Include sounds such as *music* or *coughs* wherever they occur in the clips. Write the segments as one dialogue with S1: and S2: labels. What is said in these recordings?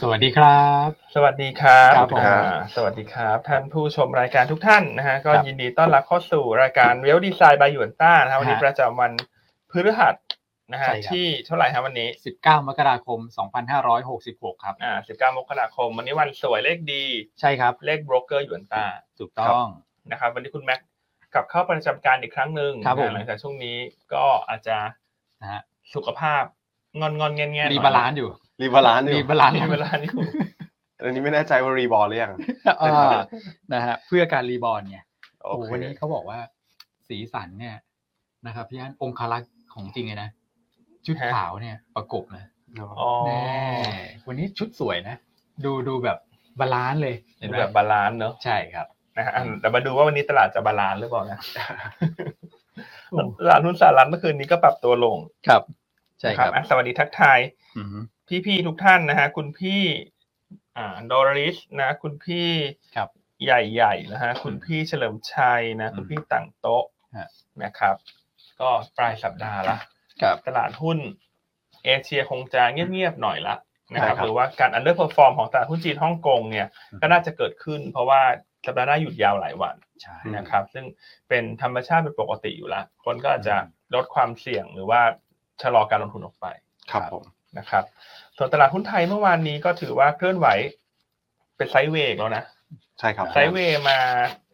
S1: สวัสดีครับ
S2: สวัสดีครับ
S1: ครับผม
S2: อ่าสวัสดีครับ ท่านผู้ชมรายการทุกท่านนะฮะก็
S1: ครับ
S2: ยินดีต้อนรับเข้าสู่รายการเวลดีไซน์บายหยวนต้านะครับวันนี้
S1: ฮะ
S2: ประจำวันพฤหัสนะฮะ
S1: ใช่ครับ
S2: ที่เท่าไหร่ฮะวันนี้
S1: 19 มกราคม 2566 ครับ
S2: อ่า19มกราคม วันนี้วันสวยเลขดี
S1: ใช่ครับ
S2: เลขโบรกเกอร์หยวนต้า
S1: ถูกต้อง
S2: นะครับวันนี้คุณแม็กกลับเข้าประจำการอีกครั้งหนึ่ง
S1: ครับผม
S2: นะหลังจากช่วงนี้ก็อาจจะ
S1: นะฮะ
S2: สุขภาพงอนงอนๆแง่แง่
S1: รีบาลานซ์อยู่
S3: รีบาลานซ์อยู่
S1: รีบาลานซ์
S2: มีเวลานี่คุณ
S3: อันนี้ไม่แน่ใจว่ารีบอลหรือยัง
S1: เออนะฮะเพื่อการรีบอร์นไง
S3: โอ
S1: โอ้
S3: เค
S1: วันนี้เขาบอกว่า สีสันเนี่ยนะครับพี่อันองคลักษ์ของจริงเลยนะ ชุด
S2: ฮะ
S1: ขาวเนี่ยประกบนะ
S3: เนอะ
S2: อ๋อ
S1: แน่วันนี้ชุดสวยนะ ดูดูแบบบาลานซ์เลย
S2: เห็น
S1: ไหม
S2: แบบบาลานซ์เนอะ
S1: ใช่ครับ
S2: นะฮะอ่ะเดี๋ยวมาดูว่าวันนี้ตลาดจะบาลานซ์หรือเปล่านะ
S1: โอ้
S2: ตลาดหุ้นสหรัฐเมื่อคืนนี้ก็ปรับตัวลง
S1: ครับ ใช่ครับ
S2: อ่ะสวัสดีทักทาย
S1: อือฮึ
S2: พี่ๆทุกท่านนะฮะ คุณพี่ อ่า ดอริสนะ คุณพี่
S1: ครับ
S2: ใหญ่ๆนะฮะ คุณพี่เฉลิมชัยนะ คุณพี่ต่างโต๊ะ
S1: ฮะ
S2: นะครับ ก็ปลายสัปดาห์ละ
S1: ครับ
S2: ตลาดหุ้น เอเชียคงจะเงียบๆหน่อยละนะครับ
S3: ใช่ครับ
S2: หรือว่าการอันเดอร์เพอร์ฟอร์มของตลาดหุ้นจีนฮ่องกงเนี่ยก็น่าจะเกิดขึ้น เพราะว่าสัปดาห์หน้าหยุดยาวหลายวัน
S1: ใช่
S2: นะครับซึ่งเป็นธรรมชาติเป็นปกติอยู่แล้ว คนก็อาจจะลดความเสี่ยงหรือว่าชะลอการลงทุนออกไป
S3: ครับผม
S2: นะครับ ส่วนตลาดหุ้นไทยเมื่อวานนี้ก็ถือว่าเคลื่อนไหวเป็นไซด์เวย์อีกแล้วนะ
S3: ใช่ครับ
S2: ไซด์เวย์มา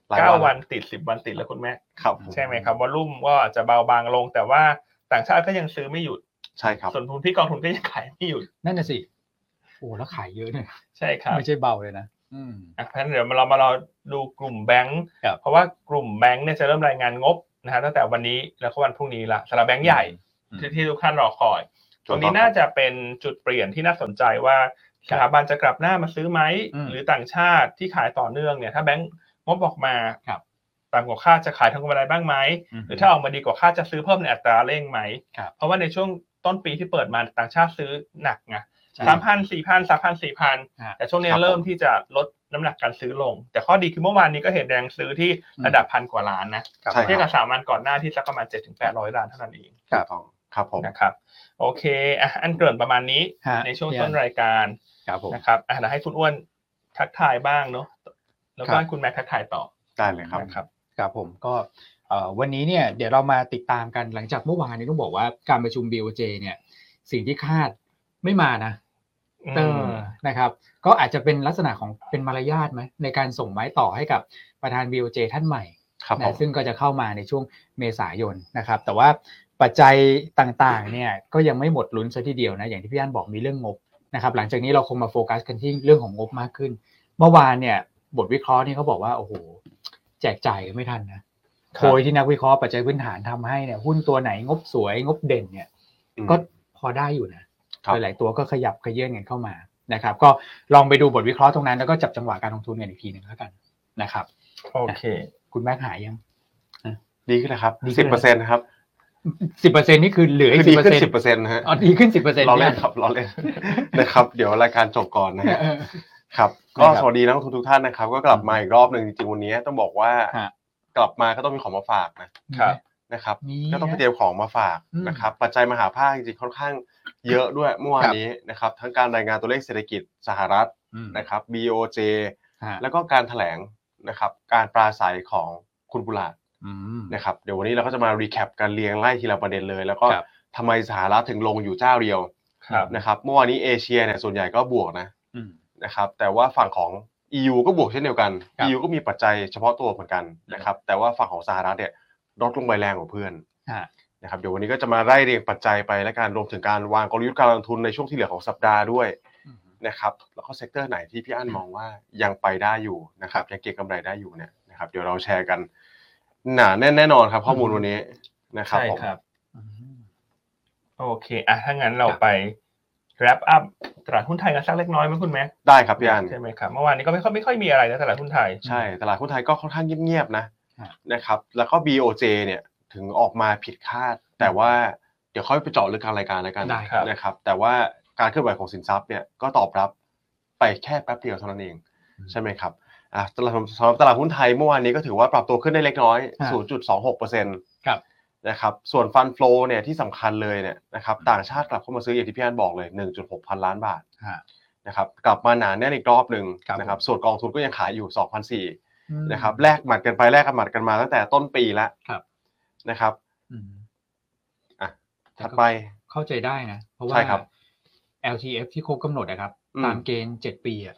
S3: หลย
S2: เก้าวันติดสิบวันติดแล้วคุณแม่
S3: ครับผม
S2: ใช่ไหมครับวอลลุ่มก็อาจจะเบาบางลง แต่ว่าต่างชาติก็ยังซื้อไม่หยุด
S3: ใช่ครับ
S2: ส่วนทุนที่กองทุนก็ยังขายไม่หยุด
S1: นั่นน่ะสิ โอ้แล้วขายเยอะเนี่ย
S2: ใช่ครับ
S1: ไม่ใช่เบาเลยนะ อืม
S2: อ่ะเพราะฉะนั้นเดี๋ยวเรามาเราดูกลุ่มแบงค์
S1: ครับ
S2: เพราะว่ากลุ่มแบงค์เนี่ยจะเริ่มรายงานงบนะฮะตั้งแต่วันนี้แล้วก็วันพรุ่งนี้ละสำหรับแบงค์ใหญ่
S1: อืม
S2: ที่ที่ทุกท่านรอคอย ตรงนี้น่าจะเป็นจุดเปลี่ยนที่น่าสนใจว่าสถาบันจะกลับหน้ามาซื้อไหม
S1: อืม
S2: หรือต่างชาติที่ขายต่อเนื่องเนี่ย ถ้าแบงก์งบออกมา
S1: ครับ
S2: ต่ำกว่าคาดจะขายทางกำไรบ้างไหม
S1: อืม
S2: หรือถ้าออกมาดีกว่าคาดจะซื้อเพิ่มในอัตราเร่งไหม
S1: ครับ
S2: เพราะว่าในช่วงต้นปีที่เปิดมาต่างชาติซื้อหนักไง
S1: ใช่
S2: สามพันสี่พันสามพันสี่พัน
S1: ฮะ
S2: แต่ช่วงนี้เริ่มที่จะลดน้ำหนักการซื้อลง แต่ข้อดีคือเมื่อวานนี้ก็เห็นแรงซื้อที่
S1: อืม
S2: ระดับพันกว่าล้านนะ
S3: ใช่
S2: เทียบ
S3: ค
S2: กั
S3: รั
S2: บบ สามวันก่อนหน้าที่สักประมาณเจ็ดถึงแปดร้อยล้านเท่านั้นเอง
S3: ถูกต้องครับผม
S2: นะครับโอเคอ่ะอันเกริ่นประมาณนี้
S1: ฮะ
S2: ในช่วงต้นรายการ
S1: ครับผม
S2: นะครับอ่ะเดี๋ยวให้คุณอ้วนทักทายบ้างเนาะแล้วก็
S3: ครับ
S2: ให้คุณแม็กทักทายต่อ
S3: ได้เลยครับ
S2: นะครับ
S1: ครับผมก็เอ่อวันนี้เนี่ยเดี๋ยวเรามาติดตามกันหลังจากเมื่อวานนี้ต้องบอกว่าการประชุม BOJ เนี่ย สิ่งที่คาดไม่มานะเออนะครับ ก็อาจจะเป็นลักษณะของเป็นมารยาทไหมในการส่งไม้ต่อให้กับประธาน BOJ ท่านใหม่
S3: ครับผ
S1: นะ
S3: ม
S1: ซึ่งก็จะเข้ามาในช่วงเมษายนนะครับ แต่ว่าปัจจัยต่างๆเนี่ยก็ยังไม่หมดลุ้นซะทีเดียวนะอย่างที่พี่อันบอกมีเรื่องงบนะครับ หลังจากนี้เราคงมาโฟกัสกันที่เรื่องของงบมากขึ้น เมื่อวานเนี่ยบทวิเคราะห์นี่เขาบอกว่าโอ้โหแจกจ่ายกันไม่ทันนะครับ โพยที่นักวิเคราะห์ปัจจัยพื้นฐานทำให้เนี่ยหุ้นตัวไหนงบสวยงบเด่นเนี่ย
S3: อืม
S1: ก็พอได้อยู่นะครับ หลายๆตัวก็ขยับขยื่นกันเข้ามานะครับ ก็ลองไปดูบทวิเคราะห์ตรงนั้นแล้วก็จับจังหวะการลงทุนกันอีกทีหนึ่งแล้วกันนะครับ
S2: โอเค
S1: คุณแม็กหายยัง
S3: ดีขึ้นนะครับ
S1: ดีขึ้
S3: สิบ
S1: น
S3: เปอร์เซ็นต์ครับ
S1: สิบเปอร์เซ็นต์นี่คือเหลืออี
S3: คื
S1: กสิ
S3: อดี
S1: บเปอร์เซ็น
S3: ขึ้นสิบ
S1: ต์
S3: เปอร์เซ็นต์ฮะ
S1: อ๋อดีขึ้นสิบเปอร์เซ็นต์
S3: เราเล่นครับเรา
S1: *laughs*
S3: เล่นนะครับ เดี๋ยวรายการจบก่อนนะฮะ
S1: เออ
S3: ครับ ก็
S1: นะครับ
S3: สวัสดีนักลงทุนทุกท่านนะครับ ก็กลับมาอีกรอบหนึ่งจริงๆวันนี้ต้องบอกว่า
S1: ฮะ
S3: กลับมาก็ต้องมีของมาฝากนะ
S2: ครับ
S3: นะครับ
S1: มี
S3: ก็ต้องไปเตรียมของมาฝาก
S1: อืม
S3: นะครับปัจจัยมหาภาคจริงๆค่อนข้างเยอะด้วยเมื่อวา
S1: คน รับ
S3: นี้นะครับทั้งการรายงานตัวเลขเศรษฐกิจสหรัฐนะครับ BOJ
S1: แล้
S3: แล้ว วก็การแถลงนะครับการปราศัยของคุณบุลาดนะครับเดี๋ยววันนี้เราก็จะมารีแคปการเรียงไล่ทีละประเด็นเลย แล้วก็
S1: ครับ
S3: ทำไมสหรัฐถึงลงอยู่เจ้าเดียว
S2: ครับ
S3: นะครับเมื่อวานนี้เอเชียเนี่ยส่วนใหญ่ก็บวกนะ
S1: อืม
S3: นะครับแต่ว่าฝั่งของ EU ก็บวกเช่นเดียวกัน
S1: ครับ
S3: EU ก็มีปัจจัยเฉพาะตัวเหมือนกันนะครับแต่ว่าฝั่งของสหรัฐเนี่ยลดลงไปแรงกว่าเพื่อน
S1: ฮะ
S3: นะครับเดี๋ยววันนี้ก็จะมาไล่เรียงปัจจัยไปและการรวมถึงการวางกลยุทธ์การลงทุนในช่วงที่เหลือของสัปดาห์ด้วยนะครับแล้วก็เซกเตอร์ไหนที่พี่อั้นมองว่ายังไปได้อยู่นะครับยังเก็งกำไรได้อยู่เนี่ยนะครับเดี๋ยวเราแชร์กันหนาแน่นแน่นอนครับข้อมูลวันนี้นะครับ
S2: ใช่
S3: ผม
S2: ครับโอเคอ่ะถ้างั้นเราไป wrap up ตลาดหุ้นไทยกันสักเล็กน้อยไหมคุณแม่
S3: ได้ครับพี่อั้น
S2: ใช่ไหมครับเมื่อวานนี้ก็ไม่ค่อยไม่ค่อยมีอะไรนะตลาดหุ้นไทย
S3: ใช่ตลาดหุ้นไทยก็ค่อนข้างเงียบๆนะครับ นะครับแล้วก็ BOJ เนี่ยถึงออกมาผิดคาด แต่ว่าเดี๋ยวค่อยไปเจาะลึกกลางรายการแล้วกัน
S1: ได้
S2: ครับ
S3: นะครับแต่ว่าการเคลื่อนไหวของสินทรัพย์เนี่ยก็ตอบรับไปแค่แป๊บเดียวเท่านั้นเอง ใช่ไหมครับอ่ะตลาดสำหรับตลาดหุ้นไทยเมื่อวานนี้ก็ถือว่าปรับตัวขึ้นได้เล็กน้อย
S1: ฮะ
S3: 0.26%
S1: ครับ
S3: นะครับ ส่วนฟันฟล w เนี่ยที่สำคัญเลยเนี่ยนะครับ ต่างชาติกลับเข้ามาซื้ออย่างที่พี่อันบอกเลย 1.6 พันล้านบาท
S1: ฮะ
S3: นะครับกลับมาหนาแน่นอีกรอบหนึ่ง
S2: ครับ
S3: นะครับส่วนกองทุนก็ยังขายอยู่2,004
S1: อืม
S3: นะครับแลกหมัดกันไปแลกกันหมัดกันมาตั้งแต่ต้นปีแล้ว
S1: ครับ
S3: นะครับ
S1: อืม
S3: ถัดไป
S1: เข้าใจได้นะ เพราะว่า
S3: ใช่ครับ
S1: LTF ที่ครบกำหนดนะครับ
S3: อืม
S1: ตามเกณฑ์เจ็ดปีอะ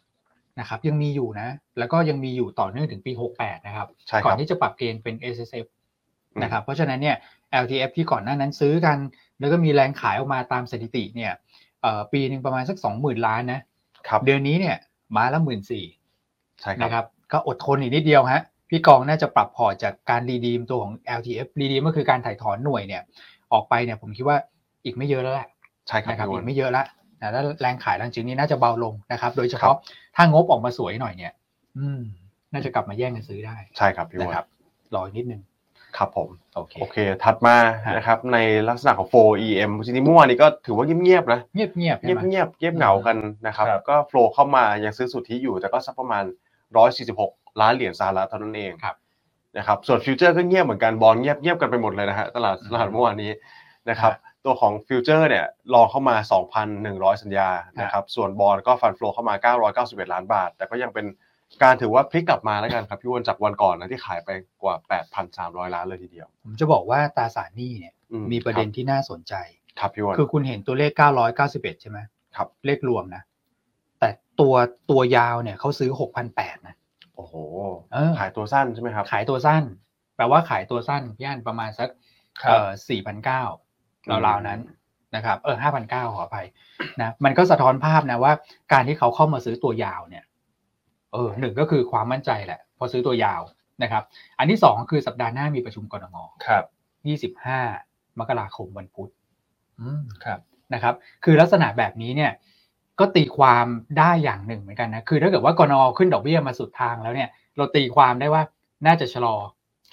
S1: นะครับ ยังมีอยู่นะ แล้วก็ยังมีอยู่ต่อเนื่องถึงปี 68 นะครับ
S3: ใช่ค
S1: ก่อน
S3: รับ
S1: ที่จะปรับเกณฑ์เป็น S S F
S3: อืม
S1: นะครับ เพราะฉะนั้นเนี่ย L T F ที่ก่อนหน้านั้นซื้อกัน แล้วก็มีแรงขายออกมาตามสถิติเนี่ยเอ่อปีหนึ่งประมาณสัก 20,000 ล้านนะ
S3: ครับ
S1: เดือนนี้เนี่ยมาละหมื่นสี่
S3: ใช่ครั
S1: นะ
S3: บ
S1: ครับ ก็อดทนอีกนิดเดียวฮะ พี่กองน่าจะปรับพอร์ตจากการรีดีมตัวของ L T F รีดีมก็คือการถ่ายถอนหน่วยเนี่ย ออกไปเนี่ยผมคิดว่าอีกไม่เยอะแล้วแหละ
S3: ใช่ครับ
S1: นะครับ
S3: พี่ว
S1: อี
S3: น
S1: กไม่เยอะละนะแล้วแรงขายหลังจากนี้น่าจะเบาลงนะครับ โดยเฉ
S3: ครั
S1: พาะ
S3: บ
S1: ถ้างบออกมาสวยหน่อยเนี่ย อืม น่าจะกลับมาแย่งกันซื้อได้
S3: ใช่ครับพี่ว
S1: นะ
S3: น
S1: ครับ รออีกนิดนึง
S3: ครับผม
S1: โอเค
S3: โอเค ถัดมา
S1: ฮะ
S3: นะครับในลักษณะของ 4EM จริงๆเมื่อวานนี้ก็ถือว่าเงียบๆนะ
S1: เงียบเงียบๆ
S3: เงี
S1: ใช่
S3: ยบ
S1: ไหม
S3: ๆเงียบเงียบเหงากันนะครับ
S2: ครับ
S3: ก็โฟลเข้ามายังซื้อสุทธิอยู่ แต่ก็สักประมาณ 146 ล้านเหรียญสหรัฐเท่านั้นเอง
S1: ครับ
S3: นะครับส่วนฟิวเจอร์ก็เงียบเหมือนกันบอลเงียบเงียบกันไปหมดเลยนะฮะตลาด
S1: อืม
S3: ตลาดเมื่อวานนี้นะครับตัวของฟิวเจอร์เนี่ยลองเข้ามา 2,100 สัญญานะครับส่วนบอลก็ฟันโฟลเข้ามา 991 ล้านบาท แต่ก็ยังเป็นการถือว่าพลิกกลับมาแล้วกันครับพี่อ้วนจากวันก่อนนะที่ขายไปกว่า 8,300 ล้านเลยทีเดียว
S1: ผมจะบอกว่าตราสารหนี้เนี่ย
S3: อื
S1: มีประเด็นที่น่าสนใจ
S3: ครับพี่อ้วน
S1: คือคุณเห็นตัวเลข 991 ใช่ไหม
S3: ครับ
S1: เลขรวมนะ แต่ตัวตัวยาวเนี่ยเขาซื้อ 6,800นะ
S3: โอ้โห
S1: เออ
S3: ขายตัวสั้นใช่ไหมครับ
S1: ขายตัวสั้น แปลว่าขายตัวสั้นพี่อันประมาณสัก
S2: ครั
S1: เอ่
S2: บ
S1: อสี่พันเก้าม ราวๆนั้นนะครับ เออห้าพันเก้าขออภัยนะ มันก็สะท้อนภาพนะว่า การที่เขาเข้ามาซื้อตัวยาวเนี่ย เออหนึ่งก็คือความมั่นใจแหละ พอซื้อตัวยาวนะครับ อันที่สองคือสัปดาห์หน้ามีประชุมกรง
S2: ครับ
S1: ยี่สิบห้ามกราคมวันพุธอืม
S2: ครับ
S1: นะครับ คือลักษณะแบบนี้เนี่ย ก็ตีความได้อย่างหนึ่งเหมือนกันนะ คือถ้าเกิดว่ากรงขึ้นดอกเบี้ยมาสุดทางแล้วเนี่ย เราตีความได้ว่าน่าจะชะลอ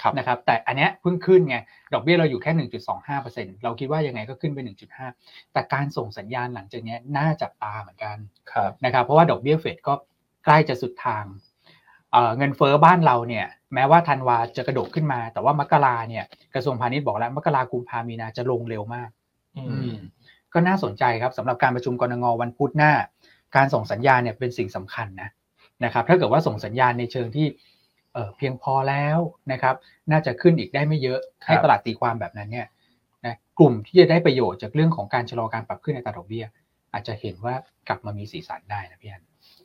S3: ครับ
S1: นะครับแต่อันเนี้ยเพิ่งขึ้นไง ดอกเบี้ยเราอยู่แค่ 1.25%เราคิดว่ายังไงก็ขึ้นไป 1.5 แต่การส่งสัญญาณหลังจากเนี้ยน่าจับตาเหมือนกัน
S2: ครับ
S1: นะครับเพราะว่าดอกเบี้ยเฟดก็ใกล้จะสุดทางเอ่อเงินเฟ้อบ้านเราเนี่ยแม้ว่าธันวาจะกระโดดขึ้นมา แต่ว่ามกราเนี่ยกระทรวงพาณิชย์บอกแล้วมกรากุมภามีนาจะลงเร็วมาก
S2: อื
S1: อืม
S2: ม
S1: ก็น่าสนใจครับสำหรับการประชุมกรงวันพุธหน้า การส่งสัญญาณเนี่ยเป็นสิ่งสำคัญนะนะครับ ถ้าเกิดว่าส่งสัญญาณในเชิงที่เอ่อเพียงพอแล้วนะครับ น่าจะขึ้นอีกได้ไม่เยอะ
S2: ครับ
S1: ให้ตลาดตีความแบบนั้นเนี่ยนะกลุ่มที่จะได้ประโยชน์จากเรื่องของการชะลอการปรับขึ้นในอัตราดอกเบี้ย อาจจะเห็นว่ากลับมามีสีสันได้นะพี่อัน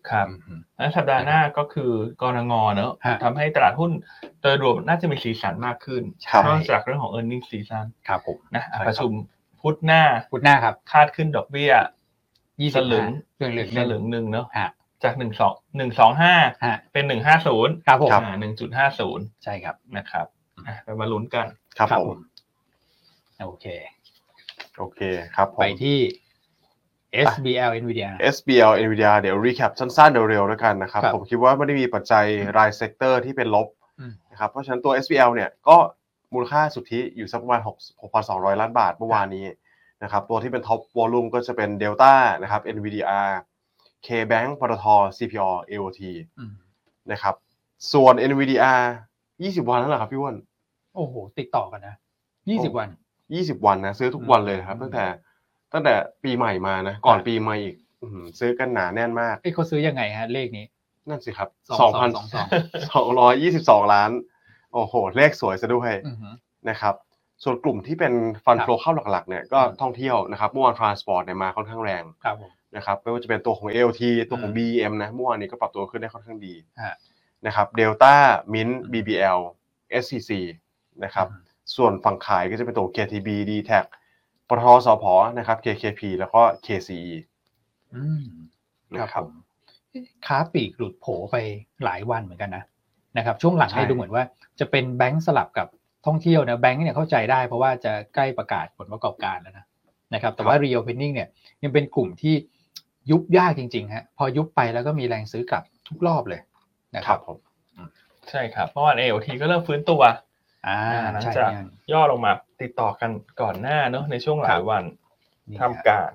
S2: ครับ
S1: อืม
S2: แล้วสัปดาห์หน้าก็คือกรงเนอะ
S1: ฮะ
S2: ทำให้ตลาดหุ้นโดยรวมน่าจะมีสีสันมากขึ้น
S1: ใช่
S2: นอกจากเรื่องของ e a r n i n g สีสัน
S1: ครับผม
S2: นะอ่ะ
S3: ใช่ครับ
S2: ประชุมพุธหน้า
S1: พุธหน้าครับ
S2: คาดขึ้นดอกเบี้ย
S1: ยี่
S2: ส
S1: สิบ
S2: ลึง
S1: เรื่องเหลือง
S2: สลึงหนึ่งเนอะ
S1: ฮะ
S2: จากหนึ่งสองหนึ่งสองห้า
S1: ฮะ
S2: เป็นหนึ่งห้าศูนย์
S1: ครับผม
S2: อ่าหนึ่งจุดห้าศูนย์
S1: ใช่ครับ
S2: นะครับอ่ะเรามาลุ้นกัน
S3: ครับผม
S1: โอเค
S3: โอเคครับผ
S1: ไป
S3: ม
S1: ที่ SBL Nvidia
S3: SBL Nvidia เดี๋ยวรีแคปสั้นๆ เร็วๆแล้วกันนะครับ
S1: ครับ
S3: ผมคิดว่าไม่ได้มีปัจจัยรายเซกเตอร์ที่เป็นลบ
S1: อืม
S3: นะครับ เพราะฉะนั้นตัว SBL เนี่ยก็มูลค่าสุทธิอยู่สักประมาณ6 6,200 ล้านบาทเมื่อวานนี้นะครับ ตัวที่เป็นท็อปวอลลุ่มก็จะเป็น Delta นะครับ NVDR KBank ปตท CPO AOT
S1: อืม
S3: นะครับ ส่วน NVDR 20 วันแล้วเหรอครับพี่อ้วน
S1: โอ้โห ติดต่อกันนะยี่สิบวัน
S3: ยี่สิบวันนะซื้อทุกวันเลยนะครับ
S1: อืม
S3: ตั้งแต่ ตั้งแต่ปีใหม่มานะ ก่อน
S1: ครับ
S3: ปีใหม่อีกอื้อหือซื้อกันหนาแน่นมาก
S1: เอ้ยเขาซื้อยังไงฮะ เลขนี้
S3: นั่นสิครับ
S1: ส
S3: ส
S1: อ
S3: อง ง
S1: พั
S3: พั
S1: น
S3: นสองร้อยยี่สิบสองล้าน โอ้โห เลขสวยซะด้วย
S1: อือหือ
S3: นะครับ ส่วนกลุ่มที่เป็นฟัน
S1: ครับ
S3: โฟลเข้าหลักๆ เนี่ยก็
S1: อืม
S3: ท่องเที่ยวนะครับเมื่อวานทรานสปอร์ตเนี่ยมาค่อนข้างแรง
S1: ครับผม
S3: นะครับไม่ว่าจะเป็นตัวของ AOT ตัวของ
S1: อืม
S3: BEM นะเมื่อวานนี้ก็ปรับตัวขึ้นได้ค่อนข้างดี
S1: ฮะ
S3: นะครับเดลต้ามิน
S1: อืม
S3: BBL SCC นะครับ ส่วนฝั่งขายก็จะเป็นตัว KTB d t a c ปทสพนะครับ KKP แล้วก็ KCE
S1: อืม
S3: นะ
S1: ค
S3: ค
S1: รั
S3: รั
S1: บบ ผมค้าปลีกหลุดโผไปหลายวันเหมือนกันนะนะครับ ช่วงหลัง
S3: ใช่
S1: ให้ดูเหมือนว่าจะเป็นแบงค์สลับกับท่องเที่ยวนะแบงค์เนี่ยเข้าใจได้เพราะว่าจะใกล้ประกาศผลประกอบการแล้วนะนะครับ แต่ว่า reopening เนี่ยยังเป็นกลุ่มที่ยุบยากจริงๆฮะพอยุบไปแล้วก็มีแรงซื้อกลับทุกรอบเลยนะ
S3: ค
S1: ครั
S3: รั
S1: บบ
S3: ผม
S2: ใช่ครับเมื่อวาน AOT ก็เริ่มฟื้นตัว
S1: อ่า
S2: หลัง
S1: ใช่
S2: จาก
S1: เนี่ย
S2: ย่อลงมาติดต่อกันก่อนหน้าเนอะในช่วงหลา
S1: ครั
S2: ย
S1: บ
S2: วัน
S1: นี่
S2: ทำ
S1: ฮะ
S2: การ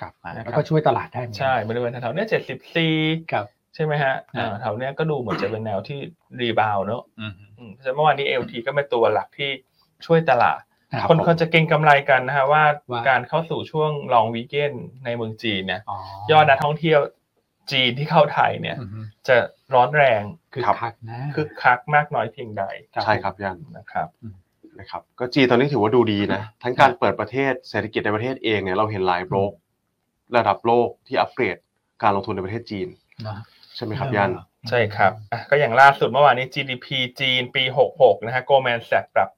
S1: กลับมา
S2: นะครับ
S1: แล้วก็ช่วยตลาดได้เหมือนกัน
S2: ใช่บริเวณแถวๆเนี้ยเจ็ดสิบซี
S1: ครับ
S2: ใช่ไหมฮะ
S1: อ่า
S2: อ่าแถวเนี้ยก็ดูเหมือนจะเป็นแนวที่รีบาวด์เนอะ
S1: อืม
S2: อืมเพราะฉะนั้นเมื่อวานนี้ AOT ก็เป็นตัวหลักที่ช่วยตลาด
S1: นะครับ
S2: คนเขาจะเก็งกำไรกันนะฮะว่า
S1: ว่า
S2: การเข้าสู่ช่วงลองวีเกนในเมืองจีนเนี่ย
S1: อ๋อย
S2: อดนักท่องเที่ยวจีนที่เข้าไทยเนี่ย
S1: อืม
S2: จะร้อนแรง
S1: คือ
S3: ครับ
S1: คักนะ
S2: คึกคักมากน้อยเพียงใด
S3: ใช่ครับพี่อัน
S2: นะครับ
S3: นะครับก็จีนตอนนี้ถือว่าดูดีนะ ทั้งการเปิดประเทศเศรษฐกิจในประเทศเองเนี่ยเราเห็นหลายโบรกระดับโลกที่อัปเกรดการลงทุนในประเทศจีน
S1: เนอะ
S3: ใช่ไหมครับยัน
S2: ใช่ครับอ่ะก็อย่างล่าสุดเมื่อวานนี้ GDP จีนปี 66 นะฮะ Goldman Sachs ปรับ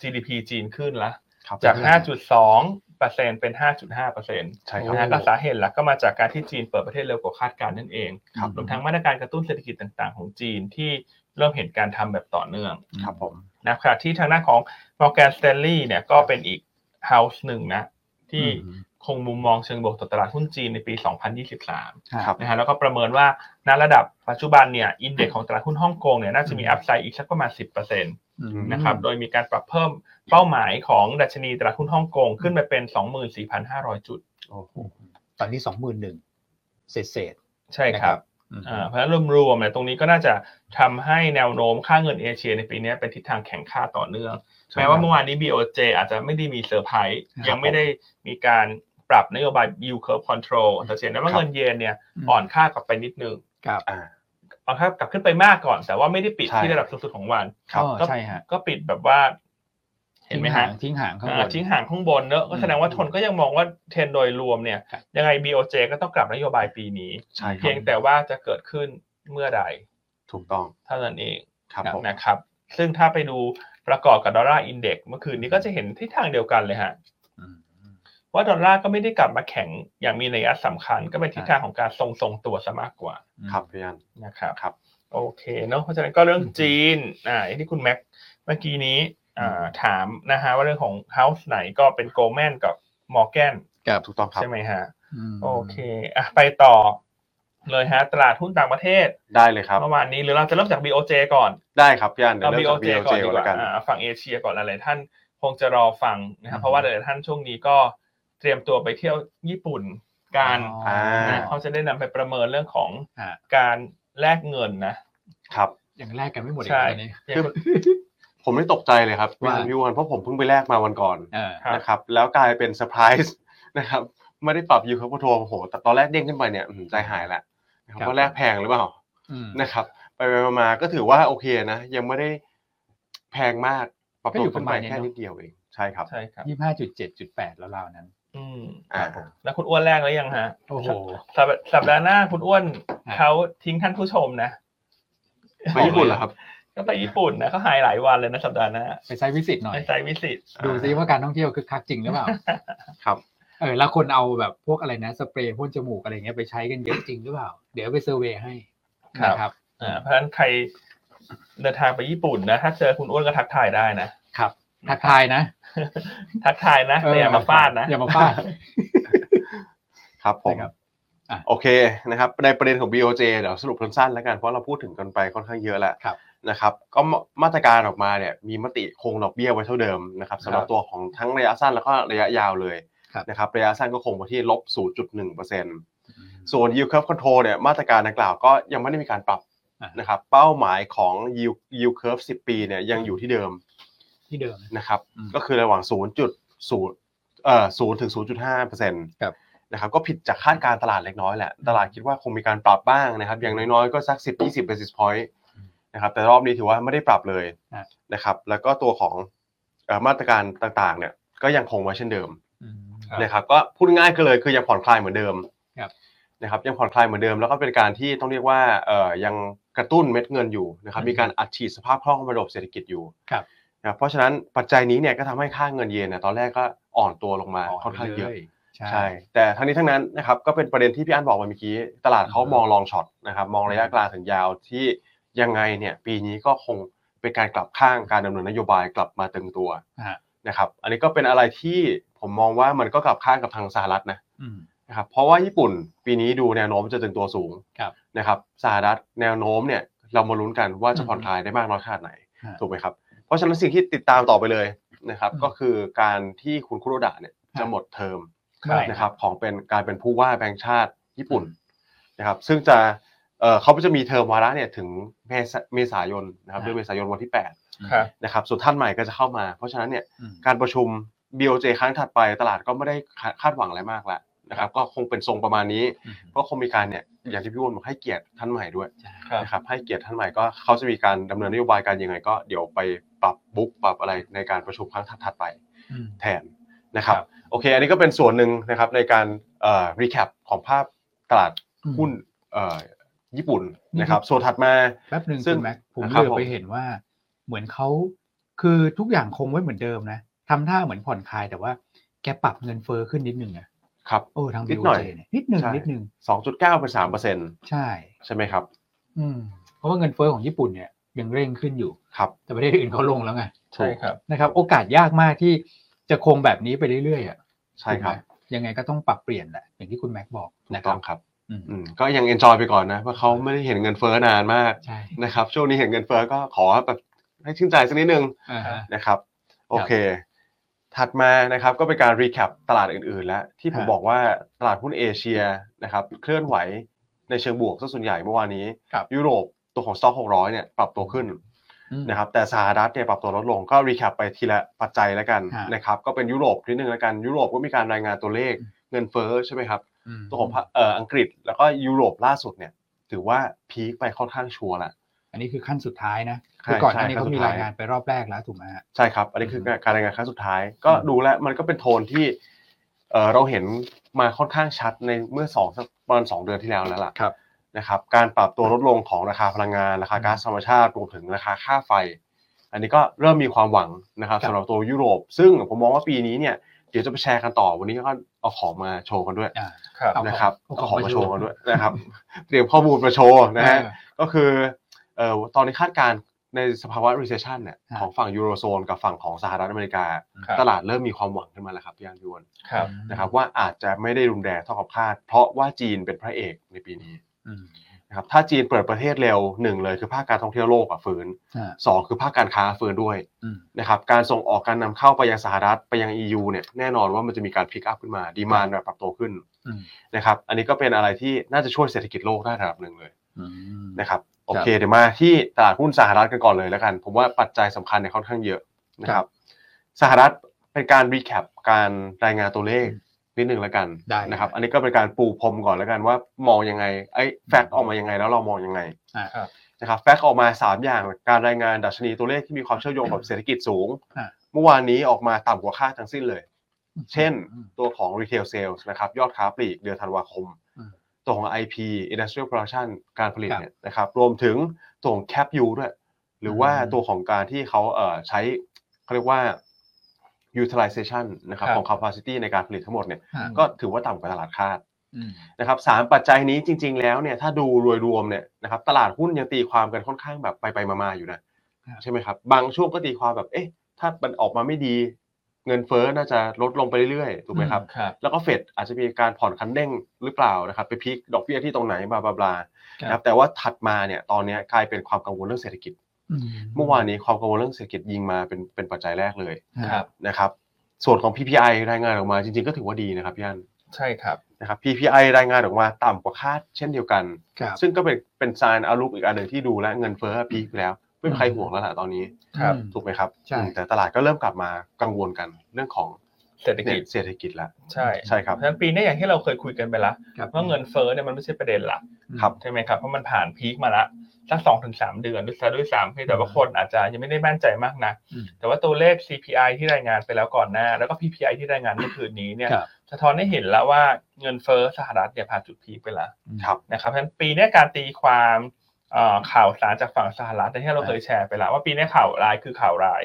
S2: GDP จีนขึ้นละ
S3: ครับ
S2: จาก
S1: ห้า
S2: 5.2 เป็น 5.5เปอร์เซ็นต์
S3: ใช่ค
S2: นะ
S3: รั
S2: ฮะ
S3: บ
S2: ก็สาเหตุหลักก็มาจากการที่จีนเปิดประเทศเร็วกว่าคาดการณ์นั่นเอง
S3: ครับ
S2: รวมทั้งมาตรการกระตุ้นเศรษฐกิจต่างๆ ของจีนที่เริ่มเห็นการทำแบบต่อเนื่อง
S3: ครับผม
S2: นะขณะที่ทางด้านของ Morgan Stanley เนี่ยก็เป็นอีก house หนึ่งนะ ที่
S1: อืม
S2: คงมุมมองเชิงบวกต่อตลาดหุ้นจีนในปี 2023
S3: ครับ
S2: นะฮะแล้วก็ประเมินว่าณระดับปัจจุบันเนี่ยอินเด็กซ์ของตลาดหุ้นฮ่องกงเนี่ยน่าจะมีอัพไซด์อีกสักประมาณ 10%
S1: อืม
S2: นะครับโดยมีการปรับเพิ่มเป้าหมายของดัชนีตลาดหุ้นฮ่องกงขึ้นไปเป็น 24,500 จุด
S3: โอ้โห
S1: ตอนนี้สองหมื่นหนึ่งเศษเศษ
S2: ใช่
S1: ๆนะครับ อืม
S2: อ่าเพราะฉะนั้นรวมๆเนี่ยตรงนี้ก็น่าจะทำให้แนวโน้มค่าเงินเอเชียในปีนี้เป็นทิศทางแข็งค่าต่อเนื่อง แม้ว่าเมื่อวานนี้ BOJ อาจจะไม่ได้มีเซอร์ไพรส์
S1: ครับ
S2: ยังไม่ได้มีการปรับนโยบาย yield curve control แต่จะเห็นได้ว่าเงินเยนเนี่ยอ่อนค่ากลับไปนิดนึง
S1: ครับ
S3: อ่า
S2: เอาครับกลับขึ้นไปมากก่อน แต่ว่าไม่ได้ปิด
S3: ใช่
S2: ที่ระดับสูงสุดของวัน
S3: ครับ
S1: อ๋อใช่ฮะ
S2: ก็ปิดแบบว่า เห็นไหมฮะ
S1: ทิ้งหางข้างบ
S2: อ่าน ทิ้งห่างข้างบนเนอะก็แสดงว่าทนก็ยังมองว่าเทรนด์โดยรวมเนี่ย
S1: ครับ
S2: ยังไง BOJ ก็ต้องกลับนโยบายปีนี้
S3: ใช่ครั
S2: เพียง
S3: บ
S2: แต่ว่าจะเกิดขึ้นเมื่อใด
S3: ถูกต้อง
S2: เท่านั้นเอง
S3: ครับผม
S2: นะครับ ซึ่งถ้าไปดูประกอบกับดอลลาร์อินเด็กซ์เมื่อคืนนี้ก็จะเห็นทิศทางเดียวกันเลยฮะ
S1: อืม
S2: ว่าดอลลาร์ก็ไม่ได้กลับมาแข็งอย่างมีนัยสำคัญ ก็เป็นทิศทางของการทรงทรงๆตัวซะมากกว่า
S3: ครับพี่อัน
S2: นะครับ
S3: ครับ
S2: โอเคเนาะเพราะฉะนั้นก็เรื่อง
S1: อืม
S2: จีนอ่าอย่างที่คุณแม็กเมื่อกี้นี้อ่า
S1: อืม
S2: ถามนะฮะว่าเรื่องของ House ไหนก็เป็นโกลแมนกับมอร์แกน
S1: ครับ
S3: ถูกต้องครับ
S2: ใช่ไหมฮะ
S1: ม
S2: โอเคอ่ะไปต่อเลยฮะตลาดหุ้นต่างประเทศ
S3: ได้เลยครับ
S2: เมื่อวานนี้หรือเราจะเริ่มจาก BOJ ก่อน
S3: ได้ครับพี่อันเดี๋ย
S2: เรา
S3: วเริ่ม
S2: BOJ
S3: จาก
S2: ก่อน
S3: BOJ
S2: ดี
S3: ก่อ
S2: ก
S3: นแล้ว
S2: ว่า
S3: กัน
S2: อ่าฝั่งเอเชียก่อนหลายๆท่านคงจะรอฟังนะ
S1: อื
S2: ฮะ
S1: ม
S2: เพราะว่าหลายๆท่านช่วงนี้ก็เตรียมตัวไปเที่ยวญี่ปุ่นกัน
S3: อ่า
S2: นะเขาจะได้นำไปประเมินเรื่องของ
S1: อ่า
S2: การแลกเงินนะ
S3: ครับ
S1: อย่างแรกกันไม่หมดอีก
S2: ใช่
S1: ตอนนี้
S2: อย่างคุณ
S3: ผมไม่ตกใจเลยครับพี่อัน
S1: ว่า
S3: พี่วันเพราะผมเพิ่งไปแลกมาวันก่อน
S1: เออ
S2: ครับ
S3: นะครับ แล้วกลายเป็นเซอร์ไพรส์ *laughs* นะครับ ไม่ได้ปรับยูเคอร์พโทรโอ้โหแต่ตอนแรกเด้งขึ้นไปเนี่ยอืมใจหายแล้วนะครับว่าแลกแพงหรือเปล่า
S1: อืม
S3: นะครับไปไปมามาก็ถือว่าโอเคนะ ยังไม่ได้แพงมากปรับ
S1: ก็
S3: ตั
S1: อยู่
S3: วขึ้น
S1: ป
S3: ไป
S1: ระมาณเนี้ย
S3: แค่
S1: เนอะ
S3: นิดเดียวเอง ใช่ครับ
S2: ใช่ครับ
S1: ยี่สิบห้าจุดเจ็ดจุดแปดแล้วเราวๆนั้น
S2: อืม
S3: อ่า
S2: แล้วคุณอ้วนแรกแล้วยังฮะ
S1: โอ้โห
S2: สัปสัปดาห์หน้าคุณอ้วน
S1: ฮะ
S2: เขาทิ้งท่านผู้ชมนะ
S3: ไปญี่ปุ่นเหรอครับ
S2: ก็ไปญี่ปุ่นนะเขาหายหลายวันเลยนะสัปดาห์หน้า
S1: ไปใช้วิสิตหน่อย
S2: ไปไซต์วิสิต
S1: ดูซิว่าการท่องเที่ยวคึกคักจริงหรือเปล่า
S3: ครับ
S1: เออแล้วคนเอาแบบพวกอะไรนะสเปรย์พ่นจมูกอะไรเงี้ยไปใช้กันเยอะจริงหรือเปล่า เดี๋ยวไปเซอร์เวย์ให้นะครับ
S2: อ่าเพราะฉะนั้นใครเดินทางไปญี่ปุ่นนะถ้าเจอคุณอ้วนก็ทักทายได้นะครับ
S1: ทักทายนะ
S2: ทักทายนะ
S1: เออ
S2: แต่อย่ามาฟาดนะ
S1: อย่ามาฟาด
S3: ครับผม
S1: นะครับ
S3: โอเคนะครับในประเด็นของ BOJ เดี๋ยวสรุปสั้นๆแล้วกันเพราะเราพูดถึงกันไปค่อนข้างเยอะแหละ
S1: ครับ
S3: นะครับ ก็มาตรการออกมาเนี่ยมีมติคงดอกเบี้ยไว้เท่าเดิมนะครับสำหรับตัวของทั้งระยะสั้นแล้วก็ระยะยาวเลยนะครับระยะสั้นก็คงไว้ที่ลบ 0.1% ส่วน yield curve control เนี่ยมาตรการดังกล่าวก็ยังไม่ได้มีการปรับ
S1: อ่าน
S3: นะครับเป้าหมายของ yield yield curve 10 ปีเนี่ยยังอยู่ที่เดิม
S1: ที่เดิมนะ
S3: นะครับ
S1: อืม
S3: ก็คือระหว่าง 0.0เอ่อ0ถึง 0.5เปอร์เซ็นต์
S1: ครับ
S3: นะครับก็ผิดจากคาดการณ์ตลาดเล็กน้อยแหละ ตลาดคิดว่าคงมีการปรับบ้างนะครับอย่างน้อยๆก็สัก 10 20 basis point นะครับแต่รอบนี้ถือว่าไม่ได้ปรับเลยนะครับแล้วก็ตัวของเอ่อมาตรการต่างๆเนี่ยก็ยังคงไว้เช่นเดิม
S1: อืม
S3: นะครับก็พูดง่ายก็เลยคือยังผ่อนคลายเหมือนเดิม
S1: ครับ
S3: นะครับยังผ่อนคลายเหมือนเดิมแล้วก็เป็นการที่ต้องเรียกว่าเอ่อยังกระตุ้นเม็ดเงินอยู่นะครับมีการอัดฉีดสภาพคล่องเข้ามาระบบเศรษฐกิจอยู่
S1: ครับ
S3: นะครับเพราะฉะนั้นปัจจัยนี้เนี่ยก็ทำให้ค่าเงินเยนเนี่ยตอนแรกก็อ่อนตัวลงมาค่อนข้างเยอะ
S1: ใช่
S3: ใช่แต่ทั้งนี้ทั้งนั้นนะครับก็เป็นประเด็นที่พี่อันบอกไปเมื่อกี้ตลาดเขา
S1: อือฮึ
S3: มองลองช็อตนะครับมองระยะกลางถึงยาวที่ยังไงเนี่ยปีนี้ก็คงเป็นการกลับข้างการดำเนินนโยบายกลับมาตึงตัว
S1: ฮะ
S3: นะครับ อันนี้ก็เป็นอะไรที่ผมมองว่ามันก็กลับข้างกับทางสหรัฐนะ
S1: อืม
S3: นะครับ เพราะว่าญี่ปุ่นปีนี้ดูแนวโน้มจะตึงตัวสูง
S1: ครับ
S3: นะครับ สหรัฐแนวโน้มเนี่ยเรามาลุ้นกันว่าจะผ่อนคลายได้มากน้อยขนาดไหน
S1: ฮะ
S3: ถูกไหมครับ เพราะฉะนั้นสิ่งที่ติดตามต่อไปเลยนะครับ
S1: อืม
S3: ก็คือการที่คุณคุโรดะเนี่ย
S1: ฮะ
S3: จะหมดเทอม
S1: ใช่
S3: นะครับของเป็นการเป็นผู้ว่าแบงก์ชาติญี่ปุ่นนะครับ ซึ่งจะ เอ่อเขาจะมีเทอมวาระเนี่ยถึงเมษาเมษายนนะครับเดือนเมษายนวันที่
S2: ครับ
S3: 8นะครับส่วนท่านใหม่ก็จะเข้ามา เพราะฉะนั้นเนี่ย
S1: อืม
S3: การประชุม BOJ ครั้งถัดไปตลาดก็ไม่ได้คาดหวังอะไรมากแล้วนะครับ ก็คงเป็นทรงประมาณนี้ เพราะคงมีการเนี่ยอย่างที่พี่อ้วนบอกให้เกียรติท่านใหม่ด้วย
S2: ครับ
S3: นะครับให้เกียรติท่านใหม่ก็เขาจะมีการดำเนินนโยบายการยังไงก็เดี๋ยวไปปรับบุ๊กปรับอะไรในการประชุมครั้งถัดๆไป
S1: อืม
S3: แทนนะครับ
S2: ครับ
S3: โอเคอันนี้ก็เป็นส่วนหนึ่งนะครับในการเอ่อรีแคปของภาพตลาดหุ้นเอ่อญี่ปุ่นนะครับส่วนถัดมา
S1: แป๊บหนึ่ง
S3: ซึ่
S1: คุ
S3: ง
S1: ณแม็กซ์ผม
S3: นะครับ
S1: เหลือไป
S3: ผม
S1: เห็นว่า เหมือนเขาคือทุกอย่างคงไว้เหมือนเดิมนะทำท่าเหมือนผ่อนคลายแต่ว่าแกปรับเงินเฟ้อขึ้นนิดหนึ่งอะ
S3: ครับ
S1: โอ้ทาง
S3: นิดหน่อย
S1: BOJ เนี่ยนิดหนึ่ง
S3: ใช่
S1: นิดหนึ่ง
S3: 2.9เป็น3เปอร์เซ็นต์
S1: ใช่
S3: ใช่ไหมครับ
S1: อืมเพราะว่าเงินเฟ้อของญี่ปุ่นเนี่ยยังเร่งขึ้นอยู่
S3: ครับ
S1: แต่ประเทศอื่นเขาลงแล้วไง
S2: ใช่ครับ
S1: นะครับ โอกาสยากมากที่จะคงแบบนี้ไปเรื่อยๆอ่ะ
S3: ใช่ครับ
S1: ถูกไหมยังไงก็ต้องปรับเปลี่ยนแหละอย่างที่คุณแม็กซ์บอก
S3: ถู
S1: นะ
S3: ก
S1: ค
S3: ต้
S1: รั
S3: อบ งครับ
S1: อืม
S3: อืมก็ยังเอนจอยไปก่อนนะเพราะเขาไม่ได้เห็นเงินเฟ้อนานมาก
S1: ใช่
S3: นะครับช่วงนี้เห็นเงินเฟ้อก็ขอแบบให้ชื่นใจสักนิดนึง
S1: อ่าฮะ
S3: นะครับโอเค ถัดมานะครับก็เป็นการรีแคปตลาดอื่นๆ แล้วที่ผม
S1: ฮะ
S3: บอกว่าตลาดหุ้นเอเชียนะครับเคลื่อนไหวในเชิงบวกซะส่วนใหญ่เมื่อวานนี้
S1: ครับ
S3: ยุโรปตัวของสต็อก600เนี่ยปรับตัวขึ้น
S1: อืม
S3: นะครับแต่สหรัฐเนี่ยปรับตัวลดลงก็รีแคปไปทีละปัจจัยแล้วกัน
S1: ฮะ
S3: นะครับก็เป็นยุโรปนิดนึงแล้วกันยุโรปก็มีการรายงานตัวเลขเงินเฟ้อใช่ไหมครับ
S1: อืม
S3: ตัวของพะเอ่ออังกฤษแล้วก็ยุโรปล่าสุดเนี่ย ถือว่าพีคไปค่อนข้างชัวร์ละ
S1: อันนี้คือขั้นสุดท้ายนะ
S3: ใช่
S1: คือก่อนหน้านี้
S3: ใช่
S1: เขา
S3: ขั้นสุดท้าร
S1: มีาย ยงานไปรอบแรกแล้วถูกไหมฮะ
S3: ใช่ครับ อันนี้คือ
S1: อืม
S3: การรายงานครั้งสุดท้าย ก็ดูแล้วมันก็เป็นโทนที่เอ่อเราเห็นมาค่อนข้างชัดในเมื่อสองสักประมาณสองเดือนที่แล้วแล้วล่ะ
S1: ครับ
S3: นะครับ การปรับตัวลดลงของราคาพลังงานราคาก๊าซธรรมชาติรวมถึงราคาค่าไฟ อันนี้ก็เริ่มมีความหวังนะครับ
S1: ครับ
S3: สำหรับตัวยุโรป ซึ่งผมมองว่าปีนี้เนี่ยเดี๋ยวจะไปแชร์กันต่อวันนี้ก็เอาของมาโชว์กันด้วย
S1: อ่า
S2: ครับ
S1: เอาของ
S3: นะครับ
S1: เอา
S3: เอาข
S1: ข
S3: อ
S1: อง ง
S3: มา
S1: มา
S3: โช
S1: โชว์
S3: ว์กันด้วยนะครับ เตรียมข้อมูลมาโชว์นะฮะ
S1: เออ
S3: ก็คือเอ่อตอนนี้คาดการณ์ในสภาวะ recession เนี่ย
S1: ฮะ
S3: ของฝั่งยูโรโซนกับฝั่งของสหรัฐอเมริกา
S2: ครับ
S3: ตลาดเริ่มมีความหวังขึ้นมาแล้วครับพี่อันยวน
S2: ครับ
S3: นะครับว่าอาจจะไม่ได้รุนแรงเท่ากับคาด เพราะว่าจีนเป็นพระเอกในปีนี้
S1: อืม
S3: นะครับถ้าจีนเปิดประเทศเร็วหนึ่งเลยคือภาคการท่องเที่ยวโลกอะฟื้น
S1: ฮะ
S3: สองคือภาคการค้าฟื้นด้วย
S1: อืม
S3: นะครับการส่งออกการนำเข้าไปยังสหรัฐไปยัง EU เนี่ยแน่นอนว่ามันจะมีการพิกอัพขึ้นมาดีมานปรับตัวขึ้น
S1: อืม
S3: นะครับอันนี้ก็เป็นอะไรที่น่าจะช่วยเศรษฐกิจโลกได้ระดับหนึ่งเลย
S1: อืม
S3: นะครับโอเคเดี๋ยวมาที่ตลาดหุ้นสหรัฐกันก่อนเลยแล้วกัน ผมว่าปัจจัยสำคัญเนี่ยค่อนข้างเยอะนะ
S1: ค
S3: ค
S1: รั
S3: รับบ สหรัฐเป็นการรีแคปการรายงานตัวเลขนิดนึงแล้วกัน
S1: ได้
S3: นะครับ อันนี้ก็เป็นการปูพรมก่อนแล้วกันว่ามองยังไงไอ้แฟกต์ออกมายังไงแล้วเรามองยังไง
S1: อ่า
S3: นะครับแฟกต์ออกมาสามอย่างการรายงานดัชนีตัวเลขที่มีความเชื่อมโยงกับเศรษฐกิจสูง
S1: อ่ะ
S3: เมื่อวานนี้ออกมาต่ำกว่าคาดทั้งสิ้นเลย เช่นตัวของ retail sales นะครับยอดค้าปลีกเดือนธันวาคม
S1: อืม
S3: ตัวของ IP industrial production การผลิต
S1: ครับ
S3: เนี่ยนะครับรวมถึงตัวของ cap u ด้วย หรือว่า
S1: อืม
S3: ตัวของการที่เขาเอ่อใช้เขาเรียกว่า utilization นะครับ
S2: ครับ
S3: ของ capacity ในการผลิตทั้งหมดเนี่ย
S1: ฮะ
S3: ก็ถือว่าต่ำกว่าตลาดคาด
S1: อืม
S3: นะครับสามปัจจัยนี้จริง ๆ แล้วเนี่ยถ้าดูโดยรวมเนี่ยนะครับตลาดหุ้นยังตีความกันค่อนข้างแบบไปไปๆมาๆอยู่นะครับ ใช่ไหมครับบางช่วงก็ตีความแบบเอ๊ะถ้ามันออกมาไม่ดีเงินเฟ้อน่าจะลดลงไปเรื่อยๆถูกไหมครับ
S2: ครับ
S3: แล้วก็เฟดอาจจะมีการผ่อนคันเร่งหรือเปล่านะครับ ไปพีคดอกเบี้ยที่ตรงไหนบลาบลาบลานะครับแต่ว่าถัดมาเนี่ยตอนเนี้ยกลายเป็นความกังวลเรื่องเศรษฐกิจ เมื่อวานนี้ความกังวลเรื่องเศรษฐกิจยิงมาเป็นเป็นปัจจัยแรกเลย
S2: ครับ
S3: นะครับส่วนของ PPI รายงานออกมาจริงๆก็ถือว่าดีนะครับพี่อัน
S2: ใช่ครับ
S3: นะครับ PPI รายงานออกมาต่ำกว่าคาดเช่นเดียวกัน
S1: ครับ
S3: ซึ่งก็เป็นเป็นซานอาลุกอีกอันหนึ่งที่ดูแลวเงินเฟ้อพีคไปแล้วไม่มีใครห่วงแล้วล่ะตอนนี้
S2: ครับ
S3: ถูกไหมครับ
S1: ใช่
S3: อืมแต่ตลาดก็เริ่มกลับมากังวลกันเรื่องของ
S2: เศรษฐกิจ
S3: เศรษฐกิจแล้ว
S2: ใช่
S3: ใช่ครับ
S2: เพราะฉะนั้นปีนี้อย่างที่เราเคยคุยกันไปละ
S1: ครับ
S2: ว่าเงินเฟ้อเนี่ยมันไม่ใช่ประเด็นหลัก
S3: ครับ
S2: ใช่ไหมครับ เพราะมันผ่านพีคมาละสักสองถึงสามเดือนด้วยซ้ำด้วยซ้ำเพียงแต่ว่าคนอาจจะยังไม่ได้มั่นใจมากนะ
S1: อืม
S2: แต่ว่าตัวเลข CPI ที่รายงานไปแล้วก่อนหน้า แล้วก็ PPI ที่รายงานเมื่อคืนนี้เนี่ย
S1: ครับ
S2: สะท้อนให้เห็นแล้วว่าเงินเฟ้อสหรัฐเนี่ยผ่านจุดพีคไปแล้ว
S3: ครับ
S2: นะครับเพราะฉะนั้นปีเนี้ยการตีความเอ่อข่าวสารจากฝั่งสหรัฐที่เราเคยแชร์ไปแล้วว่าปีเนี้ยข่าวร้ายคือข่าวร้าย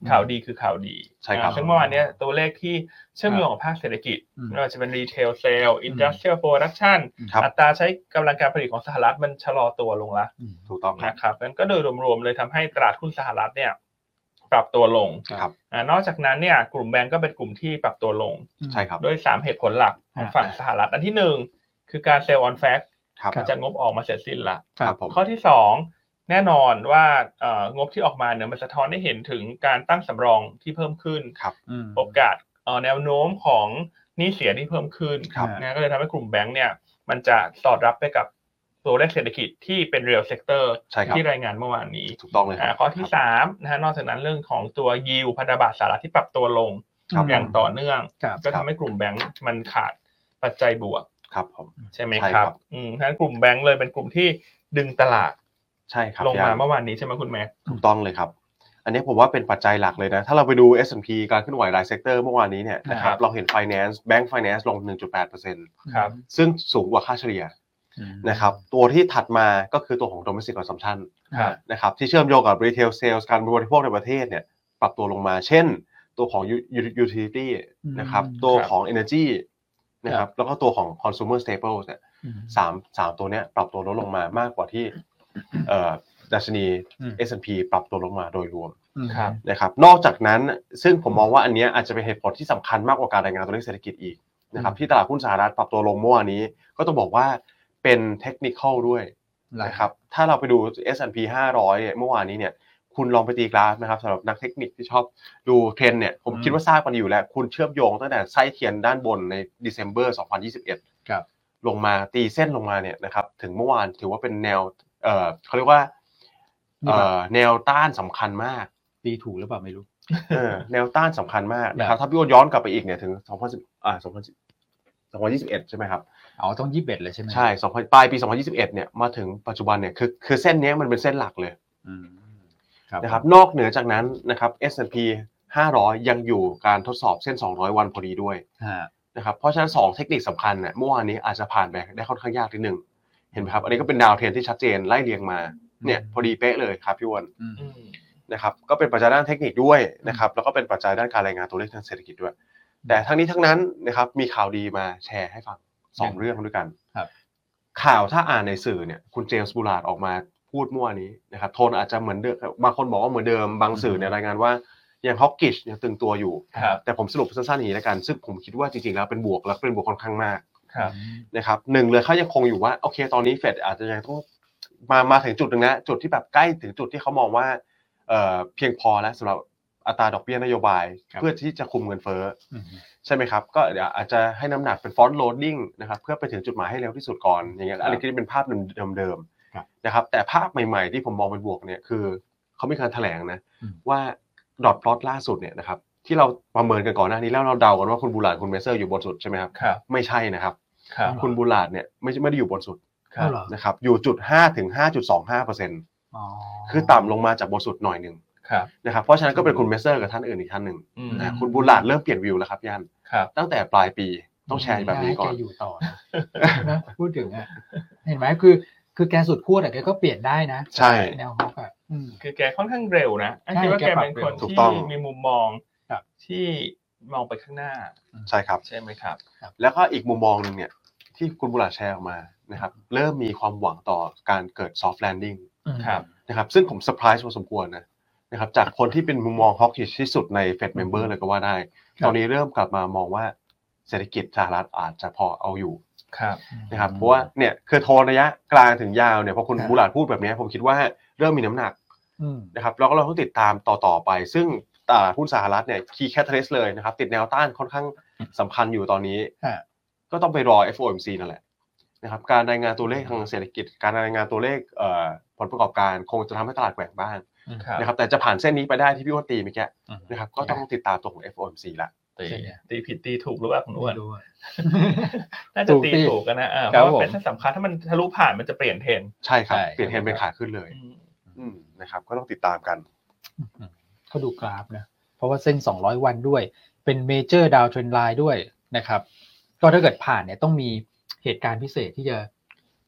S1: อืม
S2: ข่าวดีคือข่าวดี
S3: ใช่ครับ
S2: นะซึ่งเมื่อวานเนี้ยตัวเลขที่เชื่อมโยงกับภาคเศรษฐกิจ
S1: อืม
S2: ไม่ว่าจะเป็นรีเทลเซลล์อินดัสเทรียลโปรดักชัน
S3: ครับ
S2: อัตราใช้กำลังการผลิตของสหรัฐมันชะลอตัวลงละ
S1: อืม
S3: ถูกต้องครับ
S2: นะครับนั้นก็โดยรวมๆเลยทำให้ตลาดหุ้นสหรัฐเนี่ยปรับตัวลง
S3: ครับ
S2: อ่านอกจากนั้นเนี่ยกลุ่มแบงก์ก็เป็นกลุ่มที่ปรับตัวลง
S3: ใช่ครับ
S2: ด้วยสามเหตุผลหลักของฝั่งสหรัฐ อันที่หนึ่งคือการเซลล์ออนแฟก
S3: ครับ
S1: ครับ
S2: จะงบออกมาเสร็จสิ้นละ
S3: ครับผม
S2: ข้อที่สองแน่นอนว่าเอ่องบที่ออกมาเนี่ยมันสะท้อนให้เห็นถึงการตั้งสำรองที่เพิ่มขึ้น
S1: อืม
S2: โอกาสเอ่อแนวโน้มของหนี้เสียที่เพิ่มขึ้น
S1: ครับ
S2: นะก็เลยทำให้กลุ่มแบงก์เนี่ยมันจะสอดรับไปกับ ตัวเลขเศรษฐกิจที่เป็น real sector
S3: ใช่ครับ
S2: ที่รายงานเมื่อวานนี้
S3: ถูกต้องเลย
S2: อ่าข้อที่
S3: ครับ
S2: สามนะฮะนอกจากนั้นเรื่องของตัว yield พันธบัตรสหรัฐที่ปรับตัวลง
S3: ครับ
S2: อย่างต่อเนื่อง
S1: ครับ
S2: ก็ทำให้กลุ่มแบงก์มันขาดปัจจัยบวก
S3: ครับผม
S2: ใช่ไหม
S3: ใช่
S2: ค
S3: ครั
S2: รับ
S3: บ
S2: อืมทั้นกลุ่มแบงก์เลยเป็นกลุ่มที่ดึงตลาด
S3: ใช่ครับ
S2: ลง
S3: พี่
S2: มา
S3: อั้น
S2: เมื่อวานนี้ใช่ไหมคุณแม่
S3: ถูกต้องเลยครับ อันนี้ผมว่าเป็นปัจจัยหลักเลยนะ ถ้าเราไปดู S&P การเคลื่อนไหวรายเซกเตอร์เมื่อวานนี้เนี่ยนะค
S2: ครั
S3: รับบ เราเห็น Finance Bank Finance ลง 1.8%
S2: ครับ
S3: ซึ่งสูงกว่าค่าเฉลี่ยนะครับ ตัวที่ถัดมาก็คือตัวของ Domestic Consumption
S1: ครับ
S3: นะครับที่เชื่อมโยงกับ Retail Sales การบริโภคในประเทศเนี่ยปรับตัวลงมา เช่น ตัวของ U- Utility นะครับ
S1: อืม
S3: ตัวของ Energy นะครับแล้วก็ตัวของ Consumer Staples เนี่ย
S1: อืม
S3: สามสามตัวเนี้ยปรับตัวลดลงมามากกว่าที่
S1: *coughs*
S3: เอ่อดัชนี
S1: อืม
S3: S&P ปรับตัวลงมาโดยรวม
S1: อืม
S2: ครับ
S3: นะครับ นอกจากนั้นซึ่งผมมองว่าอันเนี้ยอาจจะเป็นเหตุผลที่สำคัญมากกว่าการรายงานตัวเลขเศรษฐกิจอีกนะครับ
S1: อืม
S3: ที่ตลาดหุ้นสหรัฐปรับตัวลงเมื่อวานนี้ ก็ต้องบอกว่าเป็นเทคนิคอลด้วยนะครับถ้าเราไปดู S&P 500เนี่ยเมื่อวานนี้เนี่ยคุณลองไปตีกราฟนะครับสำหรับนักเทคนิคที่ชอบดูเทรนด์เนี่ยผมคิดว่าทราบกันอยู่แล้ว คุณเชื่อมโยงตั้งแต่ไส้เทียนด้านบนใน December 2021
S1: ครับ
S3: ลงมาตีเส้นลงมาเนี่ยนะครับถึงเมื่อวานถือว่าเป็นแนวเอ่อเขาเรียกว่าเอ่อแนวต้านสำคัญมาก
S1: ตีถูกหรือเปล่าไม่รู้
S3: เออ
S1: *laughs*
S3: แนวต้านสำคัญมากนะค
S1: ครั
S3: รับบ ถ้าพี่โอนย้อนกลับไปอีกเนี่ยถึง2010อ่า2010 2021 ใช่ไหมครับ
S1: อ๋อต้องยี่สิบเอ็ดเลยใช่ไหม
S3: ใช่2000ปลายปี 2021เนี่ยมาถึงปัจจุบันเนี่ยคือคือเส้นเนี้ยมันเป็นเส้นหลักเลย
S1: อืมครับ
S3: นะครับนอกเหนือจากนั้นนะครับ S&P 500 ยังอยู่การทดสอบเส้น 200 วันพอดีด้วย
S1: ฮะ
S3: นะครับเพราะฉะนั้น 2 เทคนิคสำคัญเนี่ยเมื่อวานนี้อาจจะผ่านไปได้ค่อนข้างยากนิดนึงเห็นไหมครับ อันนี้ก็เป็นดาวเทรนที่ชัดเจนไล่เรียงมาเนี่ย
S1: อืม
S3: พอดีเป๊ะเลยครับพี่อ้วน
S1: อืม
S2: อืม
S3: นะครับก็เป็นปัจจัยด้านเทคนิคด้วยนะครับแล้วก็เป็นปัจจัยด้านการรายงานตัวเลขทางเศรษฐกิจด้วย แต่ทั้งนี้ทั้งนั้นนะครับมีข่าวดีมาแชร์ให้ฟังสอง
S1: ครับ
S3: เรื่องด้วยกัน
S1: ครับ
S3: ข่าวถ้าอ่านในสื่อเนี่ยคุณเจมส์บูลาร์ดออกมาพูดเมื่อวานนี้นะครับโทนอาจจะเหมือนเดิมบางคนบอกว่าเหมือนเดิมบางสื่อเนี่ยรายงานว่ายังฮอกกิชยังตึงตัวอยู่
S2: ครับ
S3: แต่ผมสรุปสั้นๆอย่างนี้ละกัน ซึ่งผมคิดว่าจริงๆแล้วเป็นบวกและเป็นบวกค่อนข้างมาก
S2: ครับ
S3: นะครับหนึ่งเลยเขายังคงอยู่ว่าโอเคตอนนี้เฟดอาจจะยังต้องมามาถึงจุดหนึ่งนะจุดที่แบบใกล้ถึงจุดที่เขามองว่าเอ่อเพียงพอแล้วสำหรับอัตราดอกเบี้ยนโยบาย
S1: ครับ
S3: เพื่อที่จะคุมเงินเฟ้อ
S1: อืม
S3: ใช่ไหมครับ ก็เดี๋ยวอาจจะให้น้ำหนักเป็นฟอนต์โลดดิ้งนะครับเพื่อไปถึงจุดหมายให้เร็วที่สุดก่อนอย่างเงี้
S1: ค
S3: ย
S1: รับ
S3: อันนี้ก็เป็นภาพเดิม
S1: ครับ
S3: ๆนะครับแต่ภาพใหม่ๆที่ผมมองเป็นบวกเนี่ยคือเขามีการแถลงนะ ว่าดอทพลอตล่าสุดเนี่ยนะครับที่เราประเมินกันก่อนหน้านี้แล้วเราเดากันว่าคุณบูลาดคุณเมเซอร์อยู่บนสุดใช่ไหมครับ
S2: ครับ
S3: ไม่ใช่นะครับ
S2: ครับ
S3: คุณบูลาดเนี่ยไม่ไม่ได้อยู่บนสุด
S2: ครั
S1: เอา
S2: บ
S1: เหรอ
S3: นะครับอยู่จุด5ถึง5.25เปอร์เซ็นต์
S1: อ๋อ
S3: คือต่ำลงมาจากบนสุดหน่อยหนึ่ง
S2: ครับ
S3: นะครับเพราะฉะนั้นก็เป็นคุณเมเซอร์กับท่านอื่นอีกท่านหนึ่ง
S2: อืม
S3: อ่าคุณบูลาดเริ่มเปลี่ยนวิวแล้วครับย่าน
S2: ครับ
S3: ตั้งแต่ปลายปีต้องแชร์แบบนี้ก่อน
S1: ให้แกอยู่ต่อนะ นะพูดถึงอ่ะเห็นไหมคือ คือแกสุดขั้วแต่แกก็เปลี่ยนได้นะ
S3: ใช่
S1: แนวฮอกอ่ะอืม
S2: คือแกค่อนข้างเร็วนะอันคิดว่า
S1: ใช่
S2: แก
S1: แกปรับ
S2: เป็นคน
S3: เร็วถูก
S2: ที่
S3: ต้อง
S2: มีมุมมอง
S1: ครับ
S2: ที่มองไปข้างหน้า
S3: ใช่ครับ
S2: ใช่ไหมครับ
S3: แล้วก็อีกมุมมองหนึ่งเนี่ยที่คุณบูลาดแชร์ออกมานะครับเริ่มมีความหวังต่อการเกิด soft landing
S2: ครับ
S3: นะครับซึ่งผมเซอร์ไพรส์พอสมควรนะนะครับจากคนที่เป็นมุมมองฮอกกิชที่สุดในเฟดเมมเบอร์เลยก็ว่าได้
S1: ครับ
S3: ตอนนี้เริ่มกลับมามองว่าเศรษฐกิจสหรัฐอาจจะพอเอาอยู่
S2: ครับ
S3: นะครับเพราะว่าเนี่ยคือโทนระยะกลางถึงยาวเนี่ยพอคุณบูลาดพูดแบบเนี้ยผมคิดว่าเริ่มมีน้ำหนัก
S1: อืม
S3: นะครับแล้วก็เราต้องติดตามต่อต่อๆไป ซึ่งตลาดหุ้นสหรัฐเนี่ยคีย์แคทเรสเลยนะครับติดแนวต้านค่อนข้างสำคัญอยู่ตอนนี้
S1: ฮะ
S3: ก็ต้องไปรอ FOMC นั่นแหละนะครับการรายงานตัวเลขทางเศรษฐกิจ การรายงานตัวเลขเอ่อผลประกอบการคงจะทำให้ตลาดแกว่งบ้าง
S2: ครับ
S3: นะครับแต่จะผ่านเส้นนี้ไปได้ที่พี่อ้วนตีเมื่อกี้
S1: อืม
S3: นะครับก็ต้องติดตามตัวของ FOMC ละ
S2: ตีตีผิดตีถูกหรือเปล่าคุณอ้วน
S1: ดูอะ
S2: น่าจะ
S1: ถูก
S2: ตี
S1: ตี
S2: ถูกกันนะอ่าเพ
S1: ครับ
S2: ราะว่า
S1: ผม
S2: เป็นเส้นสำคัญถ้ามันทะลุผ่านมันจะเปลี่ยนเทรนด์
S3: ใช่ครับ
S1: ใช่
S3: เปลี่ยนเทรนด์เป็นขาขึ้นเลย
S2: อืม
S3: อืมนะครับก็ต้องติดตามกัน
S1: ก็ดูกราฟนะ เพราะว่าเส้น 200 วันด้วย เป็นเมเจอร์ดาวเทรนไลน์ด้วยนะครับ ก็ถ้าเกิดผ่านเนี่ยต้องมีเหตุการณ์พิเศษที่จะ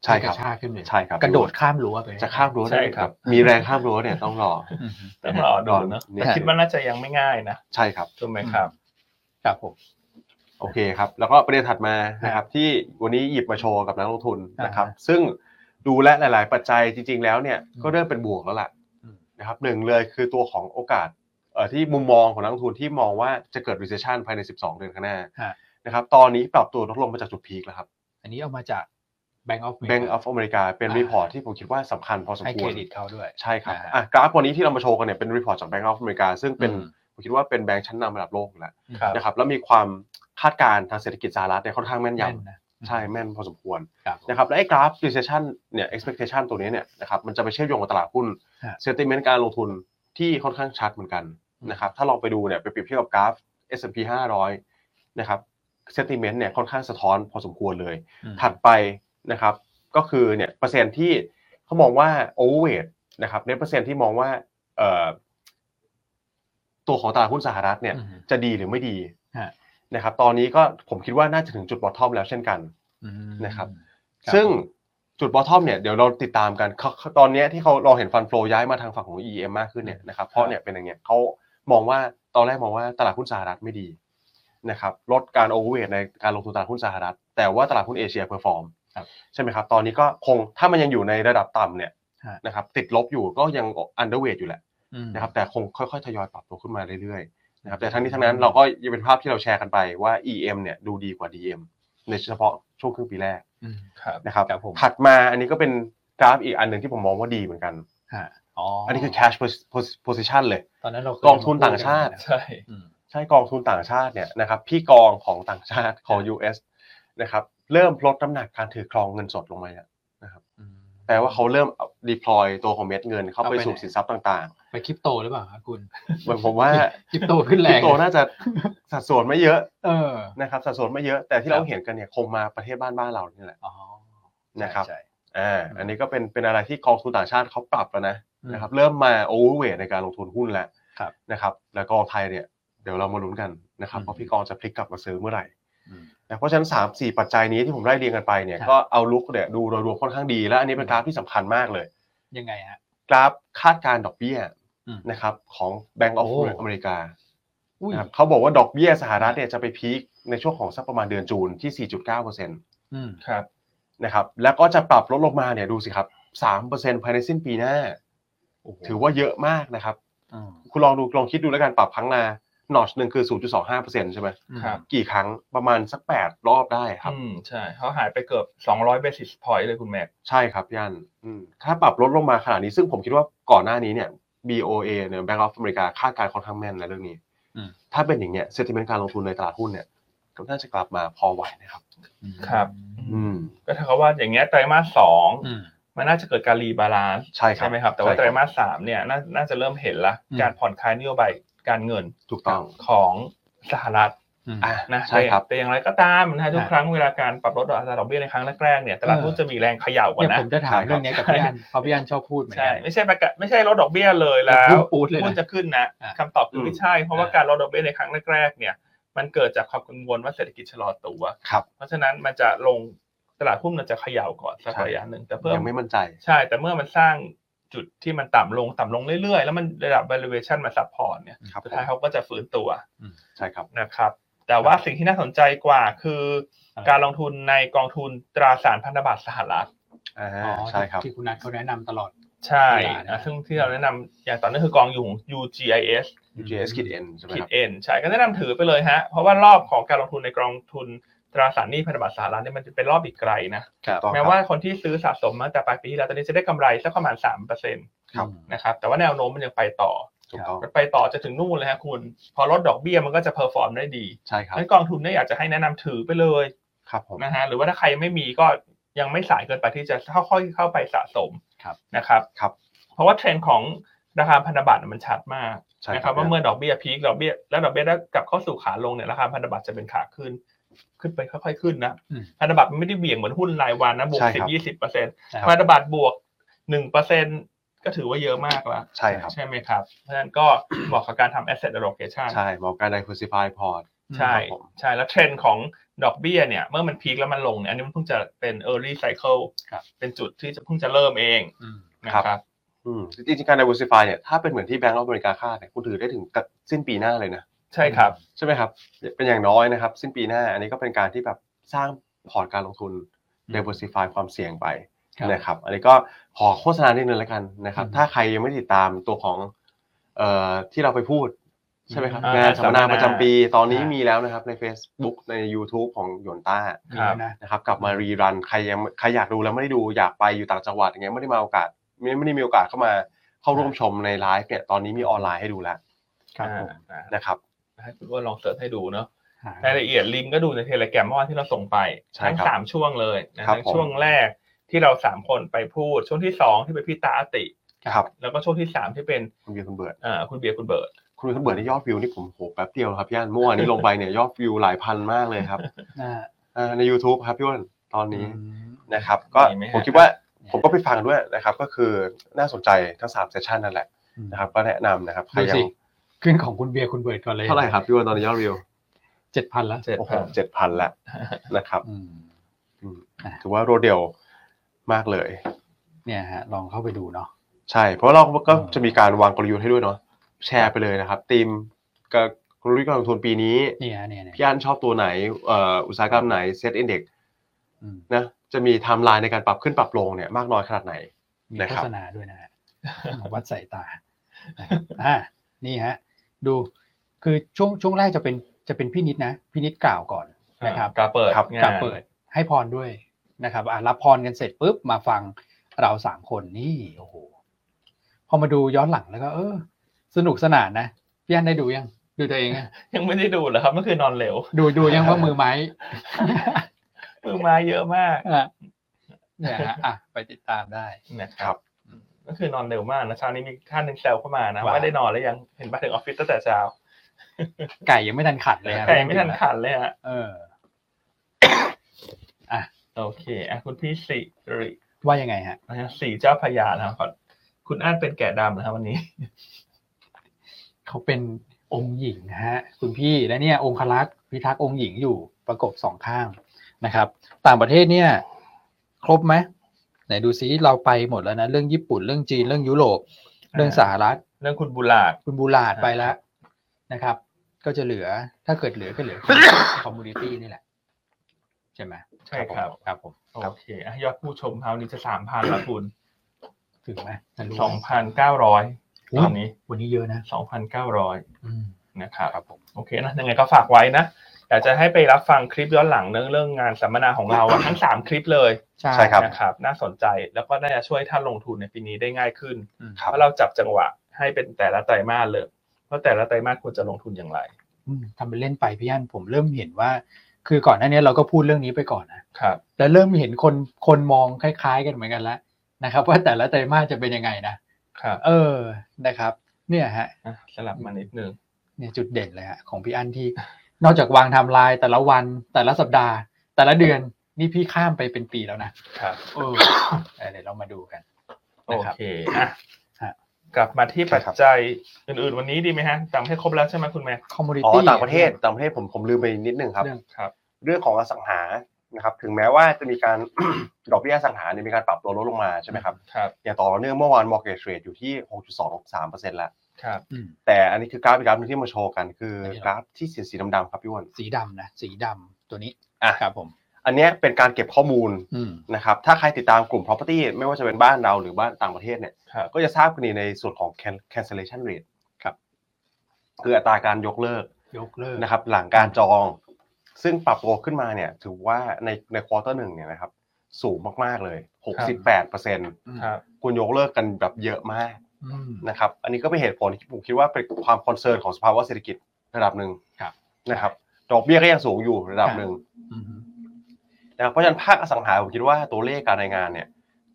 S3: ใช่ครับ
S1: กระชากขึ้นเลย
S3: ใช่ครับ
S1: กระโดดข้ามรั้วไป
S3: จะข้ามรั้วได้ไหมครับ มีแรงข้ามรั้วเนี่ยต้องรอ
S1: อืม
S2: ต้องรอดูเนอะ
S3: เนี่ย
S2: แต่คิดว่าน่าจะยังไม่ง่ายนะ
S3: ใช่ครับ
S2: ถูกไหมครับ
S1: ครับผม
S3: โอเคครับ แล้วก็ประเด็นถัดมานะครับที่วันนี้หยิบมาโชว์กับนักลงทุนนะครับ
S1: อ่าฮะ
S3: ซึ่งดูและหลาย ๆ ปัจจัยจริง ๆ แล้วเนี่ย
S1: อืม
S3: ก็เริ่มเป็นบวกแล้วล่ะ
S1: อืม
S3: นะครับหนึ่งเลยคือตัวของโอกาสเอ่อที่มุมมองของนักลงทุนที่มองว่าจะเกิด recession ภายใน 12 เดือนข้างหน้านะครับตอนนี้ปรับตัวลดลงมาจากจุดพีคแล้วครับ
S1: อันนี้เอามาจาก Bank of America
S3: Bank of America เป็น
S1: อ่า
S3: รีพอร์ตที่ผมคิดว่าสำคัญพอสม
S1: ให้
S3: ค
S1: เคว ร
S3: ร
S1: ดิตเขาด้วย
S3: ใช่ครับ
S1: อ่า
S3: อ่ะกราฟวันนี้ที่เรามาโชว์กันเนี่ยเป็นรีพอร์ตจาก Bank of America ซึ่งเป็น
S1: อืม
S3: ผมคิดว่าเป็นแบงก์ชั้นนำระดับโลกอยู่แล้ว
S2: ครับ
S3: นะครับแล้วมีความคาดการณ์ทางเศรษฐกิจสหรัฐเนี่ยค่อนข้างแม่นย
S1: แน่นนะ
S3: ใช่แม่นพอสมควร
S1: ครับผม
S3: นะครับและไอ้กราฟ recession เนี่ย expectation ตัวนี้เนี่ยนะครับมันจะไปเชื่อมโยงกับตลาดหุ้น
S1: ฮะ
S3: sentiment การลงทุนที่ค่อนข้างชัดเหมือนกันนะครับถ้าลองไปดูเนี่ยไปเปรียบเทียบกับกราฟ S&P 500นะครับ sentiment เนี่ยค่อนข้างสะท้อนพอสมควรเลย
S1: อืม
S3: ถัดไปนะครับก็คือเนี่ยเปอร์เซ็นต์ที่เขามองว่า overweight นะครับในเปอร์เซ็นต์ที่มองว่าเอ่อตัวของตลาดหุ้นสหรัฐเนี่ย
S1: อือฮึ
S3: จะดีหรือไม่ดี
S1: ฮะ
S3: นะครับ ตอนนี้ก็ผมคิดว่าน่าจะถึงจุด bottom แล้วเช่นกัน
S1: อืม
S3: นะครับ
S1: ครับ
S3: ซึ่งจุด bottom เนี่ยเดี๋ยวเราติดตามกันเขาตอนเนี้ยที่เขาเราเห็นฟันโฟลย้ายมาทางฝั่งของ EM มากขึ้นเนี่ยนะครับเพราะเนี่ยเป็นอย่างเงี้ยเขามองว่าตอนแรกมองว่าตลาดหุ้นสหรัฐไม่ดีนะครับลดการ overweight ในการลงทุนตลาดหุ้นสหรัฐ แต่ว่าตลาดหุ้นเอเชียเพอร์ฟอร์ม
S1: ครับ
S3: ใช่ไหมครับตอนนี้ก็คงถ้ามันยังอยู่ในระดับต่ำเนี่ย
S1: ฮะ
S3: นะครับติดลบอยู่ก็ยัง underweight อยู่แหละ
S1: อืม
S3: นะครับแต่คงค่อยๆทยอยปรับตัวขึ้นมาเรื่อยๆนะครับแต่ทั้งนี้ทั้งนั้นเราก็ยังเป็นภาพที่เราแชร์กันไปว่า EM เนี่ยดูดีกว่า DM ในเฉพาะช่วงครึ่งปีแรก
S1: อืม
S2: ครับ
S3: นะครับ
S1: ครับผม
S3: ถัดมาอันนี้ก็เป็นกราฟอีกอันหนึ่งที่ผมมองว่าดีเหมือนกัน
S1: ฮะอ๋อ
S3: อั
S1: อั
S3: นนี้คือ cash pos- pos- position เลย
S1: ตอนนั้นเราเคย
S3: กองทุนต่างชาติ
S2: ใช่
S1: อืม
S3: ใช่กองทุนต่างชาติเนี่ยนะครับพี่กองของต่างชาติของ US นะครับเริ่มลดน้ำหนักการถือครองเงินสดลงมาเนี่ยแปลว่าเขาเริ่ม deploy ตัวของเม็ดเงินเข้าไป
S1: เอาไป
S3: สู่
S1: ไหน
S3: สินทรัพย์ต่าง
S1: ไปคริปโตหรือเปล่าครับคุณ
S3: ๆเหมือนผมว่า
S1: คริปโตขึ้นแร
S3: พี่
S1: ง
S3: โตน่าจะสัดส่วนไม่เยอะ
S1: เออ
S3: นะครับสัดส่วนไม่เยอะแต่ที่
S1: ครับ
S3: เราเห็นกันเนี่ยคงมาประเทศบ้านบ้านเรานี่แหละ
S1: อ๋อ
S3: นะครับ
S1: ใช่
S3: อ่า
S1: อืม
S3: อันนี้ก็เป็นเป็นอะไรที่กองทุนต่างชาติเขาปรับแล้วนะ
S1: ๆ
S3: นะครับเริ่มมาโอเวอร์เวทในการลงทุนหุ้นแล้ว
S1: ครับ
S3: นะครับแล้วก็ไทยเนี่ยเดี๋ยวเรามาลุ้นกันนะครับ
S1: อืม
S3: ว่าพี่กองจะพลิกกลับมาซื้อเมื่อไหร่
S1: อืม
S3: นะเพราะฉะนั้น3 4 ปัจจัยนี้ที่ผมไล่เรียงกันไปเนี่ย
S1: ครับ
S3: ก็เอาลุกเนี่ยดูโดยรวมค่อนข้างดีและอันนี้เป็นกราฟที่สำคัญมากเลย
S1: ยังไงฮะ
S3: กราฟคาดการณ์ดอกเบี้ย
S1: อืม
S3: นะครับของ Bank of
S1: โอ้
S3: อเมริกา
S1: อุ้ย
S3: นะครับเขาบอกว่าดอกเบี้ยสหรัฐเนี่ยจะไปพีคในช่วงของสักประมาณเดือนจูนที่ 4.9%
S1: อืม
S2: ครับ
S3: นะครับแล้วก็จะปรับลดลงมาเนี่ยดูสิครับสามเปอร์เซ็นภายในสิ้นปีหน้า ถือว่าเยอะมากนะครับ
S1: อืม
S3: คุณลองดูลองคิดดูแล้วกันปรับครั้งละนอชหนึ่งคือศูนย์จุดสองห้าเปอร์เซ็นใช่ไหม
S2: ครับ
S3: กี่ครั้งประมาณสักแปดรอบได้ครับ
S2: อืมใช่เขาหายไปเกือบสองร้อยเบสิสพอยต์เลยคุณแม็ก
S3: ใช่ครับย่านอืมถ้าปรับลดลงมาขนาดนี้ซึ่งผมคิดว่าก่อนหน้านี้เนี่ย BOA เนี่ย Bank of America คาดการณ์ค่อนข้างแม่นในะเรื่องนี้
S1: อืม
S3: ถ้าเป็นอย่างเงี้ย sentiment การลงทุนในตลาดหุ้นเนี่ยก็น่าจะกลับมาพอไหวนะครับ
S2: ครับ
S3: อืม
S2: ก็ถ้าเขาว่าอย่างเงี้ยไตรมาสสอง
S1: อืม
S2: มันน่าจะเกิดการรีบาลานซ์
S3: ใช่ครับ
S2: ใช่ไหมครับ แต่ว่าไตร
S3: ใช่ครับ
S2: มาสสามเนี่ยน่าน่าจะเริ่มเห็นละ
S1: อืม
S2: การผ่อนคลายนโยบายการเงิน
S3: ถูกต้อง
S2: ของสหรัฐ
S1: อืม
S3: อ่ะ
S2: นะ
S3: ใช่ครับ
S2: แต่แต่อย่างไรก็ตามนะฮะทุกครั้งเวลาการปรับลดอัตราดอกเบี้ยในครั้งแรกๆเนี่ยตลาด
S1: เออ
S2: หุ้นจะมีแรงเขย่าก่อน
S1: เนี่ย
S2: นะ
S1: ผมจะถามเรื่องนี้กับพี่อันเพราะพี่อันชอบพูดเหมือน
S2: ใช่
S1: กั
S2: ไม่ใช่ประกาศไม่ใช่ลดดอกเบี้ยเลยแล้ว
S1: มันพุ่งปู๊ดเลยนะ
S2: หุ้นจะขึ้นนะ
S1: อ่ะ
S2: คำตอบคือไม่ใช่ เพราะว่า
S1: อ่ะ
S2: การลดดอกเบี้ยในครั้งแรกๆเนี่ยมันเกิดจากความกังวลว่าเศรษฐกิจชะลอตัว
S3: ครับ
S2: เพราะฉะนั้นมันจะลงตลาดหุ้นมันจะเขย่าก่อนสักระยะหนึ่งแต่เพื่อ
S3: ยังไม่มั่นใจ
S2: ใช่ แต่เมื่อมันสร้างจุดที่มันต่ำลงต่ำลงเรื่อยๆ แล้วมันระดับ valuation มาซัพพอร์ตเนี่ย
S3: ครับ
S2: สุดท้ายเขาก็จะฟื้นตัว
S3: ใช่ครับ
S2: นะครับแต่ว่าสิ่งที่น่าสนใจกว่าคืออ
S1: ม
S2: การลงทุนในกองทุนตราสารพันธบัตรสหรัฐ
S3: อ่า
S1: อ๋อ
S3: ใช่ครับ
S1: ที่คุณนัทเขาแนะนำตลอด
S2: ใช่
S1: ตราสารพันธบัตร
S2: ซึ่งที่เราแนะนำอย่างต่อเนื่องคือกองอยู่ของ UGIS
S3: UGS ขีด N ใช่ไหม
S2: ขี
S3: ค
S2: ด
S3: รับ
S2: เอ็นใช่ก็แนะนำถือไปเลยฮะ เพราะว่ารอบของการลงทุนในกองทุนตราสารหนี้พันธบัตรสหรัฐเนี่ยมันจะเป็นรอบอีกไกลนะ
S3: ถูกต้อง
S2: แม้ว่าคนที่ซื้อสะสมมาตั้งแต่ปลายปีที่แล้วตอนนี้จะได้กำไรสักประมาณสามเปอร์เซ็นต์
S3: ครับ
S2: นะครับแต่ว่าแนวโน้มมันยังไปต่อ
S3: ถูกต้อง
S2: มันไปต่อจะถึงนู่นเลยฮะคุณ พอลดดอกเบี้ยมันก็จะเพอร์ฟอร์มได้ดี
S3: ใช่ครับ
S2: งั้นกองทุนเนี่ยอยากจะให้แนะนำถือไปเลย
S3: ครับผม
S2: นะฮะหรือว่าถ้าใครไม่มีก็ยังไม่สายเกินไปที่จะค่อยๆเข้าไปสะสม
S1: ครับ
S2: นะครับ
S3: ครับ
S2: เพราะว่าเทรนด์ของราคาพันธบัตรมันชัดมาก
S3: ใช่ครับ
S2: นะครับว่าเมื่อดอกเบี้ยพีคดอกเบี้ยแล้วดอกเบี้ยได้กลับเข้าสู่ขาลงเนี่ยราคาพันธบัตรจะเป็นขาขึ้น ขึ้นไปค่อยๆขึ้นนะ
S1: อืม
S2: พันธบัตรมันไม่ได้เบี่ยงเหมือนหุ้นรายวันนะบวก
S3: ใช่
S2: สิ
S3: ครับ บ
S2: ยี่สิบเปอร์เซ็นต์
S1: ครับ
S2: พันธบัตรบวกหนึ่งเปอร์เซ็นต์ก็ถือว่าเยอะมากแล้ว
S3: ใช่ครับ
S2: ใช่ไหมครับเพราะฉะนั้นก็ เหมาะกับการทำ asset allocation
S3: ใช่บอกการ diversify port
S2: ใช่
S3: ครับผม
S2: ใช่แล้วเทรนด์ของดอกเบี้ยเนี่ย เมื่อมันพีคแล้วมันลงเนี่ยอันนี้มันเพิ่งจะเป็น early cycle
S1: ครับ
S2: เป็นจุดที่จะเพิ่งจะเริ่มเอง
S1: อืม
S2: นะครับ
S3: อืมจริงๆการ diversify เนี่ยถ้าเป็นเหมือนที่ Bank of America คาดเนี่ยคุณถือได้ถึงกับสิ้นปีหน้าเลยนะ
S2: ใช่ครับ
S3: ใช่ไหมครับ เป็นอย่างน้อยนะครับ สิ้นปีหน้า อันนี้ก็เป็นการที่แบบสร้างพอร์ตการลงทุน
S1: อืม
S3: diversify ความเสี่ยงไป
S1: ครับ
S3: นะครับ อันนี้ก็ขอโฆษณานิดนึงแล้วกันนะครับ
S1: อืม
S3: ถ้าใครยังไม่ติดตามตัวของเอ่อที่เราไปพูด ใช่ไหมครับ
S2: อ่าง
S3: งานสัมมนาประจำปีตอนนี้
S1: อ่ามี
S3: มีแล้วนะครับใน Facebook ใน YouTube ของหยวนต้า
S1: มีแล้วนะ
S3: นะครับกลับมารีรันใครยังใครอยากดูแล้วไม่ได้ดูอยากไปอยู่ต่างจังหวัดอย่างเงี้ยไม่ได้มาโอกาสไม่ไม่ได้มีโอกาสเข้ามาเข้าร่วมชมในไลฟ์เนี่ยตอนนี้มีออนไลน์ให้ดูแล้ว
S1: ครับผม
S2: อ่า
S3: นะครับ
S2: ให้คุณอ้ว่าลองเสิร์ชให้ดูเนาะ
S1: หาร
S2: ายละเอียดลิงก์ก็ดูในเทเล r a m เมื่อวานที่เราส่งไป
S3: ใช่ครั
S2: ทั้ง
S3: บ
S2: สามช่วงเลยนะครับ ทั้ง
S3: ผม
S2: ช่วงแรกที่เราสามคนไปพูด ช่วงที่สองที่เป็นพี่ตาอติ
S3: ครับ
S2: แล้วก็ช่วงที่สามที่เป็น
S3: คุณเบียร์คุณเบิร์ด
S2: เอ่อคุณเบียร์คุณเบิร์ด
S3: คุณเบียร์คุณเบิร์ดนี่ยอดวิวนี่ผมโหแป๊บเดียวครับพี่อันเมื่อวานนี้ลงไปเนี่ยยอดวิวหลายพันมากเลยครับ
S1: นะ
S3: เอ่อใน YouTube ครับพี่อ้นตอนนี้
S1: อืม
S3: นะครับก็
S2: ไหฮะ
S3: ผมคิดว่าผมก็ไปฟังด้วยนะครับก็คือน่าสนใจทั้ง3เซสชันนั่นแหละนะครับก็แนะนำนะครับใครยั
S1: ดู
S3: ง
S1: สิ ขึ้นของคุณเบียร์คุณเบิร์ดก่อนเลย
S3: เท่าไหร่ครับพี่วันตอนนี้ยอดวิว
S1: เจ็ดพันละ
S2: เจ็ด
S3: โอ้โห
S2: พัน
S3: เจ็ดพันละนะครับ
S1: อืม
S3: อืม
S1: อ่ะ
S3: ถือว่าโรเดลมากเลย
S1: เนี่ยฮะลองเข้าไปดูเนาะ
S3: ใช่ เพราะเราก็
S1: อืม
S3: จะมีการวางกลยุทธ์ให้ด้วยเนาะแชร์ไปเลยนะครับทีมกับกลยุทธ์การลงทุนปีนี้
S1: เนี่ยฮะเนี่ยเนี่ย
S3: พี่อันชอบตัวไหนเอ่ออุตสาหกรรมไหนเซตอินเด็ก
S1: อืม
S3: นะจะมีไทม์ไลน์ในการปรับขึ้นปรับลงเนี่ยมากน้อยขนาดไหน
S1: มี
S3: นะค
S1: โฆ
S3: รับ
S1: ษณาด้วยนะฮะวัดสายตานะครับอ่านี่ฮะ ดูคือช่วงช่วงแรกจะเป็นจะเป็นพี่นิดนะพี่นิดกล่าวก่อนนะครับ
S2: กาเปิด
S3: ครับ
S2: งน
S1: กลับเปิดให้พรด้วยนะครับอ่ะรับพรกันเสร็จปุ๊บมาฟังเราสามคนนี่โอ้โหพอมาดูย้อนหลังแล้วก็ เออ สนุกสนานนะพี่อันได้ดูยัง ดูตัวเองอะ
S2: ยังไม่ได้ดูเหรอครับเมื่อคืนนอนเร็ว
S1: ดูดูยังว่ามือไม้ *laughs*
S2: มือไมาเยอะมาก
S1: อ่ะเนี่ยฮะอ่ะไปติดตามได้
S2: นะค
S3: ครั
S2: รับบ ก็คือนอนเร็วมากนะเช้านี้มีท่านหนึ่งแซวเข้ามานะ
S1: ว่า
S2: ว่าได้นอนแล้วยังเห็นไปถึงออฟฟิศตั้งแต่เช้า
S1: ไก่ยังไม่ทันขัดเลยฮะ
S2: ไก่ไม่ทันขันเลยฮะ
S1: เออ
S2: โอเคอ่ะคุณพี่สิริ
S1: ว่ายังไงฮะ
S2: นะฮะสีเจ้าพญานะครับคุณอ้านเป็นแกะดำนะครับวันนี้
S1: เขาเป็นองค์หญิงฮะ คุณพี่และเนี่ย องคลักษ์พิทักษ์องค์หญิงอยู่ประกบสองข้างนะครับ ต่างประเทศเนี่ย ครบไหมไหนดูซิเราไปหมดแล้วนะ เรื่องญี่ปุ่นเรื่องจีนเรื่องยุโรปเรื่องสหรัฐ
S2: เรื่องคุณบุหลาด
S1: คุณบูลาดไปแล้วนะครับ ก็จะเหลือถ้าเกิดเหลือก็เหลือ คอมมูนิตี้นี่แหละ ใช่ไหม
S2: ใช่ครับ
S1: ครับผม
S2: โอเคอ่ะยอดผู้ชมเช้านี้จะสามพันละคุณ
S1: ถึงไหมทะลุไหม
S2: สองพันเก้าร้อยตอนนี้
S1: วันนี้เยอะนะ
S2: สองพันเก้าร้อย
S1: อืม
S2: นะครับ
S1: ครับผม
S2: โอเคนะยังไงก็ฝากไว้นะอยากจะให้ไปรับฟังคลิปย้อนหลังเรื่องเรื่องงานสัมมนาของเราอะทั้งสามคลิปเลย
S3: ใช่ครับ
S2: นะครับ น่าสนใจแล้วก็น่าจะช่วยท่านลงทุนในปีนี้ได้ง่ายขึ้น
S1: อืม
S3: ครับ
S2: เพราะเราจับจังหวะให้เป็นแต่ละไตรมาสเลยว่าแต่ละไตรมาสควรจะลงทุนอย่างไร
S1: อืมทำเป็นเล่นไปพี่อันผมเริ่มเห็นว่า คือก่อนหน้านี้เราก็พูดเรื่องนี้ไปก่อนนะครับ แล้วเริ่มเห็นคนคนมองคล้ายๆ กันเหมือนกันแล้วนะครับ ว่าแต่ละไตรมาสจะเป็นยังไงนะครับ เออนะครับ เนี่ยฮะ
S2: อ่ะสลับมานิดนึง
S1: เนี่ยจุดเด่นเลยฮะของพี่อันที่ นอกจากวางไทำลายแต่ละวันแต่ละสัปดาห์ แต่ละเดือนนี่พี่ข้ามไปเป็นปีแล้วนะครับ เออเออเดี๋ยวเรามาดูกัน
S2: โอ
S1: นะครับ
S2: เคอ่ะ
S1: ฮะ
S2: กลับมาที่ปัจ
S3: ครับ
S2: จัยอื่นๆ วันนี้ดีไหมฮะต่างประเทศครบแล้วใช่ไหมคุณแม่
S1: คอมมูนิ
S3: อ๋อ
S1: ตี้
S3: ต่างประเทศต่างประเทศผมผมลืมไปนิดนึงครับ
S1: เรื่อง
S2: ครับ
S3: เรื่องของอสังหานะครับถึงแม้ว่าจะมีการ *coughs* ดอกเบี้ยอสังหาเนี่ยมีการปรับตัวลดลงมาใช่ไหมครับ
S2: ครับ
S3: อย่างต่อเนื่องเมื่อวาน mortgage rate อยู่ที่ 6.23%แล้ว
S2: ครับ
S1: อืม
S3: แต่อันนี้คือกราฟอีกกราฟหนึงที่มาโชว์กันคือ
S1: อันนี้เหรอ
S3: กราฟที่สีสีดำๆครับพี่อ้วน
S1: สีดำนะสีดำตัวนี้
S3: อ่ะ
S1: ครับผม
S3: อันเนี้ยเป็นการเก็บข้อมูล
S1: อืม
S3: นะครับถ้าใครติดตามกลุ่ม property ไม่ว่าจะเป็นบ้านเราหรือบ้านต่างประเทศเนี่ย
S2: ครับ
S3: ก็จะทราบกันดีในส่วนของ can- cancellation rate ครับคืออัตราการยกเลิก
S1: ยกเลิก
S3: นะครับหลังการจอง ซึ่งปรับตัวขึ้นมาเนี่ยถือว่าในในควอเตอร์หนึ่งเนี่ยนะครับสูงมากๆเลย 68%
S1: อืม
S2: ครับ
S3: คุณยกเลิกกันแบบเยอะมาก
S1: อืม
S3: นะครับอันนี้ก็เป็นเหตุผลที่ผมคิดว่าเป็นความคอนเซิร์นของสภาวะเศรษฐกิจระดับหนึ่ง
S1: ครับ
S3: นะครับดอกเบี้ยก็ยังสูงอยู่ระดับหนึ่ง
S1: อืม
S3: นะครับเพราะฉะนั้นภาคอสังหาผมคิดว่าตัวเลขการรายงานเนี่ย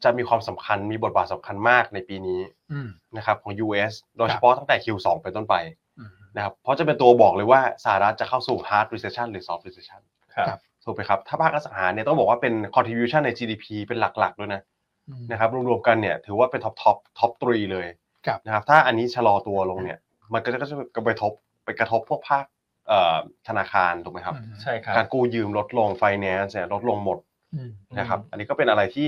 S3: จะมีความสำคัญมีบทบาทสำคัญมากในปีนี้
S1: อืม
S3: นะครับของ US โดย
S1: ครับ
S3: เฉพาะตั้งแต่ Q2 เป็นต้นไป
S1: อืม
S3: นะครับเพราะจะเป็นตัวบอกเลยว่าสหรัฐจะเข้าสู่ hard recession หรือ soft recession
S2: ครับ
S1: ครับ
S3: ถูกไหมครับ ถ้าภาคอสังหาเนี่ยต้องบอกว่าเป็น contribution ใน GDP เป็นหลักๆ ด้วยนะ
S1: อืม
S3: นะครับรวมๆกันเนี่ยถือว่าเป็น top top top three เลย
S1: ครับ
S3: นะครับถ้าอันนี้ชะลอตัวลงเนี่ยมันก็จะก็จะไปกระทบไปกระทบพวกภาคเอ่อธนาคารถูกไหมครับ
S1: อืม
S2: ใช่ครับ
S3: การกู้ยืมลดลง finance เนี่ยลดลงหมด
S1: อืม
S3: นะครับ
S2: อืม
S3: อันนี้ก็เป็นอะไรที่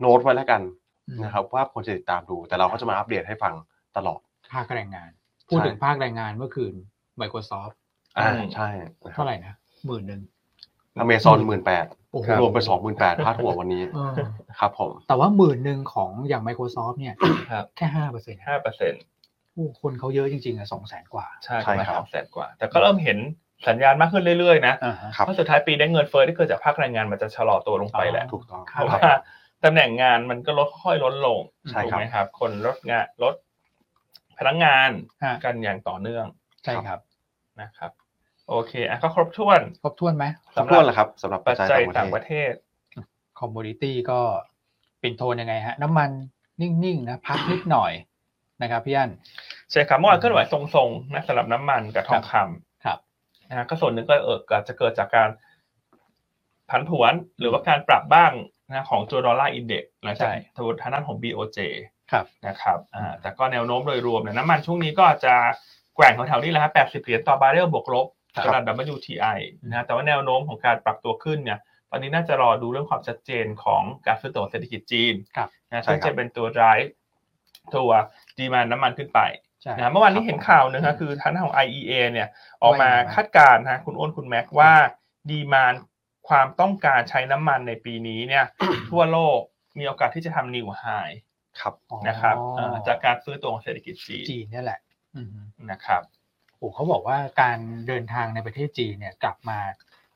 S3: โน้ตไว้แล้วกัน
S1: อืม
S3: นะครับว่าควรจะติดตามดูแต่เราก็จะมาอัปเดตให้ฟังตลอด
S1: ภาคแรงงาน พูด
S3: ใช่
S1: ถึงภาคแรงงานเมื่อคืน Microsoft
S3: อ่า
S2: อืม
S3: ใช่นะครั
S1: เท่า
S3: บ
S1: ไหร่นะหมื่นหนึ่ง
S3: Amazon หมื่นแปด
S1: โอ้โห
S3: รวมไปสองหมื่นแปดพาดหัววันนี้
S1: เออ
S3: ครับผม
S1: แต่ว่าหมื่นหนึ่งของอย่าง Microsoft เนี่ย
S2: ครับ
S1: แค่ห้าเปอร์เซ็นต์
S2: ห้าเปอร์เซ็นต์
S1: ผู้คนเขาเยอะจริงๆอะสองแสนกว่า
S2: ใช่ประมาณสองแสนกว่า แต่ก็เริ่มเห็นสัญญาณมากขึ้นเรื่อยๆนะ
S1: อ่าฮะ
S3: ครับ
S2: เพราะสุดท้ายปีนี้เงินเฟ้อที่เกิดจากภาคแรงงานมันจะชะลอตัวลงไปแหละ
S1: อ๋อ
S3: ถูกต้อง
S1: ค
S2: เพ
S1: รับ
S2: ราะ
S3: ครั
S2: ว่า
S3: บ
S2: ตำแหน่งงานมันก็ลดค่อยๆลดลง
S3: ใช่
S2: ถูก
S3: ครับ
S2: ไหมครับ คนลดงานลดพนักงาน
S1: ฮะ
S2: กันอย่างต่อเนื่อง
S1: ใช่ครับ
S2: นะครับ โอเคอ่ะก็ครบถ้วน
S1: ครบถ้วนไหม
S3: ครบถ้วนแล้วครับสำหรับปั
S2: ปั
S3: จ
S2: จ
S3: จั
S2: จั
S3: ย
S2: ย
S3: ต่า
S2: ต่าง ง
S3: ป
S2: ประ ระ
S3: เทศ
S2: เทศ
S1: คอมมูนิตี้ก็เป็นโทนยังไงฮะ น้ำมันนิ่งๆนะพักนิดหน่อยนะครับพี่อัน
S2: ใช่ครับเมื่อวานเคลื่อนไหวทรงๆนะสำหรับน้ำมันกับทองคำ
S1: ครับ
S2: นะฮะก็ส่วนหนึ่งก็เอออาจจะเกิดจากการผันผวนหรือว่าการปรับบ้างนะของตัวดอลลาร์อินเด็กซ์หลังจาก
S1: ใช่
S2: ตัวทางด้านของ BOJ
S1: ครับ
S2: นะครับอ่าแต่ก็แนวโน้มโดยรวมเนี่ยน้ำมันช่วงนี้ก็จะแกว่งแถวๆนี้แหละฮะ80 เหรียญต่อบาร์เรลบวกลบ
S1: ครับ
S2: สำหรับ WTI นะฮะแต่ว่าแนวโน้มของการปรับตัวขึ้นเนี่ย ตอนนี้น่าจะรอดูเรื่องความชัดเจนของการฟื้นตัวของเศรษฐกิจจีน
S1: ครับ
S2: นะซึ่งจะเป็นตัว drive ตัวดีมานน้ำมันขึ้นไป
S1: ใช่
S2: นะเมื่อวานนี้เห็นข่าวหนึงนะคือทางด้านของ IEA เนี่ยออกมา
S1: ว่ายังไงบ้าง
S2: คาดการณ์นะคุณอ้นคุณแม็กว่าดีมานความต้องการใช้น้ำมันในปีนี้เนี่ย
S1: *coughs*
S2: ทั่วโลกมีโอกาสที่จะทำนิวไฮ
S3: ครับ
S2: นะครับ
S1: อ๋อ
S2: เอ่อจากการฟื้นตัวของเศรษฐกิจจีน
S1: จีนเนี่ยแหละ อืม
S2: นะครับ
S1: โอ้เขาบอกว่าการเดินทางในประเทศจีนเนี่ยกลับมา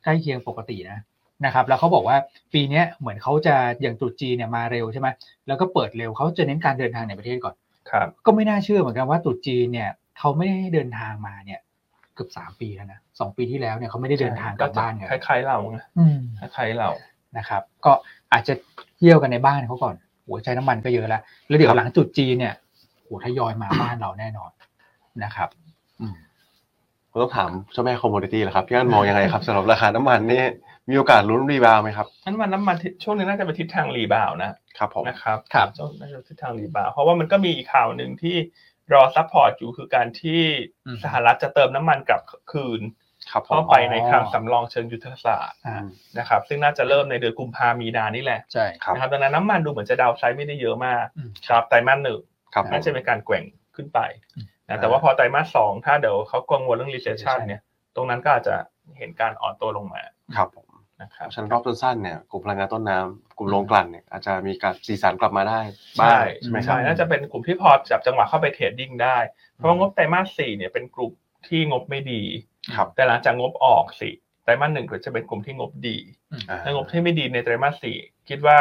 S1: ใกล้เคียงปกตินะนะครับ แล้วเขาบอกว่าปีเนี้ยเหมือนเขาจะอย่างตรุษจีนเนี่ยมาเร็วใช่ไหมแล้วก็เปิดเร็วเขาจะเน้นการเดินทางในประเทศก่อน
S2: ครับ
S1: ก็ไม่น่าเชื่อเหมือนกันว่าตรุษจีนเนี่ยเขาไม่ได้เดินทางมาเนี่ยเกือบสามปีแล้วนะสองปีที่แล้วเนี่ยเขาไม่ได้เดินทางกลับบ้านกัน
S2: คล้ายๆเราไง
S1: อืม
S2: คล้ายๆเรา
S1: นะครับก็อาจจะเที่ยวกันในบ้านเขาก่อนโหัวใช้น้ำมันก็เยอะแล้ว แล้วเดี๋ยวหลังจุดจีนเนี่ยโหทยอยมาบ้านเราแน่นอนนะครับอืม
S3: ผมต้องถามเจ้าแม่คอมมูนิตี้แหละครับพี่อันมองยังไงครับสำหรับราคาน้ำมันนี่มีโอกาสลุ้นรีบาวด์ไหมครับ
S2: นั้นวันน้ำมันที่ช่วงนี้น่าจะเป็นทิศทางรีบาวด์นะ
S3: ครับผม
S2: นะครับ
S1: ครับ
S2: เจ้าน่าจะทิศทางรีบาวด์เพราะว่ามันก็มีอีกข่าวหนึ่งที่รอซัพพอร์ตอยู่คือการที่สหรัฐจะเติมน้ำมันกลับคืน
S3: ครับผ
S2: เข้าม ไปในคลังสำรองเชิงยุทธศาสตร์
S1: อ่า
S2: นะครับซึ่งน่าจะเริ่มในเดือนกุมภามีนานี่แหละ
S1: ใช่
S3: ครับ
S2: นะครับดังนั้นน้ำมันดูเหมือนจะดาวไซด์ไม่ได้เยอะมาก
S1: อืม
S2: ครับไตรมาสหนึ่ง
S3: ครับผม
S2: น่าจะเป็นการแกว่งขึ้นไป
S1: อืม
S2: นะแต่ว่าพอไตรมาสสองถ้าเดี๋ยวเขากังวลเรื่อง recession
S3: ใช่
S2: เนี่ยตรงนั้นก็อาจจะเห็นการอ่อนตัวลงมา
S3: ครับผม
S2: นะครับ
S3: ชั้นรอบสั้นๆเนี่ยกลุ่มพลังงานต้นน้ำกลุ่มโรงกลั่นเนี่ยอาจจะมีการสีสันกลับมาได้บ้างใช่ไหมครับ
S2: ใช่น่าจะเป็นกลุ่มที่พอจับจังหวะเข้าไปเทรดดิ้งได้ เพราะว่างบไตรมาสสี่เนี่ยเป็นกลุ่มที่งบไม่ดี
S3: ครับ
S2: แต่หลังจากงบออกสิไตรมาสหนึ่งก็จะเป็นกลุ่มที่งบดี
S3: อ่า
S2: ถ้างบที่ไม่ดีในไตรมาสสี่คิดว่า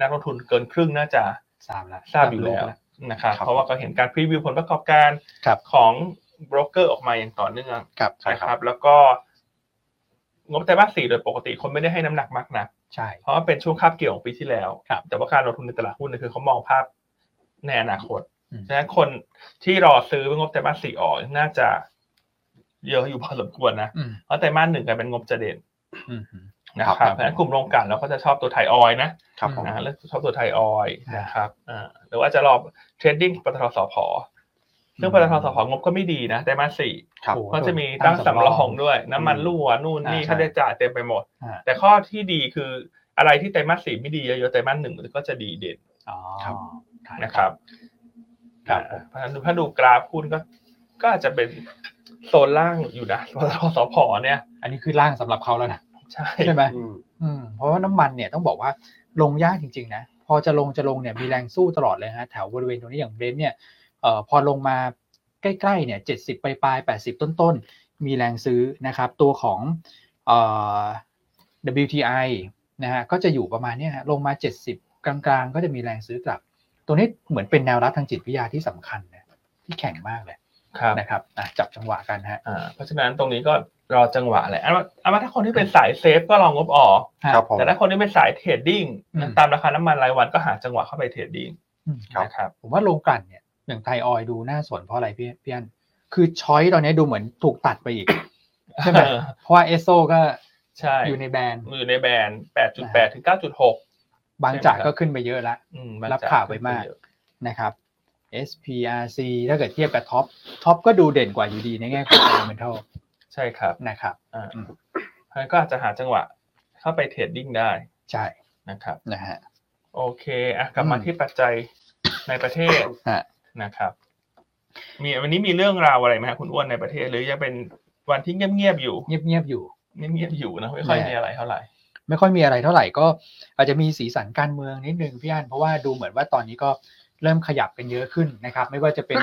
S2: นักลงทุนเกินครึ่งน่าจะ
S1: ทราบแล้ว
S2: ทราบอยู่แล้วนะครับ
S3: ครับ
S2: เพราะว่าก็เห็นการพรีวิวผลประกอบการ
S1: ครับ
S2: ของโบรกเกอร์ออกมาอย่างต่อเนื่อง
S1: ครับ
S3: ใช่
S2: นะ
S3: ค
S2: ค
S3: รั
S2: รับ บ แล้วก็งบไตรมาสสี่โดยปกติคนไม่ได้ให้น้ำหนักมากนะ
S1: ใช่
S2: เพราะว่าเป็นช่วงคาบเกี่ยวของปีที่แล้ว
S1: ครับ
S2: แต่ว่าการลงทุนในตลาดหุ้นเนี่ยคือเขามองภาพในอนาคต
S1: อืม
S2: ฉะนั้นคนที่รอซื้องบไตรมาสสี่ออกน่าจะเยอะอยู่พอสมควรนะ
S1: อืม
S2: เพราะไตรมาสหนึ่งกลายเป็นงบจะเด่น
S1: อืม
S2: นะครับ
S3: ครับ
S2: เพราะฉะนั้นกลุ่มโรงกลั่นเราก็จะชอบตัวไทยออยล์นะครับ
S3: ผม
S2: นะเลือกชอบตัวไทยออยล์นะครับอ่าหรือว่าจะรอบเทรดดิ้งปตทสพซึ่งปตทสพงบก็ไม่ดีนะไตรมาสสี่
S3: ครับ
S2: ก็จะมีตั้งสำรองด้วย น้ำมัน
S3: อืม
S2: รั่วนู่นนี่
S1: อ่าใช่
S2: ค่าใช้จ่ายเต็มไปหมด
S1: อ่า
S2: แต่ข้อที่ดีคืออะไรที่ไตรมาสสี่ไม่ดีเยอะๆไตรมาสหนึ่งก็จะดีเด่น
S1: อ๋อ
S3: ครับ
S2: นะครับ
S1: ครับ
S2: อ่าเพราะฉะนั้นถ้าดูกราฟหุ้นก็ ก็อาจจะเป็นโซนล่างอยู่นะปตทสพเนี่ย
S1: อันนี้คือร่างสำหรับเขาแล้วนะ
S2: ใช่
S1: ใช่ไหม
S3: อืม
S1: อืมเพราะว่าน้ำมันเนี่ยต้องบอกว่าลงยากจริง ๆ นะ พอจะลงจะลงเนี่ยมีแรงสู้ตลอดเลยฮะแถวบริเวณตรงนี้อย่างเบรนท์เนี่ยเอ่อพอลงมาใกล้ๆเนี่ยเจ็ดสิบปลายๆแปดสิบต้นๆ มีแรงซื้อนะครับ ตัวของเอ่อ WTI นะฮะก็จะอยู่ประมาณเนี้ยฮะลงมา 70 กลางๆ ก็จะมีแรงซื้อกลับ ตัวนี้เหมือนเป็นแนวรับทางจิตวิทยาที่สำคัญนะที่แข็งมากเลย
S2: ครับ
S1: นะครับอ่ะจับจังหวะกันฮะ
S2: อ่าเพราะฉะนั้นตรงนี้ก็รอจังหวะแหละอันว่าอันว่าถ้าคนที่เป็นสายเซฟก็ลองงบออก
S3: ครับผม
S2: แต่ถ้าคนที่เป็นสายเทรดดิ้ง
S1: อืม
S2: ตามราคาน้ำมันรายวันก็หาจังหวะเข้าไปเทรดดิ้ง
S1: อืม
S3: ครับ
S2: นะครับ
S1: ผมว่าโรงกลั่นเนี่ยอย่างไทยออยล์ดูน่าสนเพราะอะไรพี่พี่อันคือช้อยตอนนี้ดูเหมือนถูกตัดไปอีก *coughs* ใช่ไหม
S2: เออ
S1: เพราะว่าเอสโซก็
S2: ใช่
S1: อยู่ในแบรนด์
S2: อยู่ในแบรนด์ 8.8 ถึง 9.6
S1: บางจาก
S2: ใช่ไหมครั
S1: ก็
S2: บ
S1: ขึ้นไปเยอะแล้ว
S2: อืมมัน
S1: รับ
S2: จะ
S1: ข่าวไปมาก
S2: เยอะ
S1: นะครับ SPRC ถ้าเกิดเทียบกับท็อปท็อปก็ดูเด่นกว่าอยู่ดีในแง่ *coughs* ของ fundamental
S2: ใช่ครับ
S1: นะครับ
S2: อ่า
S1: อืม
S2: เพราะฉะนั้นก็อาจจะหาจังหวะเข้าไปเทรดดิ้งได้
S1: ใช่
S2: นะครับ
S1: นะฮะ
S2: โอเคอ่ะกลับมา
S1: อืม
S2: ที่ปัจจัยในประเทศ
S1: ฮะ
S2: นะครับ มีวันนี้มีเรื่องราวอะไรไหมครับคุณอ้วนในประเทศ หรือยังเป็นวันที่เงียบๆอยู่
S1: เงียบๆอยู่
S2: เงียบๆอยู่นะไม่ค่อยมีอะไรเท่าไหร่
S1: ไม่ค่อยมีอะไรเท่าไหร่ก็อาจจะมีสีสันการเมืองนิดนึงพี่อันเพราะว่าดูเหมือนว่าตอนนี้ก็เริ่มขยับกันเยอะขึ้นนะครับ ไม่ว่าจะเป็น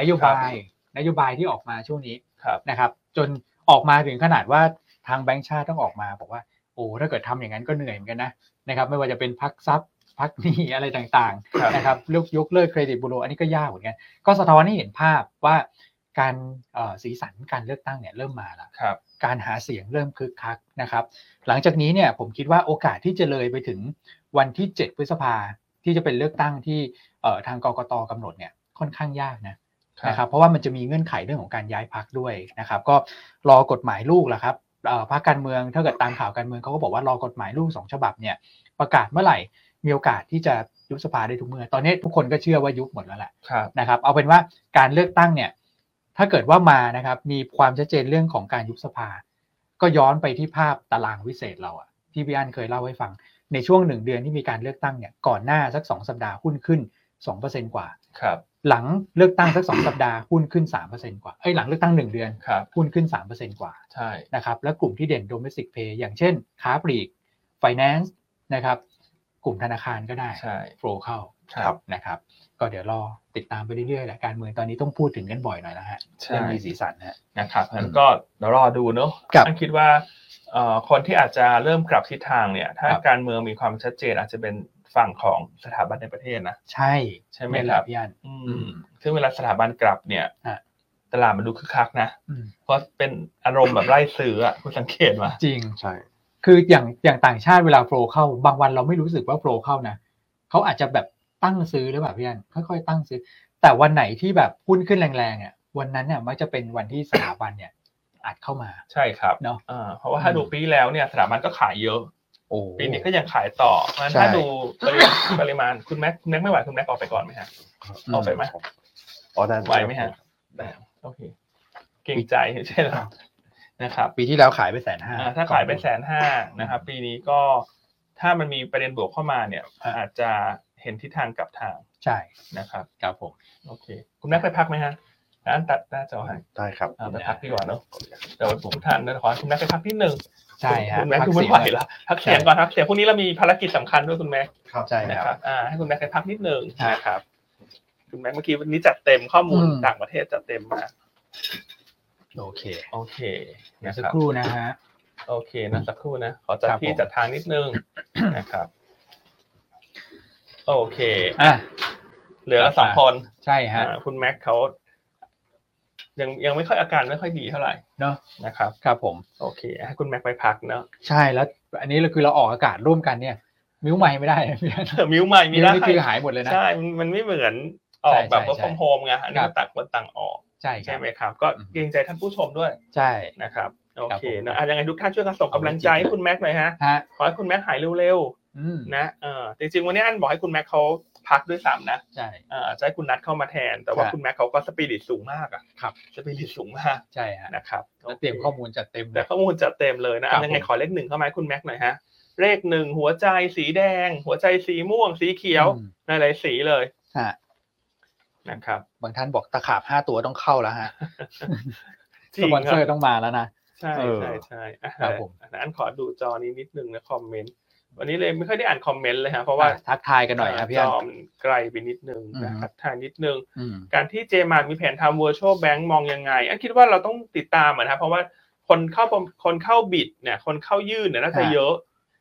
S1: นโยบายนโยบายที่ออกมาช่วงนี้
S2: ครับ
S1: นะครับ จนออกมาถึงขนาดว่าทางแบงค์ชาติต้องออกมาบอกว่าโอ้ถ้าเกิดทำอย่างนั้นก็เหนื่อยเหมือนกันนะนะครับ ไม่ว่าจะเป็นพักทรัพย์พักหนี้อะไรต่างๆ
S2: ครับ
S1: นะครับยกยกเลิกเครดิตบูโรอันนี้ก็ยากเหมือนกันก็สะท้อนให้เห็นภาพว่า การเอ่อสีสันการเลือกตั้งเนี่ยเริ่มมาแล้ว
S2: ครับ
S1: การหาเสียงเริ่มคึกคักนะครับ หลังจากนี้เนี่ยผมคิดว่าโอกาสที่จะเลยไปถึงวันที่ 7 พฤษภาที่จะเป็นเลือกตั้งที่เอ่อทางกกตกำหนดเนี่ยค่อนข้างยากนะนะครับเพราะว่ามันจะมีเงื่อนไขเรื่องของการย้ายพักด้วยนะครับ ก็รอกฎหมายลูกแหละครับเอ่อพรรคการเมืองถ้าเกิดตามข่าวการเมืองเขาก็บอกว่ารอกฎหมายลูกสองฉบับเนี่ยประกาศเมื่อไหร่มีโอกาสที่จะยุบสภาได้ทุกเมื่อตอนนี้ทุกคนก็เชื่อว่ายุบหมดแล้วแหละ
S2: ครับ
S1: นะครับเอาเป็นว่าการเลือกตั้งเนี่ยถ้าเกิดว่ามานะครับมีความชัดเจนเรื่องของการยุบสภา ก็ย้อนไปที่ภาพตารางวิเศษเราอะที่พี่อันเคยเล่าให้ฟัง ในช่วงหนึ่งเดือนที่มีการเลือกตั้งเนี่ยก่อนหน้าสัก 2 สัปดาห์หุ้นขึ้น 2%กว่า
S2: ครับ
S1: หลังเลือกตั้งสัก 2 สัปดาห์หุ้นขึ้น 3%กว่าเอ้ยหลังเลือกตั้ง 1 เดือน
S2: ครับ
S1: หุ้นขึ้น 3%กว่า
S2: ใช่
S1: นะครับและกลุ่มที่เด่น domestic pay อย่างเช่น ค้าปลีก finance นะครับกลุ่มธนาคารก็ได้
S2: ใช่
S1: โฟลเข้า
S3: ครับ
S1: นะครับก็เดี๋ยวรอติดตามไปเรื่อยๆแหละการเมืองตอนนี้ต้องพูดถึงกันบ่อยหน่อยนะฮะ
S2: ใช่
S1: เรื่องมีสีสันนะฮะ
S2: นะครับงั้นก็เดี๋ยวรอดูเนอะ
S1: ครับ
S2: ท่านคิดว่าเอ่อคนที่อาจจะเริ่มกลับทิศทางเนี่ย ถ้า
S1: ครับ
S2: การเมืองมีความชัดเจนอาจจะเป็นฝั่งของสถาบันในประเทศนะ
S1: ใช่
S2: ใช่ไหม
S1: แห
S2: ครั
S1: ละ
S2: บ
S1: พี่อัน
S2: อืมซึ่งเวลาสถาบันกลับเนี่ย
S1: ฮะ
S2: ตลาดมันดูคึกคักนะ
S1: อืม
S2: เพราะเป็นอารมณ์แบบไล่ซื้ออะคุณสังเกตไหม
S1: จริง
S3: ใช่
S1: คืออย่างอย่างต่างชาติเวลาโฟลเข้า บางวันเราไม่รู้สึกว่าโฟลเข้านะเขาอาจจะแบบตั้งซื้อหรือเปล่าพี่อันค่อยๆตั้งซื้อ แต่วันไหนที่แบบหุ้นขึ้นแรงๆอ่ะวันนั้นเนี่ยมักจะเป็นวันที่ส *coughs* ถาบันเนี่ยอัดเข้ามา
S2: ใช่ครับ
S1: เนอะ
S2: อ่าเพราะว่าถ้าดูปีที่แล้วเนี่ยสถาบันก็ขายเยอะ
S1: โอ้
S2: ปีนี้ก็ยังขายต่อเพราะฉะนั้นถ้า
S1: ใช่
S2: ดูปริปริมาณคุณแม็กคุณแม็กไม่ไหวคุณแม็กออกไปก่อนไหมฮะ
S1: อืม
S2: ออกไปไหม
S3: อ๋อด้
S2: ไหวไหมฮะ โอเคเกรงใจใช่แล้วนะครับ
S1: ปีที่แล้วขายไปแสนห้า
S2: อ่าถ้าขายไปแสนห้านะครับ ปีนี้ก็ถ้ามันมีประเด็นบวกเข้ามาเนี่ย
S1: อ่า
S2: อาจจะเห็นทิศทางกลับทาง
S1: ใช่
S2: นะครับ
S1: ครับผม
S2: โอเค คุณแม็กไปพักไหมฮะร้านตัดหน้าจอให้
S3: ได้ครับ
S2: อ่าไปพักดีกว่าเนาะเดี๋ยวผมทานนะขอให้คุณแม็กไปพักนิดนึง
S1: ใช่ฮะ
S2: คุณแม็ก
S1: พั
S2: คุณ
S1: เสีย
S2: ไม่
S1: ง
S2: ไหวแล้วพักเสียงก่อนพักเสียงพรุ่งนี้เรามีภารกิจสำคัญด้วยคุณแม็ก
S3: ครับ
S1: ใช่
S2: นะ
S1: ค
S2: ครั
S1: รับ
S2: บอ่าให้คุณแม็กไปพักนิดนึง
S1: ครับ
S2: นะครับ คุณแม็กเมื่อกี้วันนี้จัดเต็มข้อมูล
S1: อืม
S2: ต่างประเทศจัดเต็มมาก
S1: โอเค
S2: โอเค
S1: เดี๋ยว
S2: นะ
S1: สัก
S2: ครับ
S1: ครู่นะฮะ
S2: โอเคนะสักครู่นะ ขอจัด
S1: ครับ
S2: ที่
S1: ผม
S2: จัดทางนิดนึ
S1: *coughs*
S2: ง นะครับ โอเค
S1: อ่ะ
S2: เหลือ
S1: ครับ
S2: สองคน
S1: ใช่ฮะ
S2: อ่าคุณแม็กเขายังยังไม่ค่อยอาการไม่ค่อยดีเท่าไหร่
S1: เนอะ
S2: นะครับ
S1: ครับผม
S2: โอเคให้คุณแม็กไปพักเนาะ *laughs*
S1: ใช่แล้ว อันนี้เราคือเราออกอากาศร่วมกันเนี่ย มิ้วไม่ไม่
S2: *laughs*
S1: ได้นะพี่อัน
S2: มิวใหม่มี
S1: มิ้ว
S2: ได้
S1: นี่คือหายหมดเลยนะ
S2: ใช่มันมันไม่เหมือนออก
S1: ใช่
S2: แบบ
S1: ใช่
S2: ว่า from
S1: ใช่
S2: home ไงอันนี้
S1: ครับ
S2: ต่างคนต่างออก
S1: ใช่ครั
S2: ใช่
S1: บ
S2: ไหมครับ ก็
S1: อืม
S2: เกรงใจท่านผู้ชมด้วย
S1: ใช่
S2: นะครับ โอเค
S1: ผม
S2: นะอ่ะยังไงทุกท่านช่วยกันส่ง
S1: ขอบคุณ
S2: กำลังใจ
S1: จริง
S2: ให้คุณแม็กหน่อยฮะ
S1: ฮะ
S2: ขอให้คุณแม็กหายเร็วๆ
S1: อืม
S2: นะเออจริงๆ วันนี้อันบอกให้คุณแม็กเขาพักด้วยซ้ำนะ
S1: ใช่
S2: เออจะให้คุณนัดเข้ามาแทน แต่ว่า
S1: ครับ
S2: คุณแม็กเขาก็สปิริตสูงมากอ่ะ
S1: ครับ
S2: สปิริตสูงมาก
S1: ใช่ฮะ
S2: นะครับ
S1: แล้วเตรียมข้อมูลจัดเต็มเล
S2: แต่
S1: ย
S2: ข้อมูลจัดเต็มเลยนะครับ อันยังไง
S1: ผม
S2: ขอเลขหนึ่งเข้ามาให้คุณแม็กหน่อยฮะ เลขหนึ่งหัวใจสีแดง หัวใจสีม่วง สีเขียว
S1: อืม
S2: หลายๆสีเลย
S1: ฮะ
S2: นะครับ
S1: บางท่านบอกตะขาบห้าตัวต้องเข้าแล้วฮะ
S2: จริ
S1: ส
S2: ง
S1: ปอน
S2: ค
S1: เซอ
S2: รั
S1: ร์
S2: บ
S1: ต้องมาแล้วนะ
S2: ใช่
S3: เออ
S2: ใช่ใช่อ่ะ
S1: ครับผม
S2: อันขอดูจอนี้นิดนึงนะคอมเมนต์วันนี้เลยไม่ค่อยได้อ่านคอมเมนต์เลยฮะเพราะว่า
S1: อ่ะทักทายกันหน่อยครับพี่
S2: จ
S1: อัน
S2: อมันไกลไปนิดนึงนะ
S1: อืม
S2: ทักทายนิดนึง
S1: อืม
S2: การที่เจมานมีแผนทำ virtual bank มองยังไง อันคิดว่าเราต้องติดตามอะนะครับเพราะว่าคนเข้าประคนเข้าบิดเนี่ยคนเข้ายื่นเนี่ยน่าจะเยอะ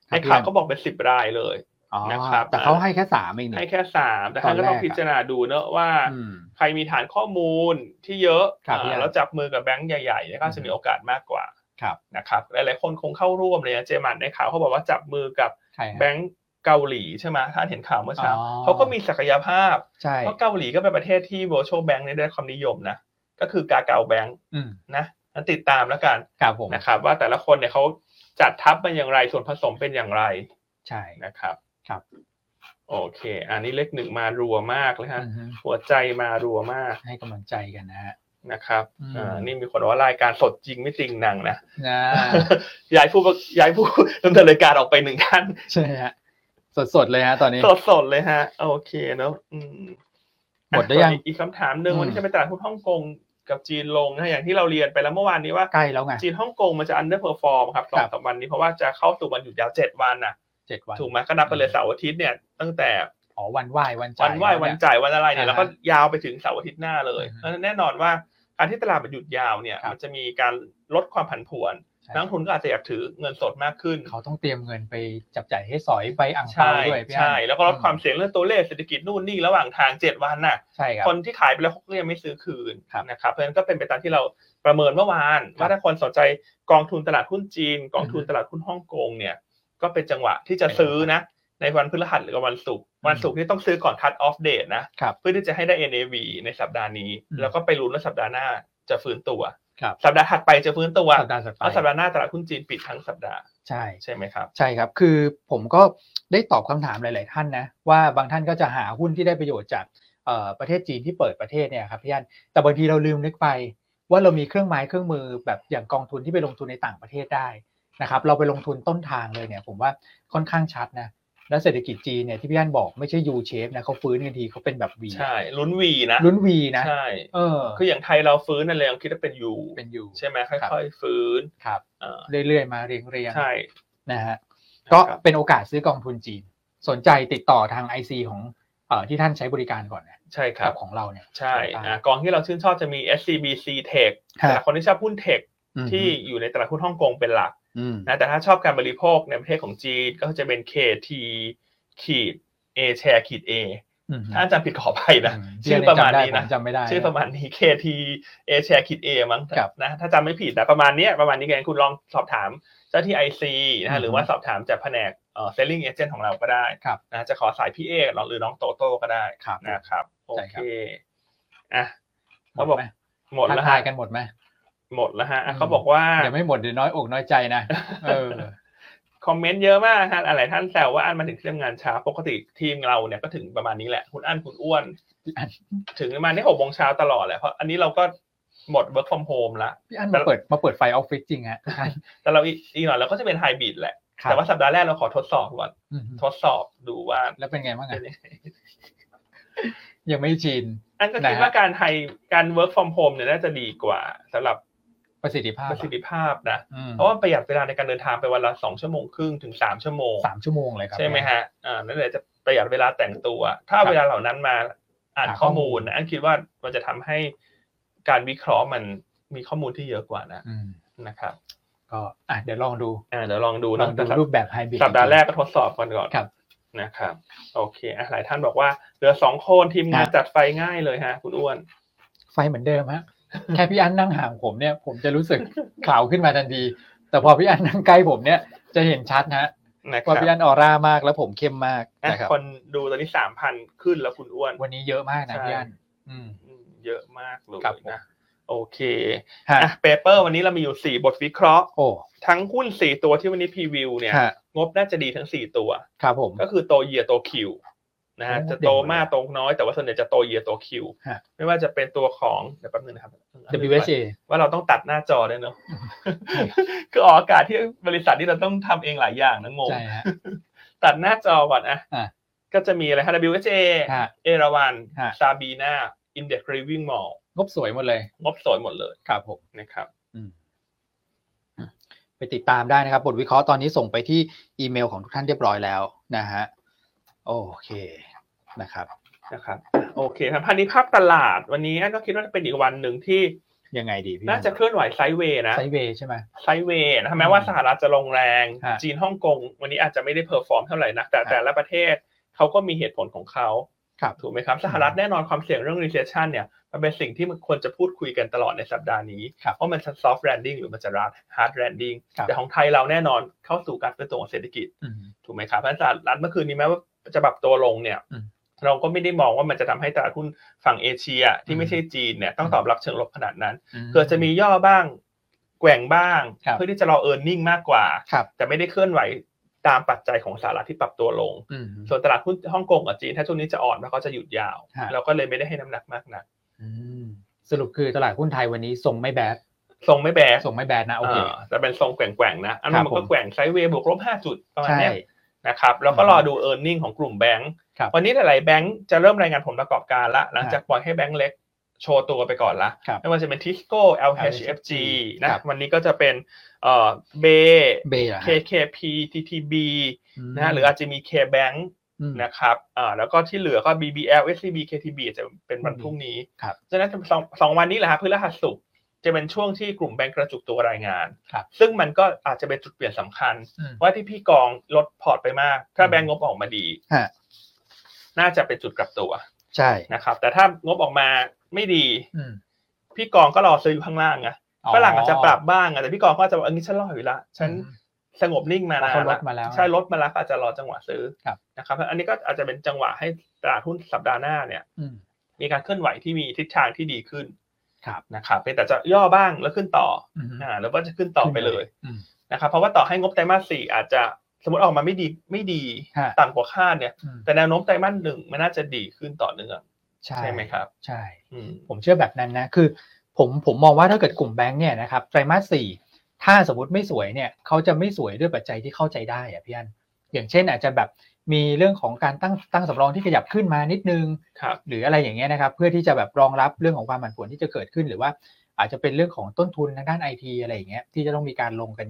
S1: ครับ
S2: ในข่าวก็บอกเป็นสิบรายเลย
S1: อ๋อ
S2: นะครับ
S1: แต่เขาให้แค่สามเองนี่
S2: ให้แค่สามแต่
S1: ตอ
S2: ท่าน น
S1: แรกอะ
S2: ก็ต้องพิจารณาดูเนอะว่า
S1: อืม
S2: ใครมีฐานข้อมูลที่เยอะ
S1: ครับ
S2: อ่า
S1: พี่อัน
S2: แล้วจับมือกับแบงก์ใหญ่ๆเนี่ยก็จะมีโอกาสมากกว่า
S1: ครับ
S2: นะครับหลายๆคนคงเข้าร่วมเลยนะเจมันในข่าวเขาบอกว่าจับมือกับ
S1: ใครฮะ
S2: แบงก์เกาหลีใช่ไหมท่านเห็นข่าวเมื่อเช้า
S1: อ๋อ
S2: เขาก็มีศักยภาพ
S1: ใช่
S2: เพราะเกาหลีก็เป็นประเทศที่ virtual bank เนี่ยได้ความนิยมนะ ก็คือกาเกาแบงค์
S1: อืม
S2: นะนั้นติดตามแล้วกัน
S1: ครับผม
S2: นะครับว่าแต่ละคนเนี่ยเขาจัดทับมาอย่างไรส่วนผสมเป็นอย่างไร
S1: ใช่
S2: นะครับ
S1: ครับ
S2: โอเค อันนี้เลขหนึ่งมารัวมากเลยฮะ
S1: อือฮึ
S2: หัวใจมารัวมาก
S1: ให้กำลังใจกันนะ
S2: *laughs*
S1: ฮะ
S2: นะครับ
S1: อืม
S2: อ่านี่มีคนบอกว่ารายการสดจริงไม่จริงหนังนะ
S1: นะ
S2: *laughs* ย้ายผู้ประย้ *laughs* ายผู้ดำเนินรายการออกไปหนึ่งท่าน
S1: ใช่ฮะสดๆเลยฮะตอนนี้
S2: สดสดๆเลยฮะ โอเคเนอะอืม
S1: หมดหรือยัง
S2: อีกคำถามหนึ่ง
S1: อืม
S2: วันนี้จะไปตลาดหุ้นฮ่องกงกับจีนลงนะอย่างที่เราเรียนไปแล้วเมื่อวานนี้ว่า
S1: ใกล้แล้วไง
S2: จีนฮ่องกงมันจะ underperform ครับสอ
S1: ครั
S2: ง
S1: บ
S2: สามวันนี้เพราะว่าจะเข้าสู่วันหยุดยาวเจ็ดวันน่ะ
S1: เจ็ดวัน
S2: ถูกไหมก็นับไปเลยเสาร์อาทิตย์เนี่ย ตั้งแต่
S1: อ๋อวันไหววันจ่าย
S2: วันไหว
S1: แล้
S2: วัน
S1: เย
S2: จ่ายวันอะไรเนี่ย
S1: อ่าฮะ
S2: แล้วก็ยาวไปถึงเสาร์อาทิตย์หน้าเลย
S1: อือฮึ
S2: เพราะฉะนั้นแน่นอนว่าการที่ตลาดมันหยุดยาวเนี่ย
S1: ครับ
S2: มันจะมีการลดความผันผวน
S1: ใช่
S2: นักลงทุนก็อาจจะอยากถือเงินสดมากขึ้น
S1: เขาต้องเตรียมเงินไปจับจ่ายให้สอยไปอ่างเปา
S2: ใช่
S1: ด้วยพี่อั้น
S2: ใช่ แล้วก็ลดความเสี่ยงเรื่องตัวเลขเศรษฐกิจนู่นนี่ระหว่างทางเจ็ดวันน่ะ
S1: ใช่ครับ
S2: คนที่ขายไปแล้วเขาก็ยังไม่ซื้อคืน
S1: ครับ
S2: นะครับเพราะฉะนั้นก็เป็นไปตามที่เราประเมินเมื่อวาน ว่าถ้าคนสนใจกองทุนตลาดหุ้นจีน กองทุน
S1: อือฮึ
S2: ตลาดหุ้นฮ่องกงเนี่ยก็เป็นจังหวะที่จะซื้อนะ ในวันพฤหัสหรือวันศุกร์วันศุกร์ที่ต้องซื้อก่อน cut off date นะครับ เพื่อที่จะให้ได้ NAV ในสัปดาห์นี้
S1: อืม
S2: แล้วก็ไปลุ้นว่าสัปดาห์หน้าจะฟื้นตัว
S1: ครับ
S2: สัปดาห์ถัดไปจะฟื้นตัว
S1: สัปดาห์สัป
S2: เพราะสัป
S1: ดาห์
S2: ดาห์หน้าตลาดหุ้นจีนปิดทั้งสัปดาห์
S1: ใช่
S2: ใช่ไหมครับ
S1: ใช่ครับ คือผมก็ได้ตอบคำถามหลาย ๆ ท่านนะ ว่าบางท่านก็จะหาหุ้นที่ได้ประโยชน์จากเอ่อประเทศจีนที่เปิดประเทศเนี่ยครับพี่อันแต่บางทีเราลืมนึกไป ว่าเรามีเครื่องไม้เครื่องมือแบบอย่างกองทุนที่ไปลงทุนในต่างประเทศได้นะครับ เราไปลงทุนต้นทางเลยเนี่ย ผมว่าค่อนข้างชัดนะ และเศรษฐกิจจีนเนี่ยที่พี่อันบอกไม่ใช่ U shape นะเขาฟื้นกันทีเขาเป็นแบบ V
S2: ใช่ลุ้นวีนะ
S1: ลุ้น V นะ
S2: ใช่
S1: เออ
S2: คืออย่างไทยเราฟื้นอะไรเราคิดว่าเป็นยู
S1: เป็น U
S2: ใช่ไหมค่อยๆฟื้น
S1: ครับ
S2: อ่า
S1: เรื่อย ๆ มาเรียง ๆ
S2: ใช่
S1: นะฮะ
S3: ครับ
S1: ก็เป็นโอกาสซื้อกองทุนจีน สนใจติดต่อทาง IC ของเอ่อที่ท่านใช้บริการก่อนนะ
S2: ใช่ครับ
S1: ของเราเนี่ย
S2: ใช่
S1: ต่างๆ
S2: อ่ะกองที่เราชื่นชอบจะมี SCBC Tech
S1: ฮะ
S2: แต่คนที่ชอบหุ้นเทค
S1: อืม
S2: ที่อยู่ในตลาดหุ้นฮ่องกงเป็นหลัก
S1: อืม
S2: นะแต่ถ้าชอบการบริโภคในประเทศของจีนก็จะเป็น KT ขีด A share ขีด A
S1: อืม
S2: ถ้าอาจารย์ผิดขออภัยนะ ชื่อ
S1: เย
S2: ประมาณ
S1: จำได้
S2: นี้นะ
S1: ผจำไม่ได้
S2: ชื่อประมาณนี้ KT A share ขีด A มั้ง
S1: ครับ
S2: นะถ้าจำไม่ผิดนะประมาณเนี้ยประมาณนี้กันคุณลองสอบถามเจ้าที่ IC
S1: อื
S2: นะ
S1: อฮึ
S2: ฮะหรือว่าสอบถามจากแผนกเอ่อ selling agent ของเราก็ได้
S1: ครับ
S2: นะจะขอสายพี่เอหรือน้องโตโต้ก็ได้
S1: ครับ
S2: นะครับโอ
S1: ใช่ค
S2: เครับ อ่ะเขาบอก
S1: หมดไหมทัก
S2: หมดแล้ว
S1: ทา
S2: ฮะ
S1: ยกันหมดไหม
S2: หมดแล้วฮะอ่ะ
S1: อืม
S2: เขาบอกว่า
S1: เดี๋ยวไม่หมดเดี๋ยวน้อยอกน้อยใจนะ
S2: *laughs*
S1: เออ
S2: คอมเมนต์เยอะมากฮะอะไรท่านแซวว่าอันมาถึงที่ทำงานช้าปกติทีมเราเนี่ยก็ถึงประมาณนี้แหละ คุณอันคุณอ้วน
S1: อัน
S2: ถึงประมาณนี้หกโมงเช้าตลอดแหละเพราะอันนี้เราก็หมด work from home ละ
S1: พี่อัน
S2: แต่
S1: มาเปิดมาเปิดไฟออฟฟิศจริงฮะ
S2: แต่เราอีกอีกหน่อยเราก็จะเป็นไฮบริดแหละ
S1: ครับ
S2: แต่ว่าสัปดาห์แรกเราขอทดสอบก่อน
S1: อืม
S2: ทดสอบดูว่า
S1: แล้วเป็นไงบ้าง
S2: เป็
S1: อ่ะ
S2: นยังไง
S1: ยังไม่ชิน
S2: อันก็คิด
S1: นะฮะ
S2: ว่าการไฮการ work from home เนี่ยน่าจะดีกว่าสำหรับ
S1: ประสิทธิภาพ
S2: ประสิทธิภาพนะ
S1: อืม
S2: เพราะว่าประหยัดเวลาในการเดินทางไปวันละสองชั่วโมงครึ่งถึงสามชั่วโมง
S1: สามชั่วโมงเลยครับ
S2: ใช่ไหมฮะอ่านั่นแหละจะประหยัดเวลาแต่งตัว ถ้าเอาเวลาเหล่านั้นมาอ่าน
S1: หาข้
S2: ข้
S1: อ
S2: อ
S1: มู
S2: มู
S1: ล
S2: ลนะอันคิดว่ามันจะทำให้การวิเคราะห์มันมีข้อมูลที่เยอะกว่านะ
S1: อืม
S2: นะครับ
S1: ก็อ่ะเดี๋ยวลองดู
S2: อ่าเดี๋ยวลองดู
S1: ล
S2: นะ
S1: องดู
S2: แต่สัป
S1: รูปแบบไฮบริด
S2: สัปดาห์แรกก็ทดสอบกันก่อน
S1: ครับ
S2: นะครับโอเคอ่ะหลายท่านบอกว่าเหลือสองคนทีมงาน
S1: ครับ
S2: จัดไฟง่ายเลยฮะ คุณอ้วน
S1: ไฟเหมือนเดิมฮะ *laughs* แค่พี่อันนั่งห่างผมเนี่ย ผมจะรู้สึก *laughs* ขาวขึ้นมาทันที แต่พอพี่อันนั่งใกล้ผมเนี่ยจะเห็นชัดฮะ
S2: นะครั
S1: ว่า
S2: บ
S1: พี่อันออร่ามากแล้วผมเข้มมาก
S2: อ่ะ
S1: นะครับ
S2: คนดูตอนนี้สามพันขึ้นแล้วคุณอ้วน
S1: วันนี้เยอะมากนะ
S2: ใช่
S1: พี่อันอืม
S2: อืมเยอะมากเลย
S1: ครับผม
S2: นะโอเค
S1: ฮะ
S2: อ่ะเปเปอร์วันนี้เรามีอยู่สี่บทวิเคราะห์
S1: โอ้
S2: ทั้งหุ้นสี่ตัวที่วันนี้พรีวิวเนี่ย
S1: ฮะ
S2: งบน่าจะดีทั้งสี่ตัว
S1: ครับผม
S2: ก็คือโตเยียโตคิวนะฮะ
S1: โอ้
S2: จะโตมากโตน้อยแต่ว่าส่วนใหญ่จะโตเยียโตคิว
S1: ฮะ
S2: ไม่ว่าจะเป็นตัวของเดี๋ยวแป๊บนึงนะครับ
S1: WSA
S2: ว่าเราต้องตัดหน้าจอด้วยเนาะ คือออกอากาศที่บริษัทนี่เราต้องทำเองหลายอย่างนะงง
S1: ใช่ฮะ
S2: ตัดหน้าจอก่อนอ่ะ
S1: อ่ะ
S2: ก็จะมีอะไรฮะ WHA
S1: ฮะ
S2: เอราวัน
S1: ฮะ
S2: ซาบีนาอินเด็กซ์รีวิ่งมอล
S1: งบสวยหมดเลย
S2: งบสวยหมดเลย
S1: ครับผม
S2: นะครับ
S1: อืมไปติดตามได้นะครับ บทวิเคราะห์ตอนนี้ส่งไปที่อีเมลของทุกท่านเรียบร้อยแล้วนะฮะโอเคนะครับ
S2: นะครับโอเคครับพันนี้ภาพตลาดวันนี้อันก็คิดว่าเป็นอีกวันหนึ่งที่
S1: ยังไงดีพี่
S2: น่าจะเคลื่อนไหวไซด์เวย์นะ
S1: ไซด์เวย์ใช่ไหม
S2: ไซด์เวย์นะแม้ว่าสหรัฐจะลงแรง
S1: ฮะ
S2: จีนฮ่องกงวันนี้อาจจะไม่ได้เพอร์ฟอร์มเท่าไหร่นักแต่
S1: ฮะ
S2: แต่ละประเทศเขาก็มีเหตุผลของเขา
S1: ครับ
S2: ถูกไหมครับสหรัฐแน่นอนความเสี่ยงเรื่อง recession เนี่ยมันเป็นสิ่งที่มันควรจะพูดคุยกันตลอดในสัปดาห์นี้
S1: ครับ
S2: ว่ามันจะ soft landing หรือมันจะ hard landing
S1: ครับ
S2: แต่ของไทยเราแน่นอนเข้าสู่การเป็นตัวของเศรษฐกิจ
S1: อืม
S2: ถูกไหมครับเพราะฉะนั้นตลาดรัฐเมื่อคืนนี้แม้ว่าจะปรับตัวลงเนี่ย
S1: อืม
S2: เราก็ไม่ได้มองว่ามันจะทำให้ตลาดหุ้นฝั่งเอเชีย ที่
S1: อื
S2: ไม่
S1: ม
S2: ใช่จีนเนี่ยต้องตอบรับเชิงลบขนาดนั้น
S1: ม
S2: เผื่อจะมีย่อบ้างแกว่งบ้าง
S1: ครับ
S2: เพื่อที่จะรอเออร์เน็งมากกว่า
S1: ครับ
S2: แต่ไม่ได้เคลื่อนไหวตามปัจจัยของสหรัฐที่ปรับตัวลง
S1: อืม
S2: ส่วนตลาดหุ้นฮ่องกงกับจีน ถ้าช่วงนี้จะอ่อนมันก็จะหยุดยาว
S1: ฮะ
S2: เราก็เลยไม่ได้ให้น้ำหนักมากนะ
S1: อืมสรุปคือตลาดหุ้นไทยวันนี้ส่งไม่แบด
S2: ทรงไม่แบก
S1: ส่งไม่แบดนะโอเค
S2: แต่เป็นทรงแกว่งๆนะอันนั้นมัน
S1: ครับ
S2: ก็
S1: ผม
S2: แกว่งไซด์เวย์บวกลบห้าจุดประมาณ
S1: ใช่
S2: เนี้ย นะครับแล้วก็รอดู e a r n i n g ของกลุ่มแบงค์
S1: ครับ
S2: วันนี้หลายๆแบงค์จะเริ่มรายงานผลประกอบการละหลังจากปล่อยให้แบงค์เล็กโชว์ตัวไปก่อนละ
S1: ครับ
S2: ไม่ว่าจะเป็นทิสโก้ LHFG นะครับ วันนี้ก็จะเป็นเอ่อเบ
S1: เบย์เหรอฮะ
S2: KKP TTB
S1: ม
S2: นะฮะหรืออาจจะมี KBank
S1: อืม
S2: นะครับอ่าแล้วก็ที่เหลือก็ BBL SCB KTB อาจจะเป็นวันพรุ่งนี้
S1: ครับ
S2: ฉะนั้นสองสองวันนี้แหละฮะพฤหัสศุกร์ จะเป็นช่วงที่กลุ่มแบงก์กระจุกตัวรายงาน
S1: ครับ
S2: ซึ่งมันก็อาจจะเป็นจุดเปลี่ยนสำคัญ
S1: อืม
S2: ว่าที่พี่กองลดพอร์ตไปมาก ถ้าแบงก์งบออกมาดี
S1: ฮะ
S2: น่าจะเป็นจุดกลับตัว
S1: ใช่
S2: นะครับ แต่ถ้างบออกมาไม่ดี
S1: อืม
S2: พี่กองก็รอซื้ออยู่ข้างล่างไงฝรั่งอาจจะปรับบ้างไงแต่พี่กองก็จะบอกอันนี้ฉันรออยู่ละฉันสงบนิ่งมานา
S1: เขา
S2: น
S1: ล
S2: ละ
S1: ดมาแล้วนะ
S2: ใช่ลดมาแล้วก็อาจจะรอจังหวะซื้อ
S1: ครับ
S2: นะครับอันนี้ก็อาจจะเป็นจังหวะให้ตลาดหุ้นสัปดาห์หน้าเนี่ย
S1: อืม
S2: มีการเคลื่อนไหวที่มีทิศทางที่ดีขึ้น
S1: ครับ
S2: นะครับเพียงแต่จะย่อบ้างแล้วขึ้นต่อ
S1: อืม
S2: อ่าหรือว่าจะขึ้นต่อไปเลย
S1: อืม
S2: นะครับ เพราะว่าต่อให้งบไตรมาสสี่อาจจะสมมติออกมาไม่ดีไม่ดี
S1: ฮะ
S2: ต่ำกว่าคาดเนี่ย
S1: อืม
S2: แต่แนวโน้มไตรมาสหนึ่งมันน่าจะดีขึ้นต่อเนื่อง
S1: ใช่
S2: ใช่ไหมครับ
S1: ใช่
S2: อืม
S1: ผมเชื่อแบบนั้นนะคือผมผมมองว่าถ้าเกิดกลุ่มแบงค์เนี่ยนะครับไตรมาสสี่ถ้าสมมติไม่สวยเนี่ยเขาจะไม่สวยด้วยปัจจัยที่เข้าใจได้อะพี่อันอย่างเช่นอาจจะแบบมีเรื่องของการตั้งตั้งสำรองที่ขยับขึ้นมานิดนึง
S2: ครับ
S1: หรืออะไรอย่างเงี้ยนะครับเพื่อที่จะแบบรองรับเรื่องของความผันผวนที่จะเกิดขึ้น หรือว่าอาจจะเป็นเรื่องของต้นทุนทางด้านไอทีอะไรอย่างเงี้ยที่จะต้องมีการลงกัน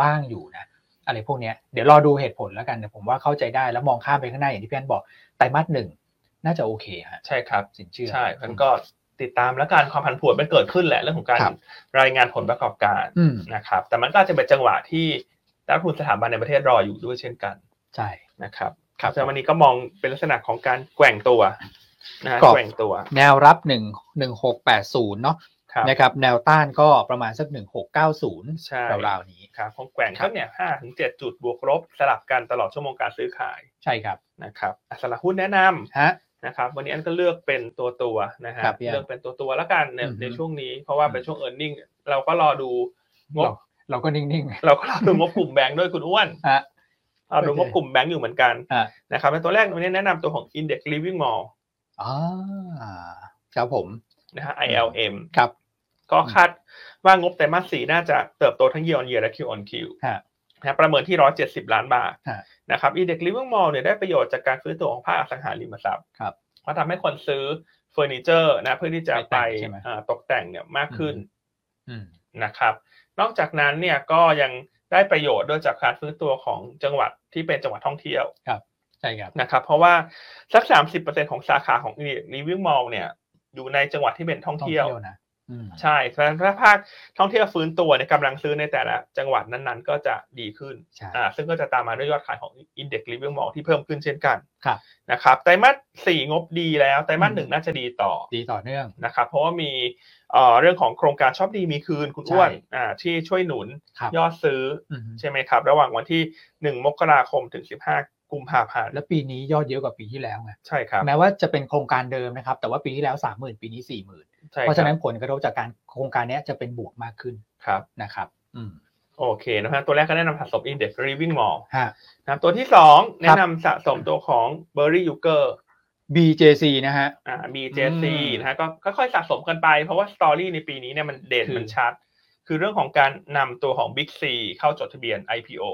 S1: บ้างอยู่นะอะไรพวกเนี้ยเดี๋ยวรอดูเหตุผลแล้วกันแต่ผมว่าเข้าใจได้แล้วมองข้ามไปข้างหน้าอย่างที่พี่อันบอกไตรมาสหนึ่งน่าจะโอเคฮะ
S2: ใช่ครับ
S1: สินเชื่อ
S2: ใช่มันก็ติดตามแล้วการความผันผวนมันเกิดขึ้นแหละเรื่องของการ
S1: ครับ
S2: รายงานผลประกอบการ
S1: อืม
S2: นะครับ แต่มันก็อาจจะเป็นจังหวะที่นักลงทุนสถาบันในประเทศรออยู่ด้วยเช่นกัน
S1: ใช่
S2: นะครับ
S1: ครับ
S2: แต่วันนี้ก็มองเป็นลักษณะของการแกว่งตัวนะฮะ
S1: กรอบ
S2: แกว่งตัว
S1: แนวรับหนึ่งหนึ่งหกแปดศูนย์เนาะ
S2: ครับ
S1: นะครับแนวต้านก็ประมาณสักหนึ่งหกเก้าศูนย์
S2: ใช่
S1: ราวๆนี้
S2: ครับของแกว่งก็เนี่ยห้าถึงเจ็ดจุดบวกลบสลับกันตลอดชั่วโมงการซื้อขาย
S1: ใช่ครับ
S2: นะครับอ่ะสำหรับหุ้นแนะนำ
S1: ฮะ
S2: นะครับวันนี้อันก็เลือกเป็นตัวตัวๆนะฮะ
S1: ครับพี่อัน
S2: เลือกเป็นตัวตัวๆแล้วกันใน
S1: อือฮึ
S2: ในช่วงนี้ เพราะว่าเป็นช่วงเอ r n i n g เราก็รอดูงบ
S1: หรอ เราก็นิ่งๆไง
S2: เราก็รอดูงบกลุ่มแบงค์ด้วยคุณอ้
S1: *laughs*
S2: วน
S1: ฮะ
S2: เราดูงบกลุ่มแบงค์อยู่เหมือนกัน
S1: อ่ะ
S2: นะครับเป็นตัวแรกวันนี้แนะนำตัวของ Index Living Mall
S1: อ่าครับผม
S2: นะฮะ ILM
S1: ครับ
S2: ก็คาดว่างบไตรมาสสี่น่าจะเติบโตทั้ง year on year และ Q on Q
S1: ฮะ
S2: นะฮะประเมินที่ 170 ล้านบาท
S1: ฮะ
S2: นะครับ Index Living Mall เนี่ยได้ประโยชน์จากการฟื้นตัวของภาคอสังหาริมทรัพย์
S1: ครับ
S2: เพราะทำให้คนซื้อเฟอร์นิเจอร์นะเพื่อที่จะ
S1: ไป
S2: ไป
S1: แต่งใช่ไหม
S2: อ่าตกแต่งเนี่ยมากขึ้น
S1: อืม
S2: นะครับ นอกจากนั้นเนี่ยก็ยังได้ประโยชน์ด้วยจากการฟื้นตัวของจังหวัดที่เป็นจังหวัดท่องเที่ยว
S1: ใช่ครับ
S2: นะครับ เพราะว่าสัก 30%ของสาขาของรีวิวมอลเนี่ยอยู่ในจังหวัดที่เป็นท่อง
S1: ท่อง
S2: เที่ยว
S1: เที่ยวนะอืม
S2: ใช่เพราะฉะนั้นถ้าภาคท่องเที่ยวฟื้นตัวเนี่ยกำลังซื้อในแต่ละจังหวัดนั้นๆ ก็จะดีขึ้น
S1: ใช่
S2: อ่าซึ่งก็จะตามมาด้วยยอดขายของ Index r e v i e w Mall ที่เพิ่มขึ้นเช่นกัน
S1: ครับ
S2: นะครับไตรมาสสี่งบดีแล้วไตรมาส
S1: อืม
S2: หนึ่งน่าจะดีต่อ
S1: ดีต่อเนื่อง
S2: นะครับเพราะว่ามีเอ่อเรื่องของโครงการช็อปดีมีคืนคุณ
S1: ใช่
S2: อ้วนอ่าที่ช่วยหนุน
S1: ครับ
S2: ยอดซื้อ
S1: อืม
S2: ใช่ไหมครับ ระหว่างวันที่ 1 มกราคมถึง 15 กุมภาพันธ์
S1: แล้วปีนี้ยอดเยอะกว่าปีที่แล้วไง
S2: ใช่ครับ
S1: แม้ว่าจะเป็นโครงการเดิมนะครับ แต่ว่าปีที่แล้วสามหมื่นปีนี้สี่หมื่น
S2: ใช่
S1: เพราะ
S2: ค
S1: ฉะ
S2: รั
S1: นั้
S2: บ
S1: นผลกระทบจากการโครงการเนี้ยจะเป็นบวกมากขึ้น
S2: ครับ
S1: นะครับ อืม
S2: โอเคนะฮะตัวแรกก็แนะนำสะสม Index Living Mall
S1: ฮะ
S2: นะครับตัวที่ 2 แนะครับ นำสะสมตัวของ b u r r y y u g e r
S1: BJC นะฮะ
S2: อ่า BJC
S1: อืม
S2: นะฮะก็ก็ค่อยสะสมกันไป เพราะว่าสตอรี่ในปีนี้เนี่ยมันเด่น
S1: คือ
S2: มันชัด คือเรื่องของการนำตัวของ Big C เข้าจดทะเบียน IPO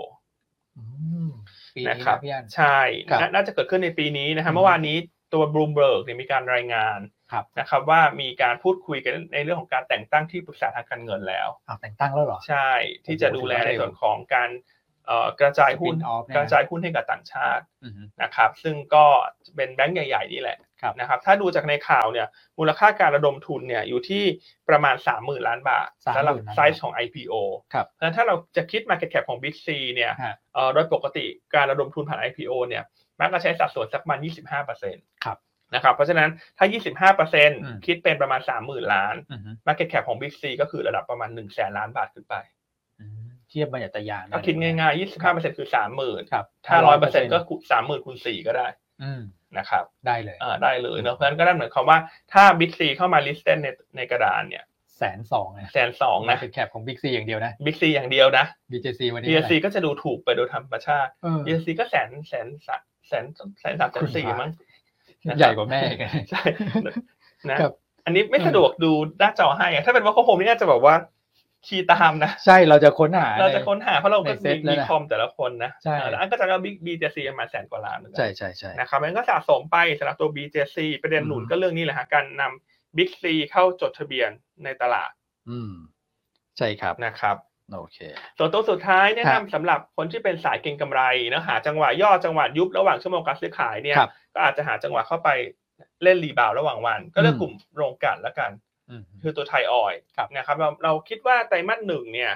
S1: อืมปีนี้
S2: นะครับ
S1: นะพี่อัน
S2: ใช่
S1: ครับ
S2: น่าน่าจะเกิดขึ้นในปีนี้นะ
S1: อื
S2: ฮะ
S1: ม
S2: เมื่อวานนี้ตัวบลูมเบิร์กเนี่ยมีการรายงาน
S1: ครับ
S2: นะครับว่ามีการพูดคุยกันในเรื่องของการแต่งตั้งที่ปรึกษาทางการเงินแล้ว
S1: อ้าวแต่งตั้งแล้วเหรอ
S2: ใช่ที่จะดูแลในส่วนของการเอ่อกระจายหุ้น
S1: Spin-off เนี่ยนะ
S2: กระจายหุ้นให้กับต่างชาติ
S1: อืม
S2: นะครับ ซึ่งก็เป็นแบงก์ใหญ่ๆนี่แหละ
S1: ครับ
S2: นะครับ ถ้าดูจากในข่าวเนี่ยมูลค่าการระดมทุนเนี่ยอยู่ที่ประมาณ 30,000 ล้านบาทสำหรับ
S1: 30,000
S2: ไซส์ของ IPO
S1: ครับ
S2: เพราะฉะนั้นถ้าเราจะคิด Market Cap ของ Big C เนี่ย
S1: ฮะ
S2: เอ่อโดยปกติการระดมทุนผ่าน IPO เนี่ยมักจะใช้สัดส่วนสักประมาณ 25%
S1: ครับ
S2: นะครับเพราะฉะนั้นถ้า
S1: ม
S2: 25%คิดเป็นประมาณ 30,000 ล้าน
S1: อืม
S2: Market Cap ของ Big C ก็คือระดับประมาณ 1 0 0 0 0 0 ล้านบาทขึ้นไป
S1: อืมเทียบบรรยัตยาง
S2: ถ้าคิดง่ายๆ 25%คือ
S1: ๆครับ
S2: 30,000 ถ้า 100%ก็คูณ30,000คูณ4ก็ได้
S1: อืม
S2: นะครับ
S1: ได้เลย
S2: อ่าได้เลยเนอะเพราะฉะนั้นก็นั่นหมายความว่าถ้า Big C เข้ามา listed ในในกระดานเนี่ย
S1: แสนสองนะ
S2: แสนสอง
S1: มา
S2: นะ
S1: เป็นแคปของ Big C อย่างเดียวนะ
S2: Big C อย่างเดียวนะ
S1: BJC วันนี้
S2: B C ก็จะดูถูกไปโดยธรรมชาติ
S1: เออ
S2: b s c ก็แสนแสนสามแสนแสนสามแสนสี่มั้งนะครับ
S1: ใหญ่กว่าแม่อีก
S2: ใช่
S1: *laughs*
S2: นะครับ อันนี้ไม่สะดวกดูหน้าจอให้อะถ้าเป็นว่าโฮมนี่อาจจะบอกว่าคีย์ตามนะ
S1: ใช่เราจะค้นหา
S2: เราจะ
S1: ใน
S2: ค้นหาเพราะเราก็
S1: ในเซ็
S2: มี
S1: ตแล้ว
S2: มี
S1: นะ
S2: คอมแต่ละคนนะ
S1: ใช่
S2: เออแล้วอันก็จะเอาบิ๊กบีเจซีประมาณแสนกว่าล้านเหมือนกั
S1: ใช่ใช่ใช่
S2: นะครับมันก็สะสมไปสำหรับตัว BJC ประเด็นหนุน
S1: อืม
S2: ก็เรื่องนี้แหละฮะการนำ Big C เข้าจดทะเบียนในตลาด
S1: อืม ใช่ครับ
S2: นะครับ
S1: โอเค
S2: ส่วนตัวสุดท้ายแนะครับ นำสำหรับคนที่เป็นสายเก็งกำไรนะหาจังหวะย่อจังหวะยุบระหว่างชั่วโมงการซื้อขายเนี่ย
S1: ครับ
S2: ก็อาจจะหาจังหวะเข้าไปเล่นรีบาวด์ระหว่างวัน ก็เลือก
S1: อืม
S2: กลุ่มโรงกลั่นละกัน
S1: อืม
S2: คือตัวไทยออยล์
S1: ครับ
S2: นะครับเราเราคิดว่าไตรมาสหนึ่งเนี่ย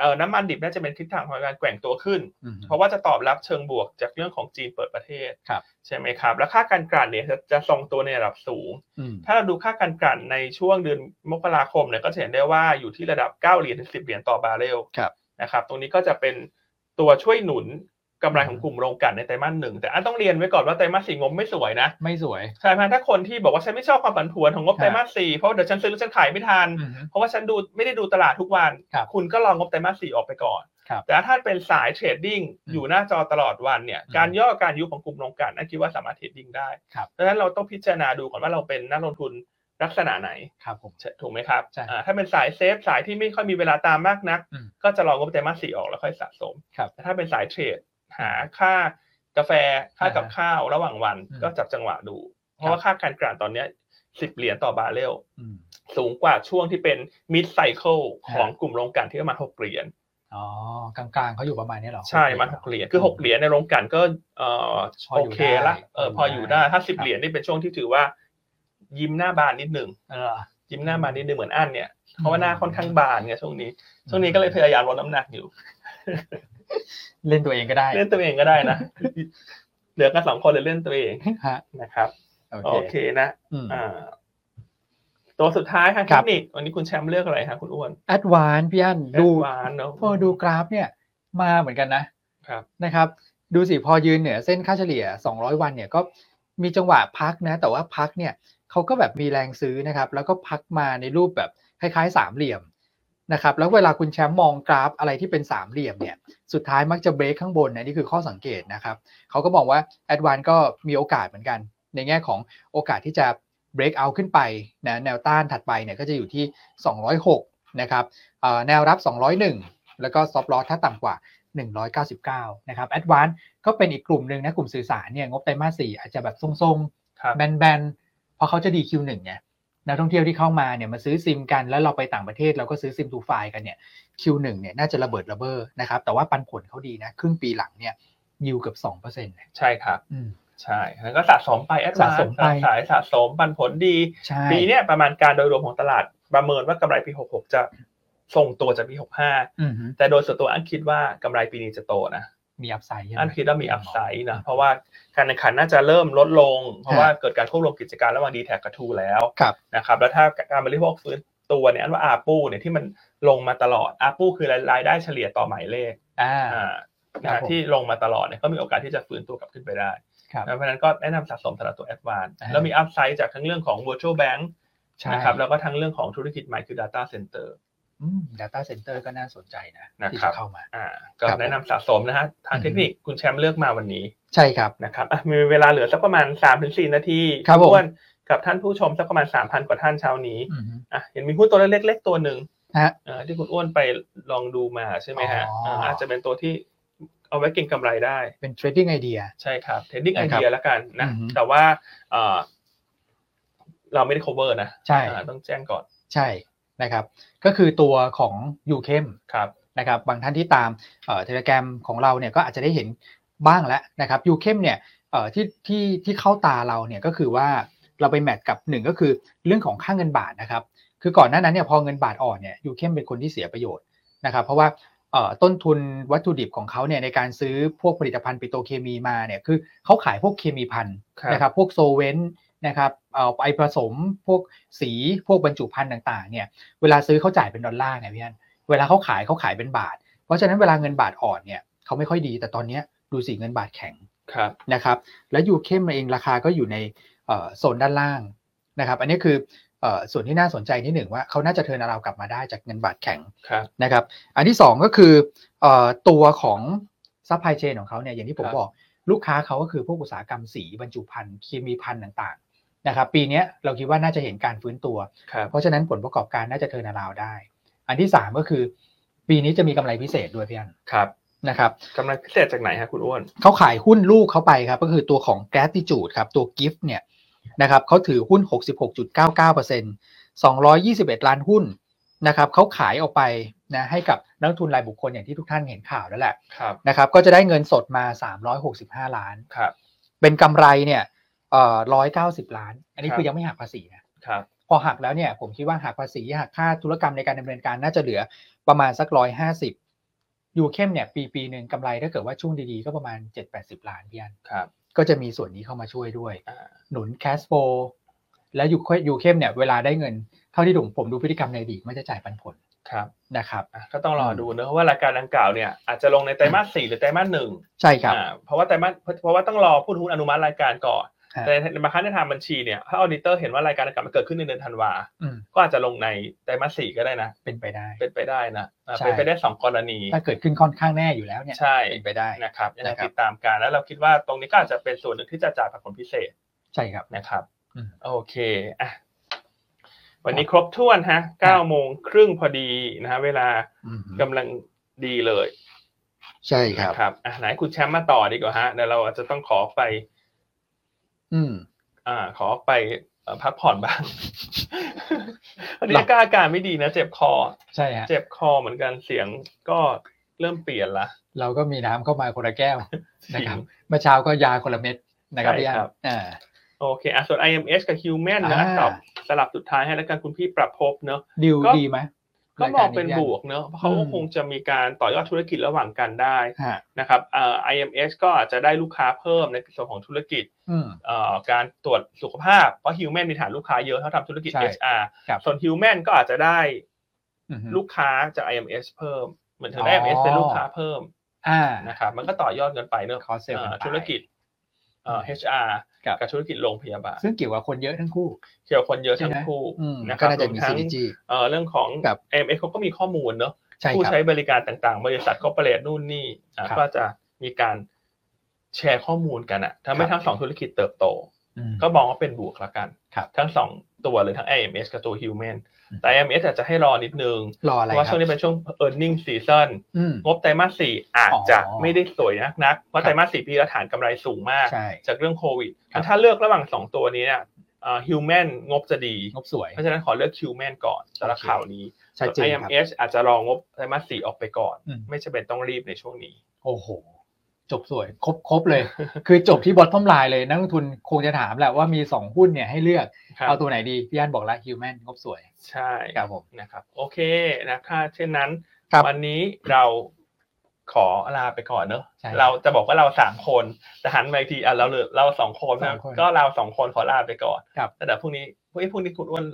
S2: เอ่อน้ำมันดิบน่าจะเป็นทิศทางของการแกว่งตัวขึ้น
S1: อืม
S2: เพราะว่าจะตอบรับเชิงบวกจากเรื่องของจีนเปิดประเทศ
S1: ครับ
S2: ใช่ไหมครับ และค่าการกลั่นเนี่ยจะจะทรงตัวในระดับสูง
S1: อืม
S2: ถ้าเราดูค่าการกลั่นในช่วงเดือนมกราคมเนี่ยก็จะเห็นได้ว่าอยู่ที่ระดับ 9 เหรียญถึง10 เหรียญต่อบาร์เรล
S1: ครับ
S2: นะครับ ตรงนี้ก็จะเป็นตัวช่วยหนุนกำไรของกลุ่มโรงกลั่นในไตรมาสหนึ่งแต่อันต้องเรียนไว้ก่อนว่าไตรมาสสี่งบไม่สวยนะ
S1: ไม่สวย
S2: ใช่ไหมถ้าคนที่บอกว่าฉันไม่ชอบความผันผวนของงบไตรมาสสี่เพราะเดี๋ยวฉันซื้อแล้วฉันขายไม่ทัน เพราะว่าฉันดูไม่ได้ดูตลาดทุกวัน
S1: ครับ
S2: คุณก็รองงบไตรมาสสี่ออกไปก่อน
S1: ครับ
S2: แต่ถ้าเป็นสายเทรดดิ้ง
S1: อืม
S2: อยู่หน้าจอตลอดวันเนี่ย
S1: อืม
S2: การย่อการยุบของกลุ่มโรงกลั่นน่าคิดว่าสามารถเทรดดิ้งได้
S1: ครับ
S2: ดังนั้นเราต้องพิจารณาดูก่อนว่าเราเป็นนักลงทุนลักษณะไหน
S1: ครับผม
S2: ใช่ถูกไหมครับ
S1: ใช่
S2: อ่าถ้าเป็นสายเซฟสายที่ไม่ค่อยมีเวลาตามมากนัก
S1: อืม
S2: ก็จะรองงบไตรมาสสี่ออกแล้วค่อยสะสม
S1: ครับ
S2: แต่ถ้าเป็นสายเทรดหาค่ากาแฟค่ากับ
S1: อ่าฮะ
S2: ข้าวระหว่างวัน
S1: อืม
S2: ก็จับจังหวะดู เพ
S1: ครับ
S2: ราะว่าค่าการกลั่นตอนเนี้สิบเหรียญต่อบาร์เรล
S1: อืม
S2: สูงกว่าช่วงที่เป็นมิดไซเคิล
S1: ฮะ
S2: ของกลุ่มโรงกลั่นที่ประมาณหกเหรียญ
S1: อ๋อกลางๆเขาอยู่ประมาณนี้เหรอ
S2: ใช่มาหกเหรียญคือหกเหรียญในโรงกลั่นก็เอ่อ
S1: พอ
S2: โอ
S1: อยู่
S2: เค
S1: ได้
S2: ละเออพออยู่ได้
S1: พออยู่ได้
S2: ถ้าสิบ
S1: ครับ
S2: เหรียญนี่เป็นช่วงที่ถือว่า ยิ้มหน้าบานนิดหนึ่ง
S1: เออ
S2: ยิ้มหน้าบานนิดหนึ่งเหมือนอันเนี่ยเพราะว่าหน้าค่อนข้างบานไงช่วงนี้ ช่วงนี้ก็เลยพยายามลดน้ำหนักอยู่
S1: เล่นตัวเองก็ได้
S2: เล่นตัวเองก็ได้
S1: *laughs*
S2: นะ เหลือกันสองคนเลยเล่นตัวเอง
S1: ฮะ
S2: นะครับ
S1: โอ
S2: โอ
S1: เค
S2: เคนะ
S1: อืม
S2: อ่า ตัวสุดท้าย
S1: ค
S2: ค่ะเท
S1: รับ
S2: คนิควันนี้คุณแชมป์เลือกอะไรคะคุณอ้วน
S1: แอดวานพี่อันดู
S2: หวานเนาะ
S1: พอดูกราฟเนี่ยมาเหมือนกันนะครับ นะครับ ดูสิพอยืนเหนือเส้นค่าเฉลี่ย 200 วันเนี่ยก็มีจังหวะพักนะ แต่ว่าพักเนี่ยเขาก็แบบมีแรงซื้อนะครับ แล้วก็พักมาในรูปแบบคล้ายๆ สามเหลี่ยมนะครับ แล้วเวลาคุณแชมป์มองกราฟอะไรที่เป็นสามเหลี่ยมเนี่ยสุดท้ายมักจะเบรกข้างบนนะนี่คือข้อสังเกตนะครับเขาก็บอกว่าแอดวานก็มีโอกาสเหมือนกัน ในแง่ของโอกาสที่จะ break out ขึ้นไปนะแนวต้านถัดไปเนี่ยก็จะอยู่ที่ 206นะครับเอ่อแนวรับ 201 แล้วก็ซอฟต์ลอสถ้าต่ำกว่า 199 นะครับแอดวานก็เป็นอีกกลุ่มหนึ่งนะ กลุ่มสื่อสารเนี่ยงบไตรมาส 4 อาจจะแบบทรง
S2: ครับ
S1: ๆ แบนๆ เพราะเขาจะดีคิวหนึ่งไงนักท่องเที่ยวที่เข้ามาเนี่ยมาซื้อซิมกันแล้วเราไปต่างประเทศเราก็ซื้อซิมทูไฟกันเนี่ยคิวหนึ่งเนี่ยน่าจะระเบิดระเบ้อนะครับ แต่ว่าปันผลเขาดีนะ ครึ่งปีหลังเนี่ยยิวเกือบ2%เลย
S2: ใช่ครับ
S1: อืม
S2: ใช่แล้วก็สะสมไปแอดวาน
S1: สะสมไป
S2: สายสะสมปันผลดี
S1: ใช่
S2: ปีเนี้ยประมาณการโดยรวมของตลาดประเมินว่ากำไรปี 66 จะส่งตัวจากปี
S1: อือฮึ
S2: 65 แต่โดยส่วนตัวอันคิดว่ากำไรปีนี้จะโตนะ
S1: มีอัพไซด์ใช่ไหม
S2: อันคิดว่ามีอัพไซด์นะ เพราะว่าการแข่งขันน่าจะเริ่มลดลง เพราะว่าเกิดการควบรวมกิจการระหว่างดีแท็กกับทูแล้ว
S1: ครับ
S2: นะครับ แล้วถ้าการบริโภคฟื้นตัวเนี่ยอันว่าอาปูเนี่ยที่มันลงมาตลอดอาปูคือรายได้เฉลี่ยต่อหมายเลข
S1: อ่า
S2: อ่า
S1: ครับผม
S2: ที่ลงมาตลอดเนี่ยก็มีโอกาสที่จะฟื้นตัวกลับขึ้นไปได้
S1: ครับ
S2: เพราะฉะนั้นก็แนะนำสะสมสำหรับตัว Advanced
S1: อ่า
S2: แล้วมีอัพไซด์จากทั้งเรื่องของ Virtual Bank
S1: ใช่
S2: นะครับแล้วก็ทั้งเรื่องของธุรกิจใหม่คือ Data Center
S1: อืม data center ก็น่าสนใจนะที่
S2: นะครั
S1: จะ
S2: บ
S1: เข้ามา
S2: อ่าก็
S1: ครับ
S2: แนะนำสะสมนะฮะทาง
S1: อืม
S2: เทคนิคคุณแชมป์เลือกมาวันนี้
S1: ใช่ครับ
S2: นะครับอ่ะมีเวลาเหลือสักประมาณ 3-4 นาที
S1: ครับผม
S2: อ้วนกับท่านผู้ชมสักประมาณ 3,000 กว่าท่านเช้านี้
S1: อือฮึ
S2: อ่ะเห็นมีหุ้นตัวเล็กๆตัวหนึ่ง
S1: ฮะ
S2: อ่าที่คุณอ้วนไปลองดูมาใช่ไหมฮะ
S1: อ๋ออ่
S2: าอาจจะเป็นตัวที่เอาไว้เก็งกำไรได้
S1: เป็น trading idea
S2: ใช่ครับเทรดดิ้งไอ
S1: นะครับ
S2: เดียแล้วกันนะ
S1: อือฮึ
S2: แต่ว่าเอ่อเราไม่ได้ cover นะ
S1: ใช่
S2: อ่าต้องแจ้งก่อน
S1: ใช่นะครับ ก็คือตัวของยูเข้ม
S2: ครับ
S1: นะครับ บางท่านที่ตามเทเลแกรมของเราเนี่ยก็อาจจะได้เห็นบ้างแล้วนะครับยูเข้มเนี่ยเอ่อที่ที่ที่เข้าตาเราเนี่ยก็คือว่าเราไปแมทกับหนึ่งก็คือเรื่องของค่าเงินบาทนะครับ คือก่อนหน้านั้นเนี่ยพอเงินบาทอ่อนเนี่ยยูเข้มเป็นคนที่เสียประโยชน์นะครับ เพราะว่าเอ่อต้นทุนวัตถุดิบของเขาเนี่ยในการซื้อพวกผลิตภัณฑ์ปิโตรเคมีมาเนี่ยคือเขาขายพวกเคมีภัณฑ์
S2: ครับ
S1: นะครับพวกโซเวนต์นะครับเอาไปผสมพวกสีพวกบรรจุภัณฑ์ต่างๆเนี่ยเวลาซื้อเขาจ่ายเป็นดอลลาร์ไงพี่อันเวลาเขาขายเขาขายเป็นบาท เพราะฉะนั้นเวลาเงินบาทอ่อนเนี่ยเขาไม่ค่อยดีแต่ตอนเนี้ยดูสิเงินบาทแข็ง
S2: ครับ
S1: นะครับแล้วยูเข้มเองราคาก็อยู่ในเอ่อโซนด้านล่างนะครับอันนี้คือเอ่อส่วนที่น่าสนใจนิดหนึ่งว่าเขาน่าจะเทิร์นาราวกลับมาได้จากเงินบาทแข็ง
S2: ครับ
S1: นะครับ อันที่สองก็คือเอ่อตัวของซัพพลายเชนของเขาเนี่ยอย่างที่ผม
S2: ครับ
S1: บอกลูกค้าเขาก็คือพวกอุตสาหกรรมสีบรรจุภัณฑ์เคมีภัณฑ์ต่างๆนะครับปีเนี้ยเราคิดว่าน่าจะเห็นการฟื้นตัว
S2: ครับ
S1: เพราะฉะนั้นผลประกอบการน่าจะเทิร์นาราวได้ อันที่สามก็คือ ปีนี้จะมีกำไรพิเศษด้วยพี่อัน
S2: ครับ
S1: นะครับ
S2: กำไรพิเศษจากไหนฮะคุณอ้วน
S1: เขาขายหุ้นลูกเขาไปครับก็คือตัวของ gratitude ครับตัว gift เนี่ยนะครับเขาถือหุ้น 66.99% 221 ล้านหุ้นนะครับเขาขายออกไปนะให้กับนักลงทุนรายบุคคลอย่างที่ทุกท่านเห็นข่าวแล้วแหละ
S2: ครับ
S1: นะครับก็จะได้เงินสดมา 365 ล้าน
S2: ครับ
S1: เป็นกำไรเนี่ยเอ่อ190 ล้าน อันนี้
S2: ครับ
S1: คือยังไม่หักภาษีนะครับ พอหักแล้วเนี่ยผมคิดว่าหักภาษีหักค่าธุรกรรมในการดำเนินการน่าจะเหลือประมาณสักร้อยห้าสิบยูเข้มเนี่ยปีปีหนึ่งกำไรถ้าเกิดว่าช่วงดีๆก็ประมาณเจ็ดแปดสิบล้านพี่อัน
S2: ครับ
S1: ก็จะมีส่วนนี้เข้ามาช่วยด้วย
S2: อ่า
S1: หนุนแคสโฟและยูเคยูเข้มเนี่ยเวลาได้เงินเท่าที่ผมผมดูพฤติกรรมในอดีตไม่จะจ่ายปันผล
S2: ครับ
S1: นะครับ
S2: อ่ะก็ต้องรอดูเนอะว่ารายการดังกล่าวเนี่ยอาจจะลงในไตรมาสสี่หรือไตรมาสหนึ่ง
S1: ใช่ครับ
S2: อ่าเพราะว่าไตรมาสเพราะว่าต้องรอผู้ถือหุ้นอนุมัติรายการก่อน
S1: ฮะ
S2: แต่ในบางครั้งในทางบัญชีเนี่ยถ้าออดิเตอร์เห็นว่ารายการดังกล่าวมันเกิดขึ้นในเดือนธันวา
S1: อืม
S2: ก็อาจจะลงในไตรมาสสี่ก็ได้นะ
S1: เป็นไปได้
S2: เป็นไปได้นะอ่า
S1: ใช่
S2: เป็นไปได้สองกรณี
S1: ถ้าเกิดขึ้นค่อนข้างแน่อยู่แล้วเนี่ย
S2: ใช่
S1: เป็นไปได้
S2: นะครับยังไง
S1: นะครับ
S2: ติดตามกันแล้วเราคิดว่าตรงนี้ก็อาจจะเป็นส่วนหนึ่งที่จะจ่ายผลพิเศษ
S1: ใช่ครับ
S2: นะครับ
S1: อืม
S2: โอเคอ่ะวันนี้ครบถ้วนฮะเก้าโมงครึ่งพอดีนะฮะเวลา
S1: อืม
S2: กำลังดีเลย
S1: ใช่ครับ
S2: นะครับอ่ะไหนคุณแชมป์มาต่อดีกว่าฮะเดี๋ยวเราอาจจะต้องขอไป
S1: อืม
S2: อ่า ขอไปเอ่อพักผ่อนบ้าง *laughs* วันนี้
S1: หรอ
S2: ก็อาการไม่ดีนะ เจ็บคอ
S1: ใช่ฮะ
S2: เจ็บคอเหมือนกันเสียงก็เริ่มเปลี่ยนละ
S1: เราก็มีน้ำเข้ามาคนละแก้วนะครับเมื่อเช้าก็ยาคนละเม็ดนะครับพี่อันอ่า
S2: โอเคอ่ะส่วน IMS กับ Human นะ
S1: อ่า
S2: ตอบสลับสุดท้ายให้แล้วกันคุณพี่ประภพเนอะ
S1: ดิว
S2: ก็
S1: ดีไหม
S2: ก็มองเป็น
S1: รายา
S2: บว
S1: ร
S2: กเนอะเพราะเขาก็
S1: อืม
S2: คงจะมีการต่อยอดธุรกิจระหว่างกันได้
S1: พี่อันฮะ
S2: นะครับเอ่อ IMS ก็อาจจะได้ลูกค้าเพิ่มในส่วนของธุรกิจ
S1: อืม
S2: เอ่อการตรวจสุขภาพ เพราะ Human มีฐานลูกค้าเยอะเขาทำธุรกิจ
S1: ใช่
S2: HR
S1: ครับ
S2: ส่วน Human ก็อาจจะได้
S1: อือฮึ
S2: ลูกค้าจาก IMS เพิ่ม เหมือนเธอได้
S1: อ๋อ
S2: IMS เป็นลูกค้าเพิ่ม
S1: อ่า
S2: นะครับมันก็ต่อยอดกันไปเนอะ
S1: คอเซล
S2: เอ่อธุรกิจเอ่อ HR
S1: กับ
S2: กับธุรกิจโรงพยาบาล
S1: ซึ่งเกี่ยวกับคนเยอะทั้งคู่
S2: เกี่ยวกับคนเยอะทั้ง
S1: ใช่ไหม
S2: คู่
S1: อืม
S2: นะค
S1: ก็
S2: รับ
S1: น่าร จะ
S2: วม
S1: มี
S2: ทั้ง
S1: CDG
S2: เอ่อเรื่องของ
S1: กับ
S2: IMS เขาก็มีข้อมูลเนอะ
S1: ใช่
S2: ผู้
S1: ครับ
S2: ใช้บริการต่างๆ บริษัทคอร์เปอเรทนู่นนี่อ่ะ
S1: ครับ
S2: ก็จะมีการแชร์ข้อมูลกันอะทำให้
S1: ครับ
S2: ทั้งสองธุรกิจเติบโต
S1: อืม
S2: ก็มองว่าเป็นบวกละกัน
S1: ครับ
S2: ทั้งสองตัวเลยทั้ง IMS กับตัว Human
S1: อืม
S2: แต่ IMS อาจจะให้รอนิดนึง
S1: รออะ
S2: เพ
S1: ไร
S2: ราะ
S1: ค
S2: ว่า
S1: รับ
S2: ช่วงนี้เป็นช่วง earning season
S1: อืม
S2: งบไตรมาสสี่อาจจะ
S1: อ๋อ
S2: ไม่ได้สวยนักนักเพ
S1: ค
S2: ราะ
S1: รับ
S2: ไตรมาสสี่ปีละฐานกำไรสูงมาก
S1: ใช่
S2: จากเรื่องโควิด
S1: ครับ
S2: ถ้าเลือกระหว่างสองตัวนี้เนี่ยเอ่อ Human งบจะดี
S1: งบสวย
S2: เพราะฉะนั้นขอเลือก Human ก่อนสำหรับ
S1: โอเค
S2: ข่าวนี้
S1: ชัดเจนครับ
S2: IMS อาจจะรองบไตรมาสสี่ออกไปก่อน
S1: อืม
S2: ไม่จำเป็นต้องรีบในช่วงนี้
S1: โอ้โห จบสวย ครบครบเลย
S2: *laughs*
S1: คือจบที่บอททอมไลน์เลยนักลงทุนคงจะถามแหละว่ามีสองหุ้นเนี่ยให้เลือก
S2: ครับ
S1: เอาตัวไหนดี พี่อันบอกแล้วฮิวแมนงบสวย
S2: ใช่
S1: ครับผม
S2: นะครับ โอเคนะถ้าเช่นนั้น
S1: ครับ
S2: วันนี้เราขอลาไปก่อนเนอะ
S1: ใช่ครับ
S2: เราจะบอกว่าเราสามคนแต่หันมาอีกทีอ่ะเราเหลือเราสองคน
S1: สอ
S2: นะ
S1: งคน
S2: ก็เราสองคนขอลาไปก่อน
S1: ครับ
S2: แต่เดี๋ยวพรุ่งนี้พรุ่งนี้พรุ่งนี้คุณอ้วน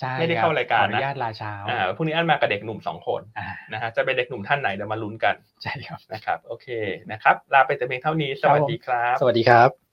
S1: ใช่
S2: ไม่ได้
S1: คบ
S2: เข้ารายการ
S1: ขออ
S2: นะ
S1: นุญาตลาเช้า
S2: อ่าพรุ่งนี้อันมากับเด็กหนุ่มสองคน
S1: อ่า
S2: นะฮะจะเป็นเด็กหนุ่มท่านไหนเดี๋ยวมาลุ้นกัน
S1: ใช่ครับ
S2: นะครับ โอเคนะครับ ลาไปแต่เพียงเท่านี้สวัสดีครับ
S1: สวัสดีครับ